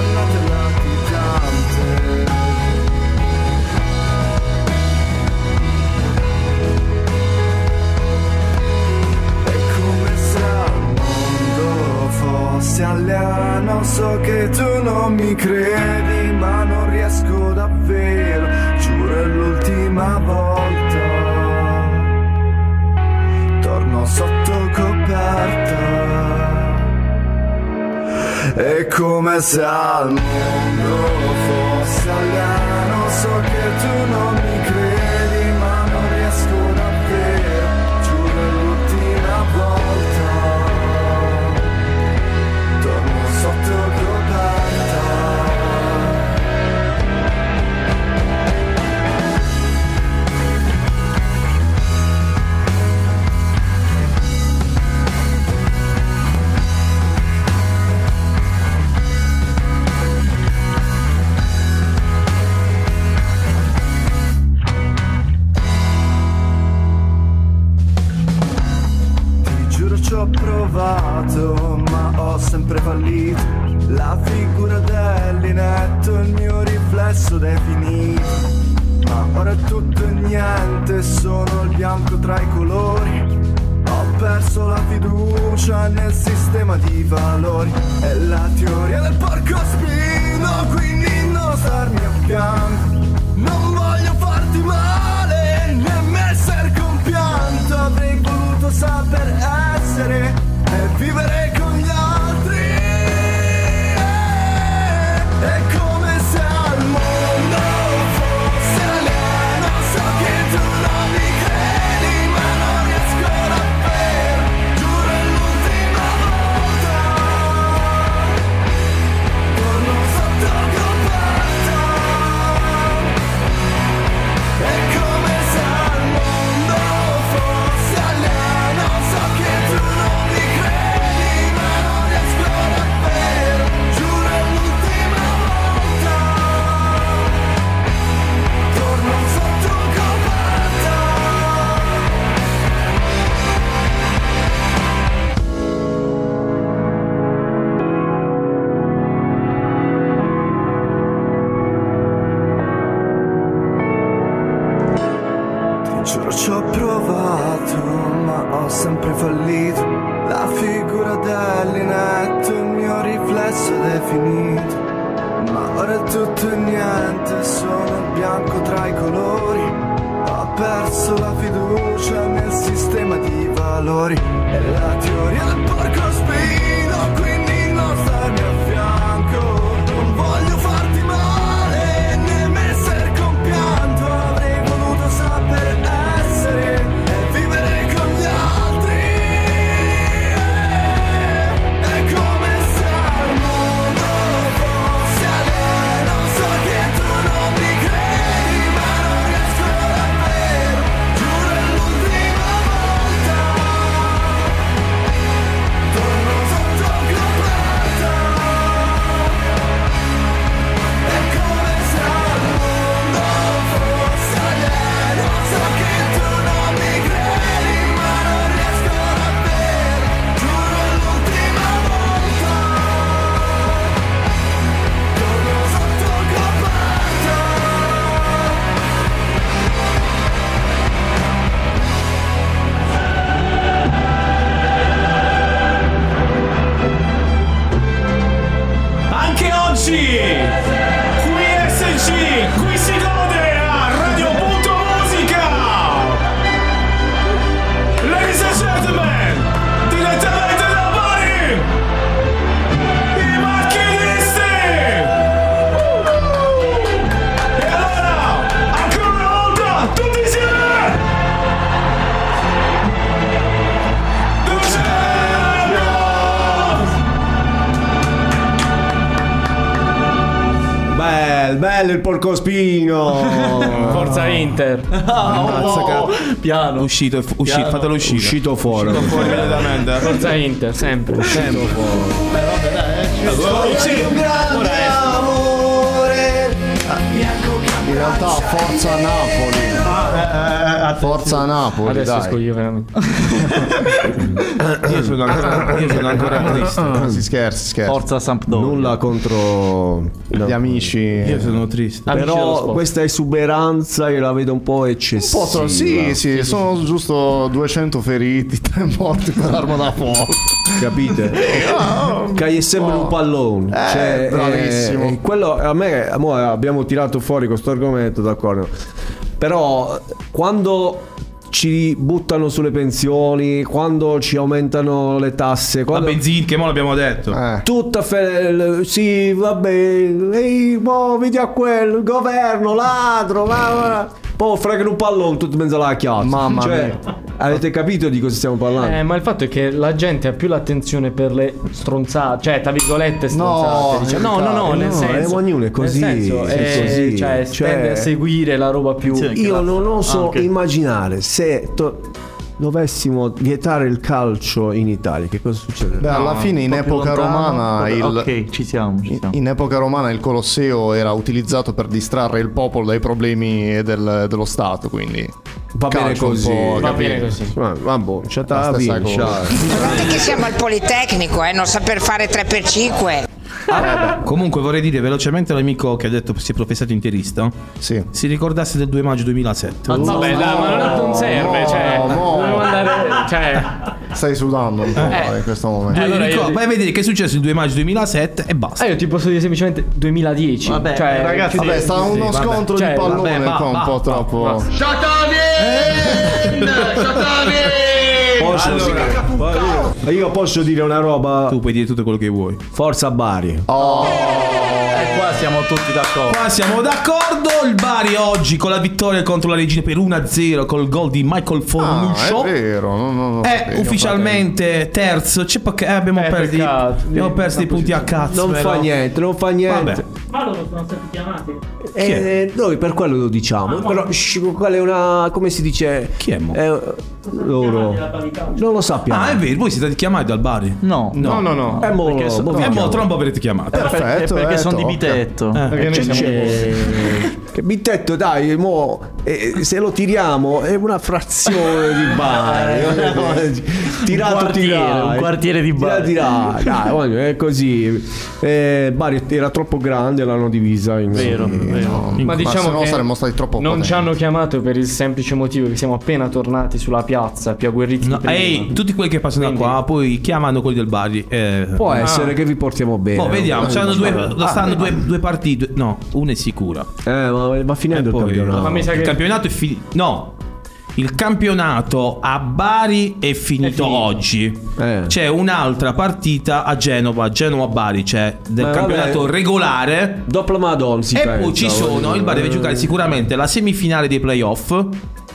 [SPEAKER 1] Condannato e latitante. come se al mondo fosse alieno so che tu non mi credi ma non riesco davvero giuro è l'ultima volta torno sotto coperta è come se al mondo fosse alieno so che tu non mi credi ma non riesco davvero giuro è l'ultima volta torno sotto coperta ho provato, ma ho sempre fallito. La figura dell'inetto, il mio riflesso definito. Ma ora è tutto e niente, sono il bianco tra i colori. Ho perso la fiducia nel sistema di valori. È la teoria del porco spino, quindi non starmi a fianco. Non voglio farti male, né esser compianto. Avrei voluto saper essere e vivere con gli altri. È come se al mondo fosse alieno. So che tu non mi credi, ma non riesco davvero. Giuro è l'ultima volta. Torno sotto coperta. È come se al mondo fosse alieno. So che tu non mi credi, ma non riesco davvero. Giuro è l'ultima volta. Torno sotto coperta. Ti giuro ci ho provato, ma ho sempre fallito. La figura dell'inetto, il mio riflesso definito. Ma ora è tutto e niente, sono il bianco tra i colori. Ho perso la fiducia nel sistema di valori. È la teoria del porco spino, quindi non starmi a fianco. Non voglio farti male, né messer compianto. Avrei voluto saper essere e vivere con gli altri. È come se al mondo fosse alieno. So che tu non mi credi, ma non riesco davvero. Giuro è l'ultima volta. Torno sotto coperta. È come se al mondo fosse alieno So che tu non mi credi ma non riesco davvero Giuro è l'ultima volta Torno sotto coperta
[SPEAKER 3] Anche oggi, qui SC, qui si gode a Radio Punto Musica. Ladies and gentlemen, direttamente da Bari, i macchinisti. E allora, ancora una volta, tutti insieme. Luciano!
[SPEAKER 4] Bel, bello Eh, il porcospino.
[SPEAKER 9] Forza Inter.
[SPEAKER 24] Piano. Uscito, fu- usci-
[SPEAKER 9] Piano.
[SPEAKER 24] fatelo uscire.
[SPEAKER 4] Uscito fuori.
[SPEAKER 24] Uscito fuori immediatamente.
[SPEAKER 9] Forza Inter, sempre. sempre.
[SPEAKER 7] un grande amore bianco in realtà forza Napoli forza Napoli
[SPEAKER 9] Adesso
[SPEAKER 7] dai.
[SPEAKER 9] esco io veramente.
[SPEAKER 24] Io sono
[SPEAKER 7] Ah.
[SPEAKER 24] ancora, io sono ancora triste.
[SPEAKER 7] si scherza si scherza
[SPEAKER 5] Forza Sampdoria.
[SPEAKER 4] Nulla contro
[SPEAKER 7] gli amici
[SPEAKER 24] Io sono triste.
[SPEAKER 9] Amici dello
[SPEAKER 4] Però
[SPEAKER 9] sport.
[SPEAKER 4] questa esuberanza io la vedo un po'
[SPEAKER 7] Un
[SPEAKER 4] eccessiva.
[SPEAKER 7] po' tro- sì, sì, sono giusto 200 feriti, [laughs] 3 morti per arma da fuoco. [laughs]
[SPEAKER 4] Capite? Caglie sembra un pallone.
[SPEAKER 7] Oh. Eh,
[SPEAKER 4] Cioè,
[SPEAKER 7] bravissimo.
[SPEAKER 4] eh, quello a me, mo eh, abbiamo tirato fuori questo argomento, d'accordo. Però quando ci buttano sulle pensioni, quando ci aumentano le tasse,
[SPEAKER 24] La
[SPEAKER 4] quando...
[SPEAKER 24] benzina, che mo l'abbiamo detto.
[SPEAKER 7] Eh.
[SPEAKER 4] Tutta fe- sì, vabbè, ehi, boh, vedi a quello, il governo, ladro, va, va. Poi fregano un pallone tutto in mezzo alla chiazza.
[SPEAKER 7] Mamma
[SPEAKER 4] cioè, avete capito di cosa stiamo parlando?
[SPEAKER 9] Eh, ma il fatto è che la gente ha più l'attenzione per le stronzate, cioè tra virgolette stronzate.
[SPEAKER 7] in
[SPEAKER 9] dice- No, no,
[SPEAKER 7] realtà,
[SPEAKER 9] no, nel
[SPEAKER 4] no,
[SPEAKER 9] senso.
[SPEAKER 4] eh, ognuno è così,
[SPEAKER 9] Nel senso,
[SPEAKER 4] è
[SPEAKER 9] eh,
[SPEAKER 4] così,
[SPEAKER 9] Cioè,
[SPEAKER 4] cioè-
[SPEAKER 9] tende a seguire la roba più.
[SPEAKER 5] Sì,
[SPEAKER 4] Io non oso
[SPEAKER 5] Ah, ok.
[SPEAKER 4] immaginare se to- dovessimo vietare il calcio in Italia, che cosa
[SPEAKER 7] Beh,
[SPEAKER 4] succederà?
[SPEAKER 7] alla fine in epoca romana il
[SPEAKER 5] Ok, ci siamo, ci siamo.
[SPEAKER 7] in epoca romana il Colosseo era utilizzato per distrarre il popolo dai problemi del- dello Stato, quindi
[SPEAKER 1] Va bene
[SPEAKER 7] Calcio un
[SPEAKER 1] così.
[SPEAKER 7] po', Va capito? bene
[SPEAKER 1] così. Vabbè, c'è da
[SPEAKER 7] La stessa cosa.
[SPEAKER 1] vincere.
[SPEAKER 8] che siamo al Politecnico, eh, non saper fare 3 per 5
[SPEAKER 3] Comunque vorrei dire velocemente all'amico che ha detto si è professato interista.
[SPEAKER 7] Sì.
[SPEAKER 3] Si ricordasse del 2 maggio 2007.
[SPEAKER 9] Vabbè, dai, ma non, non serve, cioè. dobbiamo andare- cioè,
[SPEAKER 7] Stai sudando un po'
[SPEAKER 9] Eh.
[SPEAKER 7] in questo momento.
[SPEAKER 9] Eh, allora
[SPEAKER 3] Allora,
[SPEAKER 9] io-
[SPEAKER 3] Vai a vedere che è successo il 2 maggio 2007 e basta.
[SPEAKER 9] Ah, io ti posso dire semplicemente 2010.
[SPEAKER 3] Vabbè, eh,
[SPEAKER 9] cioè,
[SPEAKER 3] ragazzi,
[SPEAKER 9] chiudi-
[SPEAKER 7] Vabbè, sta
[SPEAKER 9] sì,
[SPEAKER 7] uno
[SPEAKER 9] vabbè.
[SPEAKER 7] scontro
[SPEAKER 9] Cioè,
[SPEAKER 7] di pallone
[SPEAKER 9] vabbè, va,
[SPEAKER 7] qua un
[SPEAKER 9] va,
[SPEAKER 7] po'
[SPEAKER 9] va,
[SPEAKER 7] troppo.
[SPEAKER 9] va.
[SPEAKER 22] Shut up!
[SPEAKER 1] Posso, Ma Io posso dire una roba.
[SPEAKER 3] Tu puoi dire tutto quello che vuoi.
[SPEAKER 1] Forza Bari.
[SPEAKER 5] E qua siamo tutti d'accordo.
[SPEAKER 3] Qua siamo d'accordo, il Bari oggi con la vittoria contro la Regina per 1-0 col gol di Michael Fornuscio.
[SPEAKER 7] Ah, è vero, no, no, no,
[SPEAKER 3] È ufficialmente terzo, c'è perché- eh, abbiamo,
[SPEAKER 9] Eh,
[SPEAKER 3] perdi-
[SPEAKER 9] peccato.
[SPEAKER 3] abbiamo
[SPEAKER 9] Sì,
[SPEAKER 3] perso i punti a cazzo.
[SPEAKER 1] Non fa
[SPEAKER 3] però.
[SPEAKER 1] niente, non fa niente.
[SPEAKER 3] Vabbè.
[SPEAKER 6] Ma loro sono stati chiamati.
[SPEAKER 1] Eh, noi per quello lo
[SPEAKER 7] Ah,
[SPEAKER 1] diciamo. Però shh, quella è una. come si dice?
[SPEAKER 3] Chi è mo?
[SPEAKER 1] Eh, loro. Non lo sappiamo.
[SPEAKER 3] Ah, è vero, voi siete chiamati dal Bari?
[SPEAKER 5] No,
[SPEAKER 7] No, no, no.
[SPEAKER 1] Eh, mo-
[SPEAKER 5] Perché so-
[SPEAKER 1] mo
[SPEAKER 5] no,
[SPEAKER 1] vi
[SPEAKER 3] E mo
[SPEAKER 1] chiamo.
[SPEAKER 3] tra un po' verrete chiamati.
[SPEAKER 7] Perfetto,
[SPEAKER 5] È perché
[SPEAKER 7] eh,
[SPEAKER 5] sono di
[SPEAKER 7] tocca.
[SPEAKER 5] Bitetto.
[SPEAKER 9] Eh,
[SPEAKER 7] Perché noi siamo
[SPEAKER 1] Che bitetto, dai, mo, eh, se lo tiriamo è una
[SPEAKER 7] [laughs]
[SPEAKER 1] frazione di Bari. tirato,
[SPEAKER 5] Un quartiere,
[SPEAKER 1] tirato.
[SPEAKER 5] un quartiere di Bari.
[SPEAKER 1] Tirato, tirato. Dai, voglio- è così. Eh, Bari era troppo grande, l'hanno divisa. In
[SPEAKER 9] Vero, vero.
[SPEAKER 18] Ma
[SPEAKER 7] Ma
[SPEAKER 18] diciamo
[SPEAKER 7] se no
[SPEAKER 18] che
[SPEAKER 7] saremmo stati troppo
[SPEAKER 18] non
[SPEAKER 7] potenti.
[SPEAKER 18] ci hanno chiamato per il semplice motivo che siamo appena tornati sulla piazza, più agguerriti
[SPEAKER 3] No,
[SPEAKER 18] di prima.
[SPEAKER 3] ehi, tutti quelli che passano da qua, poi chiamano quelli del Bari. eh.
[SPEAKER 1] Può essere che vi portiamo bene.
[SPEAKER 3] Boh, vediamo,
[SPEAKER 1] Eh,
[SPEAKER 3] c'hanno due,
[SPEAKER 1] ah,
[SPEAKER 3] stanno due, due partite. No, una è sicura.
[SPEAKER 1] eh, ma va finendo il
[SPEAKER 3] Poi-
[SPEAKER 1] campionato.
[SPEAKER 18] Ma mi sa
[SPEAKER 3] il
[SPEAKER 18] che-
[SPEAKER 3] campionato è finito. No. Il campionato a Bari è finito, oggi.
[SPEAKER 1] Eh.
[SPEAKER 3] C'è un'altra partita a Genova, Genova-Bari, c'è del
[SPEAKER 1] Ma
[SPEAKER 3] campionato
[SPEAKER 1] vabbè.
[SPEAKER 3] regolare.
[SPEAKER 1] Dopo la Madonna si
[SPEAKER 3] e
[SPEAKER 1] pensa,
[SPEAKER 3] poi ci
[SPEAKER 1] voglio
[SPEAKER 3] sono,
[SPEAKER 1] dire.
[SPEAKER 3] il Bari deve giocare sicuramente la semifinale dei playoff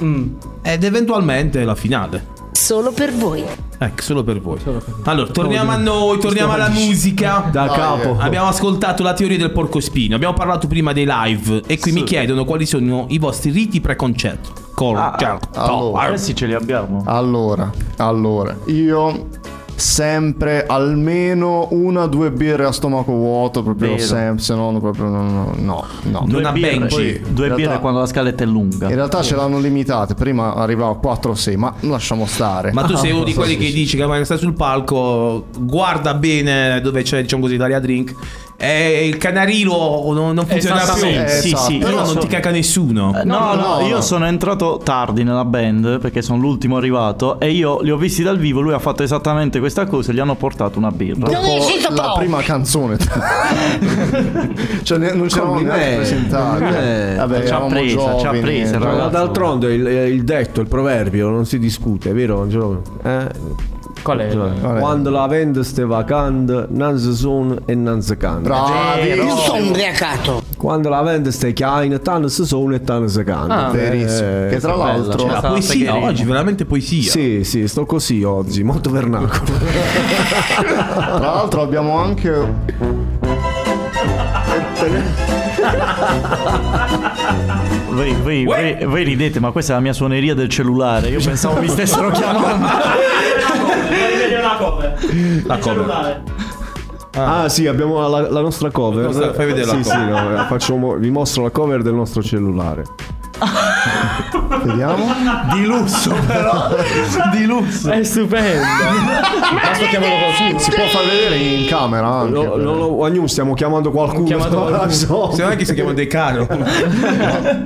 [SPEAKER 3] Mm. ed eventualmente la finale.
[SPEAKER 12] Solo per voi.
[SPEAKER 3] Ecco, solo per voi. Allora, torniamo a noi, torniamo alla musica.
[SPEAKER 1] Da capo.
[SPEAKER 3] Abbiamo ascoltato la teoria del porcospino, abbiamo parlato prima dei live e qui mi chiedono quali sono i vostri riti preconcetto. Col-
[SPEAKER 1] Ah.
[SPEAKER 3] cioè,
[SPEAKER 7] allora.
[SPEAKER 3] to-
[SPEAKER 5] Questi Ah. ce li abbiamo.
[SPEAKER 7] Allora, allora, io sempre almeno una o due birre a stomaco vuoto, proprio
[SPEAKER 5] Vero.
[SPEAKER 7] sempre, se no no, proprio no, no, no, no.
[SPEAKER 3] Non
[SPEAKER 5] Due birre,
[SPEAKER 3] abbenci.
[SPEAKER 5] poi- due
[SPEAKER 7] In
[SPEAKER 5] birre
[SPEAKER 7] realtà-
[SPEAKER 5] quando la scaletta è
[SPEAKER 7] In
[SPEAKER 5] lunga.
[SPEAKER 7] realtà ce l'hanno limitate, prima arrivava a 4 o 6, ma lasciamo stare.
[SPEAKER 3] Ma tu sei uno di quelli che dici che magari sta sul palco, guarda bene dove c'è, diciamo così, l'area drink. E il canarino non, non funziona più.
[SPEAKER 5] Esattamente.
[SPEAKER 3] Eh,
[SPEAKER 5] sì,
[SPEAKER 7] esatto.
[SPEAKER 5] sì.
[SPEAKER 3] Però non ti caca nessuno.
[SPEAKER 5] Eh, No, no,
[SPEAKER 7] no,
[SPEAKER 5] io
[SPEAKER 7] no.
[SPEAKER 5] sono entrato tardi nella band perché sono l'ultimo arrivato e io li ho visti dal vivo, lui ha fatto esattamente questa cosa e gli hanno portato una birra.
[SPEAKER 7] Dopo la prima canzone
[SPEAKER 5] [laughs]
[SPEAKER 7] cioè ne- non ce l'avamo neanche
[SPEAKER 1] Complimenti.
[SPEAKER 7] presentata
[SPEAKER 1] Eh,
[SPEAKER 7] vabbè
[SPEAKER 5] ci ha
[SPEAKER 7] eravamo
[SPEAKER 5] presa, ci ha
[SPEAKER 7] giovani.
[SPEAKER 5] presa,
[SPEAKER 7] Eh,
[SPEAKER 1] Ma
[SPEAKER 5] ragazzi.
[SPEAKER 1] d'altronde il, eh, il detto, il proverbio non si discute, vero? Angelo? Eh?
[SPEAKER 18] Qual è?
[SPEAKER 1] Cioè,
[SPEAKER 7] è?
[SPEAKER 1] quando la vende ste vacant, non si sono e non si canta.
[SPEAKER 7] bravi
[SPEAKER 8] Io sono ubriacato
[SPEAKER 1] Quando la vende ste chiaine, tanto si sono e tanto si canta.
[SPEAKER 18] Ah,
[SPEAKER 7] verissimo.
[SPEAKER 1] Eh,
[SPEAKER 7] che tra l'altro
[SPEAKER 5] cioè.
[SPEAKER 3] La poesia oggi, veramente poesia.
[SPEAKER 1] Sì, sì, sto così oggi, molto vernacolo.
[SPEAKER 7] tra l'altro abbiamo anche
[SPEAKER 5] Voi, voi- voi- voi ridete, ma questa è la mia suoneria del cellulare. Io pensavo mi
[SPEAKER 3] [laughs]
[SPEAKER 5] stessero chiamando.
[SPEAKER 6] Ah, Voglio vedere la cover. La cover.
[SPEAKER 1] Ah, sì, abbiamo la, la nostra cover.
[SPEAKER 3] Cosa- fai vedere la
[SPEAKER 1] sì,
[SPEAKER 3] cover.
[SPEAKER 1] Sì, no, faccio mo- vi mostro la cover del nostro cellulare.
[SPEAKER 7] vediamo
[SPEAKER 5] Di lusso, però. [laughs] Di lusso.
[SPEAKER 18] È stupendo.
[SPEAKER 7] basta chiamarlo così si può far vedere in camera anche
[SPEAKER 1] No,
[SPEAKER 7] però.
[SPEAKER 1] non lo, Wagnu, stiamo chiamando qualcuno.
[SPEAKER 18] Chiamato
[SPEAKER 1] [laughs]
[SPEAKER 18] qualcuno.
[SPEAKER 1] So.
[SPEAKER 3] Se non è che si chiama De Caro.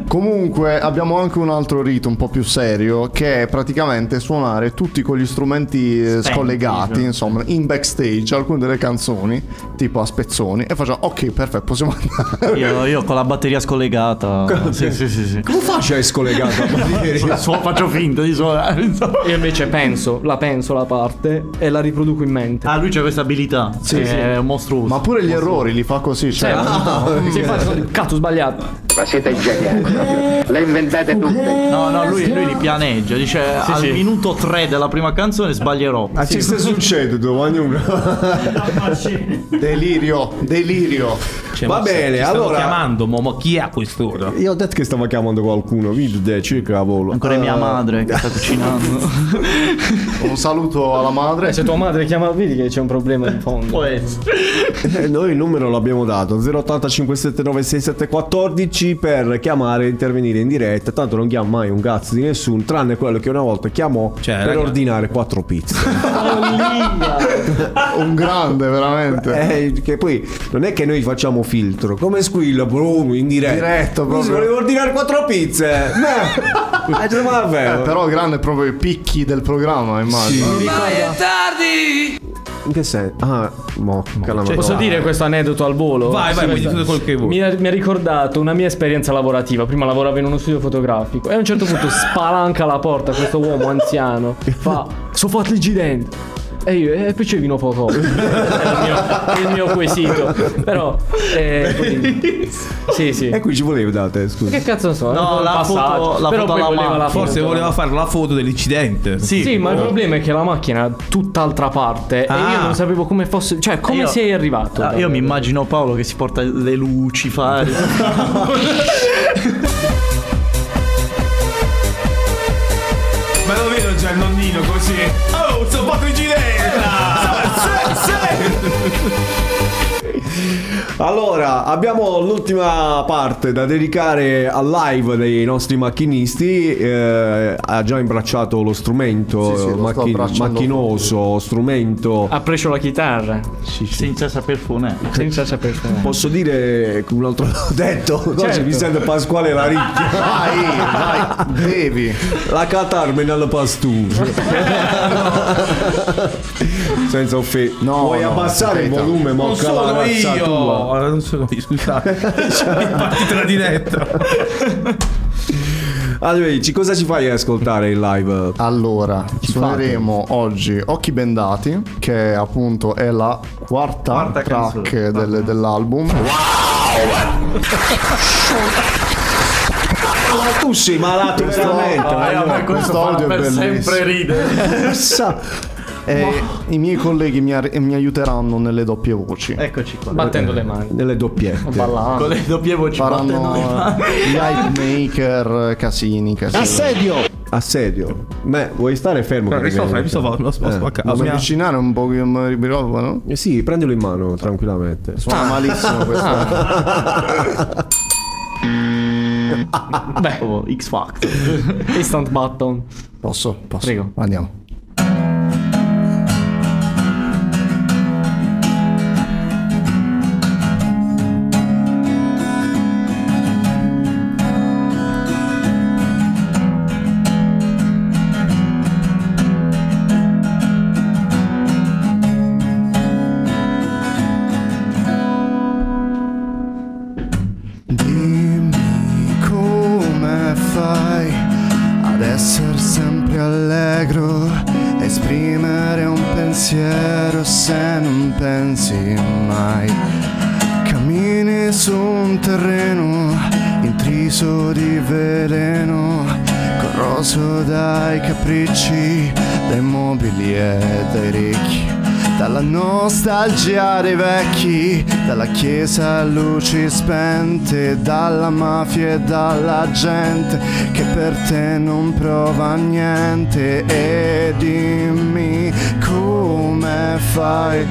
[SPEAKER 7] Comunque abbiamo anche un altro rito un po' più serio che è praticamente suonare tutti con gli strumenti eh, scollegati, insomma, in backstage alcune delle canzoni, tipo a spezzoni, e facciamo ok, perfetto, possiamo andare.
[SPEAKER 5] Io, io con la batteria scollegata. Sì, sì, sì. sì.
[SPEAKER 1] Come faccio a essere [laughs] scollegato?
[SPEAKER 5] Suo- faccio finta di suonare. insomma.
[SPEAKER 18] Io invece penso, la penso la parte e la riproduco in mente.
[SPEAKER 5] Ah, lui c'ha questa abilità. Sì,
[SPEAKER 18] sì.
[SPEAKER 5] È mostruoso.
[SPEAKER 7] Ma pure gli errori li fa così, cioè.
[SPEAKER 18] Sì, infatti, sono- cazzo, ho sbagliato.
[SPEAKER 22] Ma siete geniali proprio. Le inventate tutte.
[SPEAKER 5] No, no, lui, lui li pianeggia. Dice al minuto 3 della prima canzone sbaglierò.
[SPEAKER 1] Ma ci sta succedendo,
[SPEAKER 7] [laughs]
[SPEAKER 1] [laughs]
[SPEAKER 7] Delirio, delirio.
[SPEAKER 3] Cioè,
[SPEAKER 1] Va
[SPEAKER 3] ma se-
[SPEAKER 1] bene,
[SPEAKER 3] ci stanno
[SPEAKER 1] allora-
[SPEAKER 3] chiamando, mo, ma chi è a quest'ora?
[SPEAKER 1] Io ho detto che stavo chiamando qualcuno, vi Tilde, che cavolo.
[SPEAKER 5] Ancora mia madre [laughs] che sta cucinando.
[SPEAKER 7] Un saluto alla madre.
[SPEAKER 9] Se tua madre chiama, vedi che c'è un problema in fondo.
[SPEAKER 1] Eh, Noi il numero l'abbiamo dato 085796714 per chiamare e intervenire in diretta. Tanto non chiama mai un cazzo di nessuno, tranne quello che una volta chiamò per
[SPEAKER 3] raga.
[SPEAKER 1] ordinare quattro pizze.
[SPEAKER 7] Un grande, veramente.
[SPEAKER 1] Eh, che poi non è che noi facciamo filtro, come squillo, boom, in diretta.
[SPEAKER 7] Diretto,
[SPEAKER 1] Scusi,
[SPEAKER 7] proprio.
[SPEAKER 1] volevo ordinare quattro
[SPEAKER 7] [laughs]
[SPEAKER 1] pizze. Beh, hai detto, ma davvero?
[SPEAKER 7] Eh, però grande è proprio i picchi del programma, immagino.
[SPEAKER 1] In che senso? Ah, mo, che la
[SPEAKER 9] Posso
[SPEAKER 1] madonna.
[SPEAKER 9] dire questo aneddoto al volo?
[SPEAKER 3] Vai, vai, puoi dire tutto quello che vuoi.
[SPEAKER 9] Mi ha, mi ha ricordato una mia esperienza lavorativa. Prima lavoravo in uno studio fotografico e a un certo [laughs] punto spalanca la porta questo uomo anziano. Fa, sono fatto il gidente. E io, e poi c'è vino poco. [laughs] Era il, mio, il mio quesito. Però, eh, [laughs] così. sì, sì.
[SPEAKER 1] E qui ci volevi date, scusa.
[SPEAKER 9] Che cazzo ne so?
[SPEAKER 5] No,
[SPEAKER 9] un
[SPEAKER 5] la
[SPEAKER 9] passaggio.
[SPEAKER 5] foto- la
[SPEAKER 9] Però
[SPEAKER 5] foto
[SPEAKER 9] poi
[SPEAKER 5] alla
[SPEAKER 9] voleva la
[SPEAKER 5] macchina.
[SPEAKER 9] foto. Ah.
[SPEAKER 3] Forse voleva fare la foto dell'incidente.
[SPEAKER 9] Sì, ma il problema è che la macchina è tutt'altra parte e io
[SPEAKER 3] Ah.
[SPEAKER 9] non sapevo come fosse, cioè come
[SPEAKER 5] Io-
[SPEAKER 9] sei arrivato.
[SPEAKER 5] Ah, io mi immagino Paolo che si porta le luci, fare.
[SPEAKER 3] Ma lo vedo già il nonnino così. Oh, sono fatto in
[SPEAKER 1] Allora, abbiamo l'ultima parte da dedicare al live dei nostri macchinisti. eh, ha già imbracciato lo strumento
[SPEAKER 7] Sì, sì, lo sto
[SPEAKER 1] macchi-
[SPEAKER 7] abbracciando Ah.
[SPEAKER 1] macchinoso, strumento.
[SPEAKER 9] Ha preso la chitarra
[SPEAKER 5] Senza saper suonare.
[SPEAKER 9] senza saper fare.
[SPEAKER 1] Posso dire un
[SPEAKER 7] [laughs]
[SPEAKER 1] altro detto? [laughs] Oggi
[SPEAKER 7] Certo.
[SPEAKER 1] mi sento Pasquale la ricchia.
[SPEAKER 7] Vai, vai, devi.
[SPEAKER 1] La catarmen al pastù.
[SPEAKER 7] [laughs]
[SPEAKER 1] Senza offesa.
[SPEAKER 7] No,
[SPEAKER 1] Vuoi
[SPEAKER 7] no,
[SPEAKER 1] abbassare il
[SPEAKER 7] aspetta.
[SPEAKER 1] volume,
[SPEAKER 3] Non
[SPEAKER 1] mocca la
[SPEAKER 3] sono
[SPEAKER 1] razza
[SPEAKER 3] io.
[SPEAKER 1] tua.
[SPEAKER 3] Allora, Non sono io, scusate. È partita la diretta.
[SPEAKER 1] Allora, dici, cosa ci fai ascoltare in live?
[SPEAKER 7] Allora, suoneremo oggi Occhi Bendati, che appunto è la quarta, track del- dell'album.
[SPEAKER 1] Ma tu sei malato veramente.
[SPEAKER 7] Oh, Questo audio è bellissimo.
[SPEAKER 25] ridere.
[SPEAKER 7] [laughs]
[SPEAKER 1] Sa-
[SPEAKER 7] E I miei colleghi mi, ar- mi aiuteranno nelle doppie voci.
[SPEAKER 5] Eccoci qua.
[SPEAKER 9] Battendo le mani.
[SPEAKER 1] Nelle doppiette.
[SPEAKER 5] Con le doppie voci battendo le
[SPEAKER 7] Faranno
[SPEAKER 5] mani.
[SPEAKER 7] gli hype maker Casini. Casini.
[SPEAKER 1] Assedio. Beh, vuoi stare fermo?
[SPEAKER 3] Mi sto
[SPEAKER 1] ovviamente.
[SPEAKER 3] mi sto lo sto
[SPEAKER 5] Eh.
[SPEAKER 7] Non mi
[SPEAKER 3] spaccando.
[SPEAKER 7] avvicinare un po' che mi riprovo, no?
[SPEAKER 1] Eh Sì, prendilo in mano tranquillamente.
[SPEAKER 7] Suona malissimo questo.
[SPEAKER 9] Beh,
[SPEAKER 5] Oh, X Factor.
[SPEAKER 9] instant button.
[SPEAKER 7] Posso? Posso.
[SPEAKER 9] Prego.
[SPEAKER 7] Andiamo. Dimmi come fai ad essere sempre allegro, esprimere un pensiero se non pensi mai. Cammini su un terreno intriso di veleno, corroso dai capricci, dai mobili e dai ricchi. Dalla nostalgia dei vecchi, dalla chiesa a luci spente, dalla mafia e dalla gente che per te non prova niente. E dimmi come fai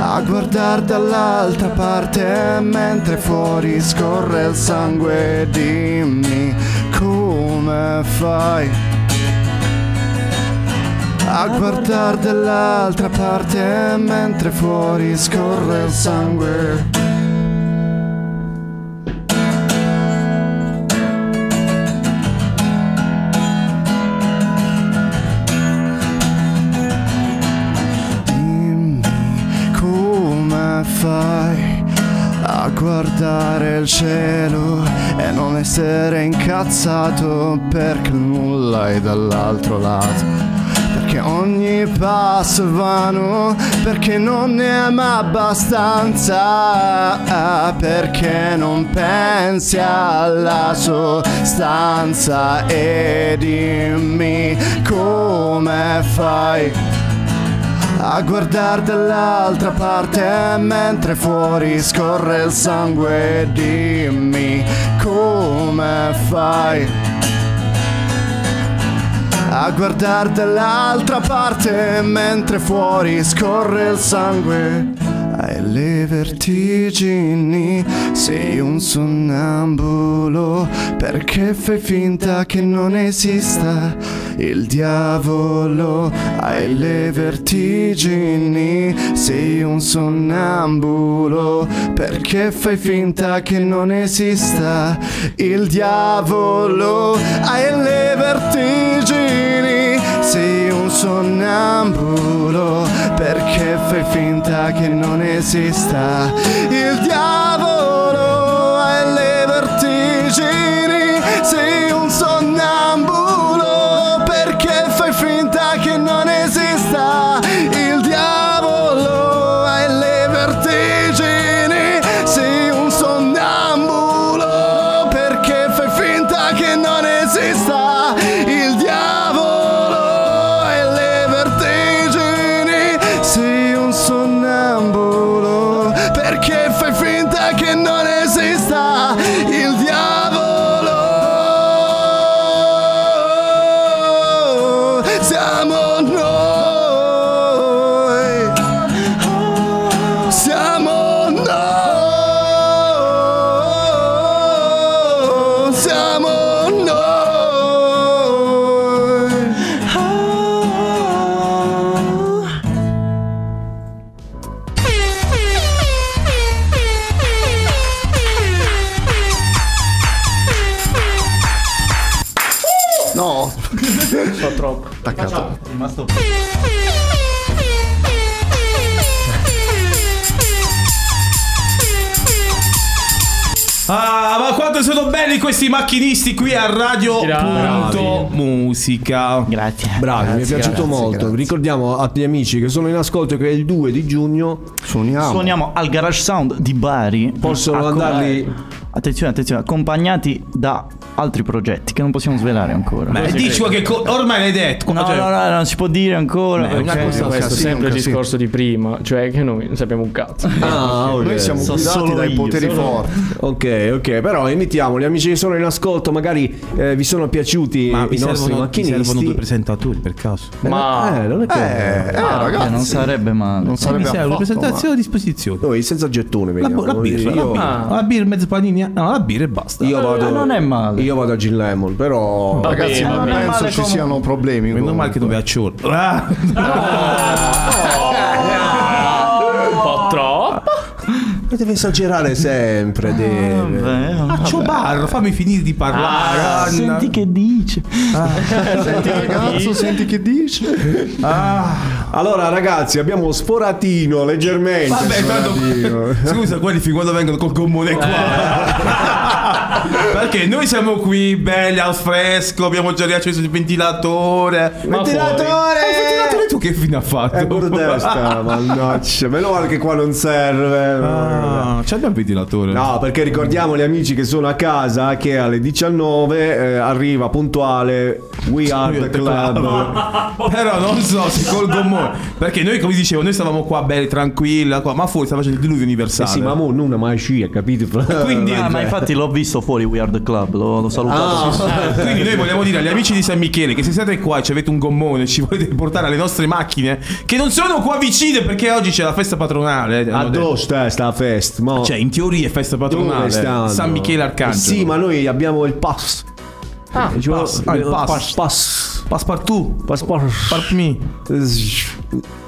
[SPEAKER 7] a guardare dall'altra parte mentre fuori scorre il sangue. Dimmi come fai a guardare dall'altra parte mentre fuori scorre il sangue. Dimmi come fai a guardare il cielo e non essere incazzato perché nulla è dall'altro lato. Perché ogni passo è vano, perché non ne ami abbastanza, perché non pensi alla sostanza e dimmi come fai a guardare dall'altra parte mentre fuori scorre il sangue. Dimmi come fai a guardare dall'altra parte mentre fuori scorre il sangue. Hai le vertigini, sei un sonnambulo, perché fai finta che non esista il diavolo. Hai le vertigini, sei un sonnambulo, perché fai finta che non esista il diavolo. Hai le vertigini, sei un sonnambulo, perché fai finta che non esista il diavolo. Hai le vertigini, sei un sonnambulo, perché fai finta che non esista il diavolo. Hai le vertigini, sei un sonnambulo, perché fai finta che non esista il diavolo. Hai le vertigini, sei un sonnambulo, perché fai finta che non esista il diavolo. Siamo noi. Siamo noi. Siamo noi. No.
[SPEAKER 18] Fa troppo.
[SPEAKER 7] Attaccato.
[SPEAKER 5] Rimasto
[SPEAKER 3] Ah, ma quanto sono belli questi macchinisti qui a Radio
[SPEAKER 1] Bravi.
[SPEAKER 3] Punto Musica.
[SPEAKER 5] Grazie.
[SPEAKER 1] Bravi, mi è piaciuto molto. Ricordiamo agli amici che sono in ascolto che il 2 di giugno
[SPEAKER 7] suoniamo.
[SPEAKER 5] Suoniamo al Garage Sound di Bari.
[SPEAKER 1] Possono
[SPEAKER 5] Accom-
[SPEAKER 1] andarli-
[SPEAKER 5] Attenzione, attenzione, accompagnati da altri progetti che non possiamo svelare ancora.
[SPEAKER 3] Beh, dici che co- ormai l'hai detto.
[SPEAKER 5] No,
[SPEAKER 3] cioè-
[SPEAKER 5] no, no, non si può dire ancora.
[SPEAKER 3] Beh, una
[SPEAKER 5] perché-
[SPEAKER 3] cosa-
[SPEAKER 18] questo
[SPEAKER 3] sì,
[SPEAKER 18] sempre il
[SPEAKER 5] sì.
[SPEAKER 18] discorso di prima, cioè che noi non sappiamo un cazzo.
[SPEAKER 1] ok.
[SPEAKER 18] So solo io, solo-
[SPEAKER 1] Ah, Ok, ok, però invitiamo gli amici che sono in ascolto, magari eh, vi sono piaciuti
[SPEAKER 3] Ma
[SPEAKER 1] i
[SPEAKER 3] mi
[SPEAKER 1] nostri
[SPEAKER 3] servono, mi
[SPEAKER 1] macchinisti.
[SPEAKER 3] servono due presentatori per caso.
[SPEAKER 1] Ma eh, non è che
[SPEAKER 7] Eh, eh,
[SPEAKER 18] Ah,
[SPEAKER 7] ragazzi,
[SPEAKER 5] non sarebbe male.
[SPEAKER 7] Non sarebbe
[SPEAKER 3] mi serve una
[SPEAKER 7] affatto
[SPEAKER 3] presentazione a disposizione.
[SPEAKER 1] Noi senza gettone
[SPEAKER 3] La,
[SPEAKER 1] veniamo.
[SPEAKER 3] bo- la birra, la
[SPEAKER 1] io,
[SPEAKER 3] birra, la birra, mezzo panini. ah, No, la birra e basta. Eh,
[SPEAKER 1] io vado
[SPEAKER 5] non è male.
[SPEAKER 1] Io vado a Gin Lemon, però
[SPEAKER 7] male. Ragazzi, non penso ci siano problemi.
[SPEAKER 3] Meno male che non vi acciolo. Ah,
[SPEAKER 18] Un po' troppo.
[SPEAKER 1] Ma deve esagerare sempre, deve.
[SPEAKER 3] Faccio barro, fammi finire di parlare.
[SPEAKER 5] Ah,
[SPEAKER 3] Anna.
[SPEAKER 5] senti che dice.
[SPEAKER 7] Senti ragazzo, senti che dice.
[SPEAKER 1] Allora, ragazzi, abbiamo sforatino leggermente.
[SPEAKER 3] Vabbè, tanto-
[SPEAKER 1] Sforatino.
[SPEAKER 3] [laughs] Scusa, quelli fin quando vengono col gommone qua. Eh. [laughs] Perché noi siamo qui belli al fresco, abbiamo già riacceso il
[SPEAKER 1] Ma
[SPEAKER 3] ventilatore. Ma Eh, il ventilatore tu che fine ha fatto?
[SPEAKER 1] È burdesca, mannaggia. Meno male che qua non serve.
[SPEAKER 3] Ah, c'è il ventilatore.
[SPEAKER 1] No, perché ricordiamo gli amici che sono a casa che alle 19 eh, arriva puntuale We Are The Club.
[SPEAKER 3] Però non so se col gommone. Perché noi, come dicevo, noi stavamo qua belli, tranquilla, qua, ma fuori sta facendo il diluvio
[SPEAKER 1] Eh
[SPEAKER 3] universale.
[SPEAKER 1] sì, ma mo non è mai scia, capito?
[SPEAKER 3] Quindi,
[SPEAKER 5] Ah, ma infatti l'ho visto fuori We Are The Club, l'ho, l'ho salutato.
[SPEAKER 1] Ah.
[SPEAKER 5] Sì, sì.
[SPEAKER 3] Quindi noi vogliamo dire agli amici di San Michele che se siete qua e ci avete un gommone, ci volete portare alle nostre macchine, che non sono qua vicine perché oggi c'è la festa patronale. eh, hanno detto.
[SPEAKER 1] Addosso sta sta fest, mo.
[SPEAKER 3] Cioè, in teoria è festa patronale.
[SPEAKER 1] Dove stanno?
[SPEAKER 3] San Michele
[SPEAKER 1] Eh
[SPEAKER 3] Arcangelo.
[SPEAKER 1] Sì, ma noi abbiamo il pass.
[SPEAKER 18] Ah,
[SPEAKER 1] Ci vuole-
[SPEAKER 3] pass. Ah, il pass.
[SPEAKER 1] pass.
[SPEAKER 3] Passepartout.
[SPEAKER 1] Pass. Pass.
[SPEAKER 3] Part me.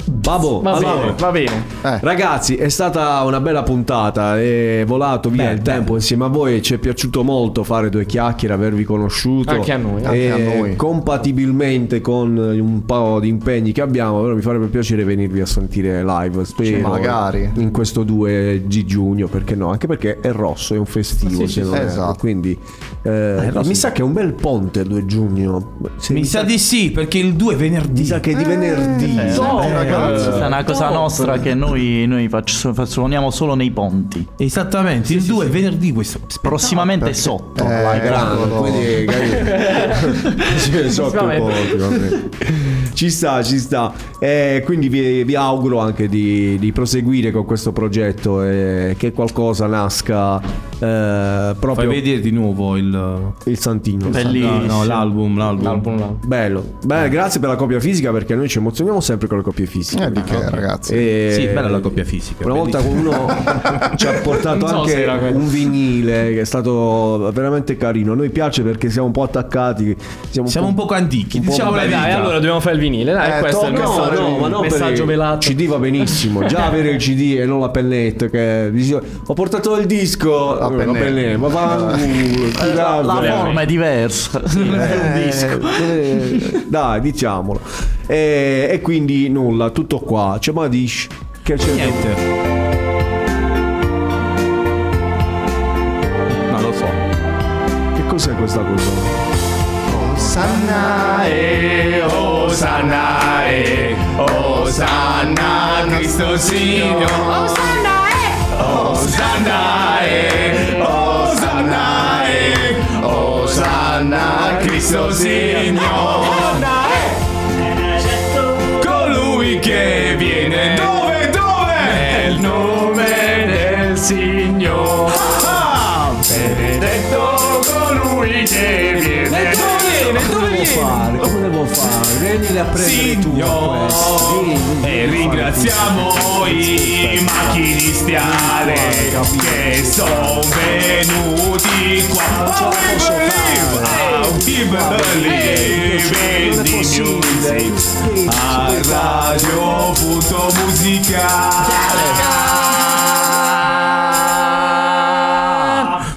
[SPEAKER 1] Babbo,
[SPEAKER 18] Va
[SPEAKER 1] allora,
[SPEAKER 18] bene, va bene.
[SPEAKER 1] Ragazzi, è stata una bella puntata, è volato via il tempo insieme a voi, ci è piaciuto molto fare due chiacchiere, avervi conosciuto.
[SPEAKER 18] Anche a noi.
[SPEAKER 1] E
[SPEAKER 7] Anche a noi.
[SPEAKER 1] Compatibilmente con un po' di impegni che abbiamo, però mi farebbe piacere venirvi a sentire live, spero,
[SPEAKER 7] magari.
[SPEAKER 1] in questo 2 di giugno, perché no? Anche perché è rosso, è un festivo, se non erro.
[SPEAKER 7] sì, esatto.
[SPEAKER 1] quindi eh, mi sa che è un bel ponte 2 giugno. Se
[SPEAKER 3] Mi sa di di sì, perché il 2 è venerdì. Mi sa
[SPEAKER 1] che è di venerdì.
[SPEAKER 5] Eh,
[SPEAKER 3] No,
[SPEAKER 5] eh,
[SPEAKER 3] ragazzi.
[SPEAKER 5] questa è una cosa
[SPEAKER 3] No.
[SPEAKER 5] nostra che noi, noi faccio- fa- suoniamo solo nei ponti.
[SPEAKER 3] Esattamente, il 2 è venerdì questo.
[SPEAKER 5] Prossimamente sotto.
[SPEAKER 1] Eh, grande,
[SPEAKER 7] [laughs]
[SPEAKER 1] quindi [laughs] Cioè, sotto
[SPEAKER 5] Vabbè.
[SPEAKER 1] i ponti, vabbè. Ci sta, ci sta. Eh, quindi vi, vi auguro anche di, di proseguire con questo progetto e che qualcosa nasca eh,
[SPEAKER 3] Fai
[SPEAKER 1] proprio
[SPEAKER 3] vedere di nuovo il,
[SPEAKER 1] il Santino.
[SPEAKER 3] Bellissimo. No, no, l'album, l'album.
[SPEAKER 1] Bello. Beh, grazie per la copia fisica perché noi ci emozioniamo sempre con le copie fisiche.
[SPEAKER 7] Eh, di che,
[SPEAKER 1] No?
[SPEAKER 7] ragazzi?
[SPEAKER 13] Eh,
[SPEAKER 1] E-
[SPEAKER 3] Sì, bella la coppia fisica.
[SPEAKER 1] Una volta
[SPEAKER 3] bellissima.
[SPEAKER 1] uno
[SPEAKER 3] [laughs]
[SPEAKER 1] ci ha portato
[SPEAKER 3] Non so se
[SPEAKER 1] anche
[SPEAKER 3] era quello.
[SPEAKER 1] un vinile che è stato veramente carino. A noi piace perché siamo un po' attaccati. Siamo,
[SPEAKER 3] Siamo un po' antichi, diciamo la
[SPEAKER 1] Vabbè,
[SPEAKER 3] verità.
[SPEAKER 1] dai, allora
[SPEAKER 18] dobbiamo fare il vinile. Dai,
[SPEAKER 1] eh,
[SPEAKER 18] questo è il
[SPEAKER 1] to- no,
[SPEAKER 18] messaggio,
[SPEAKER 1] no, ma no,
[SPEAKER 18] messaggio
[SPEAKER 1] per-
[SPEAKER 18] velato.
[SPEAKER 1] CD va benissimo. Già avere il CD e non la pennetta. Che dice, ho portato il disco. La
[SPEAKER 7] pennetta.
[SPEAKER 1] pennetta, ma
[SPEAKER 5] [laughs]
[SPEAKER 1] va.
[SPEAKER 5] Eh, la, la forma è diversa. Non è un disco.
[SPEAKER 1] Eh, dai, diciamolo. E, e quindi nulla, tutto qua. C'è Madish che c'è
[SPEAKER 3] Niente. No, lo so.
[SPEAKER 1] Che cos'è questa cosa?
[SPEAKER 13] Osannae, Osannae, Osanna Cristo Signore. Osannae, Osannae, Osanna Cristo Signore. Colui che viene dove, dove? Nel nome del Signore.
[SPEAKER 3] Ah,
[SPEAKER 13] Benedetto colui che
[SPEAKER 1] Eh,
[SPEAKER 13] viene
[SPEAKER 1] Come devo fare? Come devo fare? Vieni a prendere tu questo.
[SPEAKER 3] Eh,
[SPEAKER 1] Vieni.
[SPEAKER 13] E ringraziamo i macchinisti Ale che sono venuti
[SPEAKER 1] Ah,
[SPEAKER 13] qua. Oh, we believe, oh, Ah, we believe
[SPEAKER 1] Ah,
[SPEAKER 13] in the music. A Ah, radio punto musicale.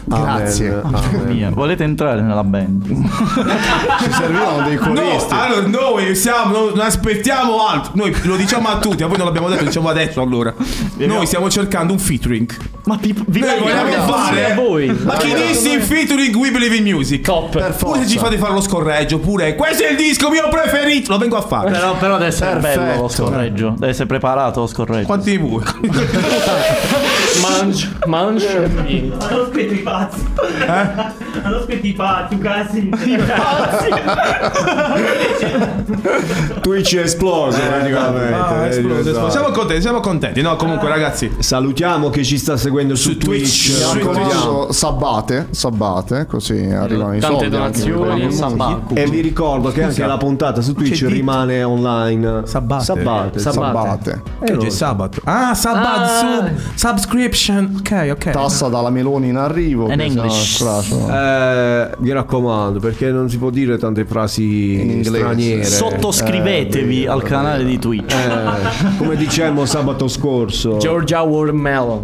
[SPEAKER 1] Ah,
[SPEAKER 7] Grazie.
[SPEAKER 5] Mia, Volete entrare nella band?
[SPEAKER 7] Ci servivano dei
[SPEAKER 3] No,
[SPEAKER 7] coristi.
[SPEAKER 3] allora noi siamo, non- non aspettiamo altro. Noi lo diciamo a tutti, a voi non l'abbiamo detto, lo diciamo adesso allora. Noi stiamo cercando un featuring.
[SPEAKER 5] Ma vi, vi
[SPEAKER 3] Noi vogliamo
[SPEAKER 5] vogliamo-
[SPEAKER 3] fare
[SPEAKER 18] a voi.
[SPEAKER 3] Ma chi disse in featuring We Believe in Music?
[SPEAKER 18] Top.
[SPEAKER 7] Per
[SPEAKER 3] Poi se
[SPEAKER 7] forza.
[SPEAKER 3] ci fate fare lo scorreggio pure. Questo è il disco mio preferito. Lo vengo a fare.
[SPEAKER 18] Eh.
[SPEAKER 5] Però, però deve essere
[SPEAKER 7] Perfetto.
[SPEAKER 5] bello lo scorreggio. Deve essere preparato lo scorreggio.
[SPEAKER 3] Quanti vuoi?
[SPEAKER 18] Mangi, mangi e vieni.
[SPEAKER 6] Hanno scritto i pazzi. [laughs] Hanno scritto i pazzi, casi.
[SPEAKER 1] Twitch è esploso praticamente.
[SPEAKER 3] Ah,
[SPEAKER 1] Eh,
[SPEAKER 3] esplode, esplode.
[SPEAKER 1] esatto.
[SPEAKER 3] Siamo contenti, siamo contenti. No,
[SPEAKER 18] Eh.
[SPEAKER 3] comunque, ragazzi.
[SPEAKER 1] Salutiamo chi ci sta seguendo su,
[SPEAKER 3] Su Twitch,
[SPEAKER 1] Twitch. eh,
[SPEAKER 3] su
[SPEAKER 1] Ci
[SPEAKER 7] Con
[SPEAKER 1] ricordiamo.
[SPEAKER 7] questo sabbate, sabbate, così arrivano i soldi.
[SPEAKER 18] Tante
[SPEAKER 7] anche per
[SPEAKER 18] donazioni,
[SPEAKER 7] quelli.
[SPEAKER 18] sabacco.
[SPEAKER 1] E vi ricordo che anche la puntata su Twitch
[SPEAKER 3] C'è
[SPEAKER 1] rimane online.
[SPEAKER 3] Sabbate.
[SPEAKER 1] Sabbate.
[SPEAKER 7] Sabbate.
[SPEAKER 3] Eh, oggi è sabato. Ah, sabato.
[SPEAKER 18] Ah.
[SPEAKER 3] sub- subscription. Ok, ok.
[SPEAKER 7] Tassa dalla Meloni in arrivo.
[SPEAKER 5] In
[SPEAKER 7] che sennò
[SPEAKER 5] English.
[SPEAKER 7] straccio.
[SPEAKER 1] Eh, vi raccomando, perché non si può dire tante frasi
[SPEAKER 7] In inglese.
[SPEAKER 1] straniere.
[SPEAKER 5] Eh, Sottoscrivetevi al canale di Twitch.
[SPEAKER 1] Eh, come dicemmo sabato scorso.
[SPEAKER 18] Georgia Watermelon.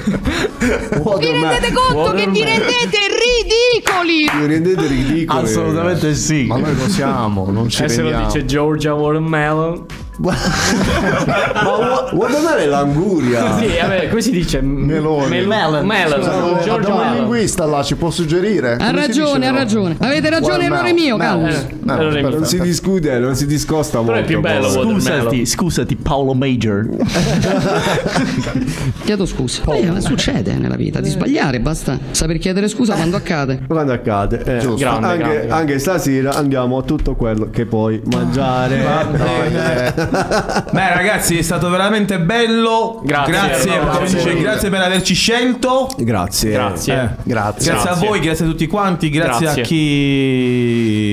[SPEAKER 12] Vi rendete conto che vi rendete ridicoli?
[SPEAKER 1] Vi rendete ridicoli?
[SPEAKER 5] Assolutamente sì.
[SPEAKER 7] Ma noi possiamo, non ci
[SPEAKER 18] E se lo
[SPEAKER 7] vediamo.
[SPEAKER 18] dice Georgia Watermelon.
[SPEAKER 1] Ma guarda me
[SPEAKER 9] [laughs]
[SPEAKER 1] l'anguria.
[SPEAKER 18] Sì, vabbè, come si dice?
[SPEAKER 7] Meloni.
[SPEAKER 18] Mel-
[SPEAKER 5] Melon.
[SPEAKER 18] Melon.
[SPEAKER 7] Abbiamo
[SPEAKER 18] Georgia
[SPEAKER 7] abbiamo un
[SPEAKER 18] Melon.
[SPEAKER 7] linguista là, ci può suggerire.
[SPEAKER 10] Ha ragione, ha ragione. Avete ragione, errore mio, Carlos.
[SPEAKER 7] Eh,
[SPEAKER 18] Errore mio.
[SPEAKER 1] Non si discute, non si discosta molto. boh.
[SPEAKER 18] è più bello,
[SPEAKER 1] poi.
[SPEAKER 18] vuol-
[SPEAKER 5] Scusati, scusati Paolo Major.
[SPEAKER 10] Chiedo scusa. Eh, ma succede nella vita di sbagliare, basta saper chiedere scusa quando accade.
[SPEAKER 1] Quando accade, eh,
[SPEAKER 7] Giusto.
[SPEAKER 18] Grande,
[SPEAKER 1] anche,
[SPEAKER 18] grande.
[SPEAKER 1] anche stasera andiamo a tutto quello che puoi mangiare.
[SPEAKER 3] Ah. Beh, ragazzi, è stato veramente bello.
[SPEAKER 18] Grazie.
[SPEAKER 3] Grazie,
[SPEAKER 18] Grazie.
[SPEAKER 3] come si dice,
[SPEAKER 7] Grazie.
[SPEAKER 3] grazie per averci scelto.
[SPEAKER 1] Grazie.
[SPEAKER 18] Grazie.
[SPEAKER 3] Eh.
[SPEAKER 7] Grazie.
[SPEAKER 3] Grazie a voi, grazie a tutti quanti, grazie,
[SPEAKER 18] Grazie.
[SPEAKER 3] a chi,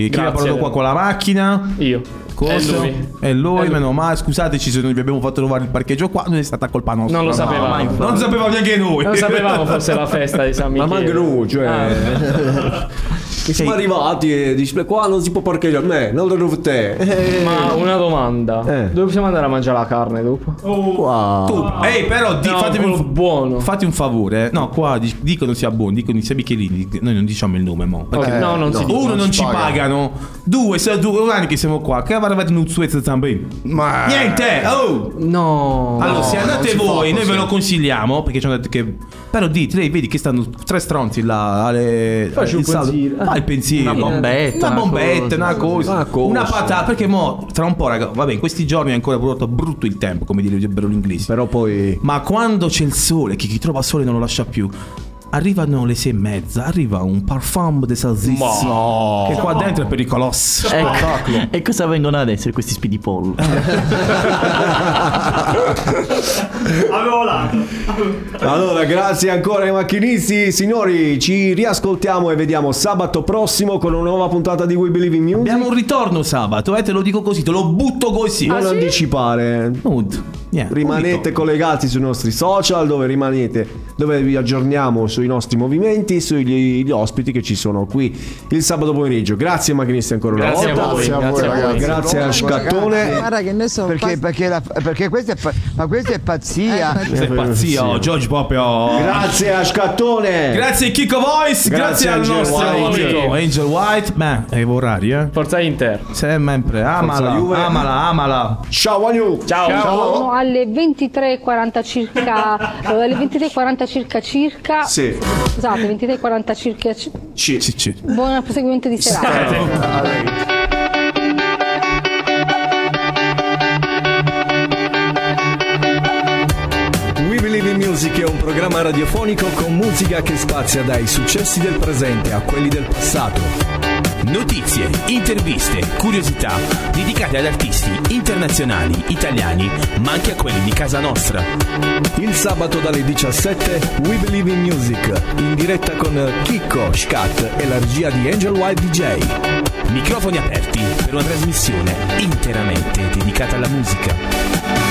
[SPEAKER 3] chi
[SPEAKER 18] Grazie.
[SPEAKER 3] ha parlato qua con la macchina.
[SPEAKER 18] Io.
[SPEAKER 3] Cosa?
[SPEAKER 18] lui.
[SPEAKER 3] È lui, meno male. Scusateci se non vi abbiamo fatto trovare il parcheggio qua. Non è stata colpa nostra.
[SPEAKER 18] Non lo sapevamo.
[SPEAKER 5] mai.
[SPEAKER 18] Non
[SPEAKER 3] Non sapevamo neanche noi. [laughs]
[SPEAKER 18] lo sapevamo forse la festa di San
[SPEAKER 1] Ma
[SPEAKER 18] Michele. Ah,
[SPEAKER 1] manco noi, cioè. Che siamo arrivati e dici, "Beh, qua non si può parcheggiare. Me, non lo devo te. Eh,
[SPEAKER 18] Ma una domanda.
[SPEAKER 1] Eh.
[SPEAKER 18] Dove possiamo andare a mangiare la carne dopo?
[SPEAKER 1] qua.
[SPEAKER 3] Tu- Ehi, però, di,
[SPEAKER 18] No,
[SPEAKER 3] fatemi un
[SPEAKER 18] quello buono.
[SPEAKER 3] Fate un favore, eh. no, qua dic- dicono sia buono, dicono sia Michelini, noi non diciamo il nome, mo. Perché
[SPEAKER 18] Ok, no, non si
[SPEAKER 7] no.
[SPEAKER 18] dice.
[SPEAKER 3] uno non ci
[SPEAKER 7] paga.
[SPEAKER 3] pagano, due, se due un anni che siamo qua, che avevate un suezzo zambino.
[SPEAKER 7] Ma
[SPEAKER 3] Niente, oh!
[SPEAKER 18] No.
[SPEAKER 3] Allora, se
[SPEAKER 7] non
[SPEAKER 3] andate
[SPEAKER 7] si fa
[SPEAKER 3] voi, noi
[SPEAKER 7] così.
[SPEAKER 3] ve lo consigliamo perché ci hanno detto che. Però dite, lei vedi che stanno tre stronzi là. Alle,
[SPEAKER 9] Facci un
[SPEAKER 3] il saldo-
[SPEAKER 9] pensiero.
[SPEAKER 3] Ah, il pensiero.
[SPEAKER 5] Una bombetta,
[SPEAKER 3] Una
[SPEAKER 5] una
[SPEAKER 3] bombetta,
[SPEAKER 5] cosa.
[SPEAKER 3] una cosa. Una,
[SPEAKER 5] Una cosa.
[SPEAKER 3] patata. Perché mo, tra un po', raga, vabbè, in questi giorni è ancora brutto, brutto il tempo, come direbbero gli inglesi. Però poi. Ma quando c'è il sole, che chi trova sole non lo lascia più. Arrivano le sei e mezza, arriva un parfum de salsiccia.
[SPEAKER 5] Ma-
[SPEAKER 3] Che qua dentro è pericoloso.
[SPEAKER 5] Ecco. e cosa vengono ad essere questi speedy poll? [laughs]
[SPEAKER 13] Avevo lato.
[SPEAKER 4] Allora, grazie ancora ai macchinisti. Signori, ci riascoltiamo e vediamo sabato prossimo con una nuova puntata di We Believe in Music.
[SPEAKER 3] Abbiamo un ritorno sabato, eh, te lo dico così, te lo butto così.
[SPEAKER 4] non anticipare.
[SPEAKER 3] Niente,
[SPEAKER 4] rimanete collegati sui nostri social dove rimanete, dove vi aggiorniamo sui nostri movimenti, sugli gli ospiti che ci sono qui il sabato pomeriggio. Grazie macchinisti ancora una
[SPEAKER 7] Grazie a
[SPEAKER 4] volta.
[SPEAKER 7] voi, grazie a voi.
[SPEAKER 4] Grazie a Scattone.
[SPEAKER 7] Guarda che noi sono perché, perché, la- perché questa è, pa- ma questa è pazzia.
[SPEAKER 3] Questa è pazzia, oh, George proprio.
[SPEAKER 4] Grazie a Scattone.
[SPEAKER 3] Grazie Kiko Voice, grazie,
[SPEAKER 4] Grazie
[SPEAKER 3] al
[SPEAKER 4] Angel
[SPEAKER 3] nostro
[SPEAKER 4] White.
[SPEAKER 3] amico Angel White. Beh, è orari, eh.
[SPEAKER 9] Forza Inter.
[SPEAKER 3] Sempre, amala,
[SPEAKER 9] Juve.
[SPEAKER 3] amala, amala.
[SPEAKER 4] Ciao, Wagyu.
[SPEAKER 9] Ciao.
[SPEAKER 12] Siamo alle 23.40 circa, eh, alle 23.40 circa circa. Esatto,
[SPEAKER 4] Sì.
[SPEAKER 12] Scusate, 23.40 circa. ci-
[SPEAKER 4] Ci.
[SPEAKER 12] Buon proseguimento di serata.
[SPEAKER 1] We Believe in Music è un programma radiofonico con musica che spazia dai successi del presente a quelli del passato.
[SPEAKER 26] Notizie, interviste, curiosità dedicate ad artisti internazionali, italiani, ma anche a quelli di casa nostra.
[SPEAKER 1] Il sabato dalle 17 We Believe in Music, in diretta con Chicco, Scat e la regia di Angel Wild DJ.
[SPEAKER 26] Microfoni aperti per una trasmissione interamente dedicata alla musica.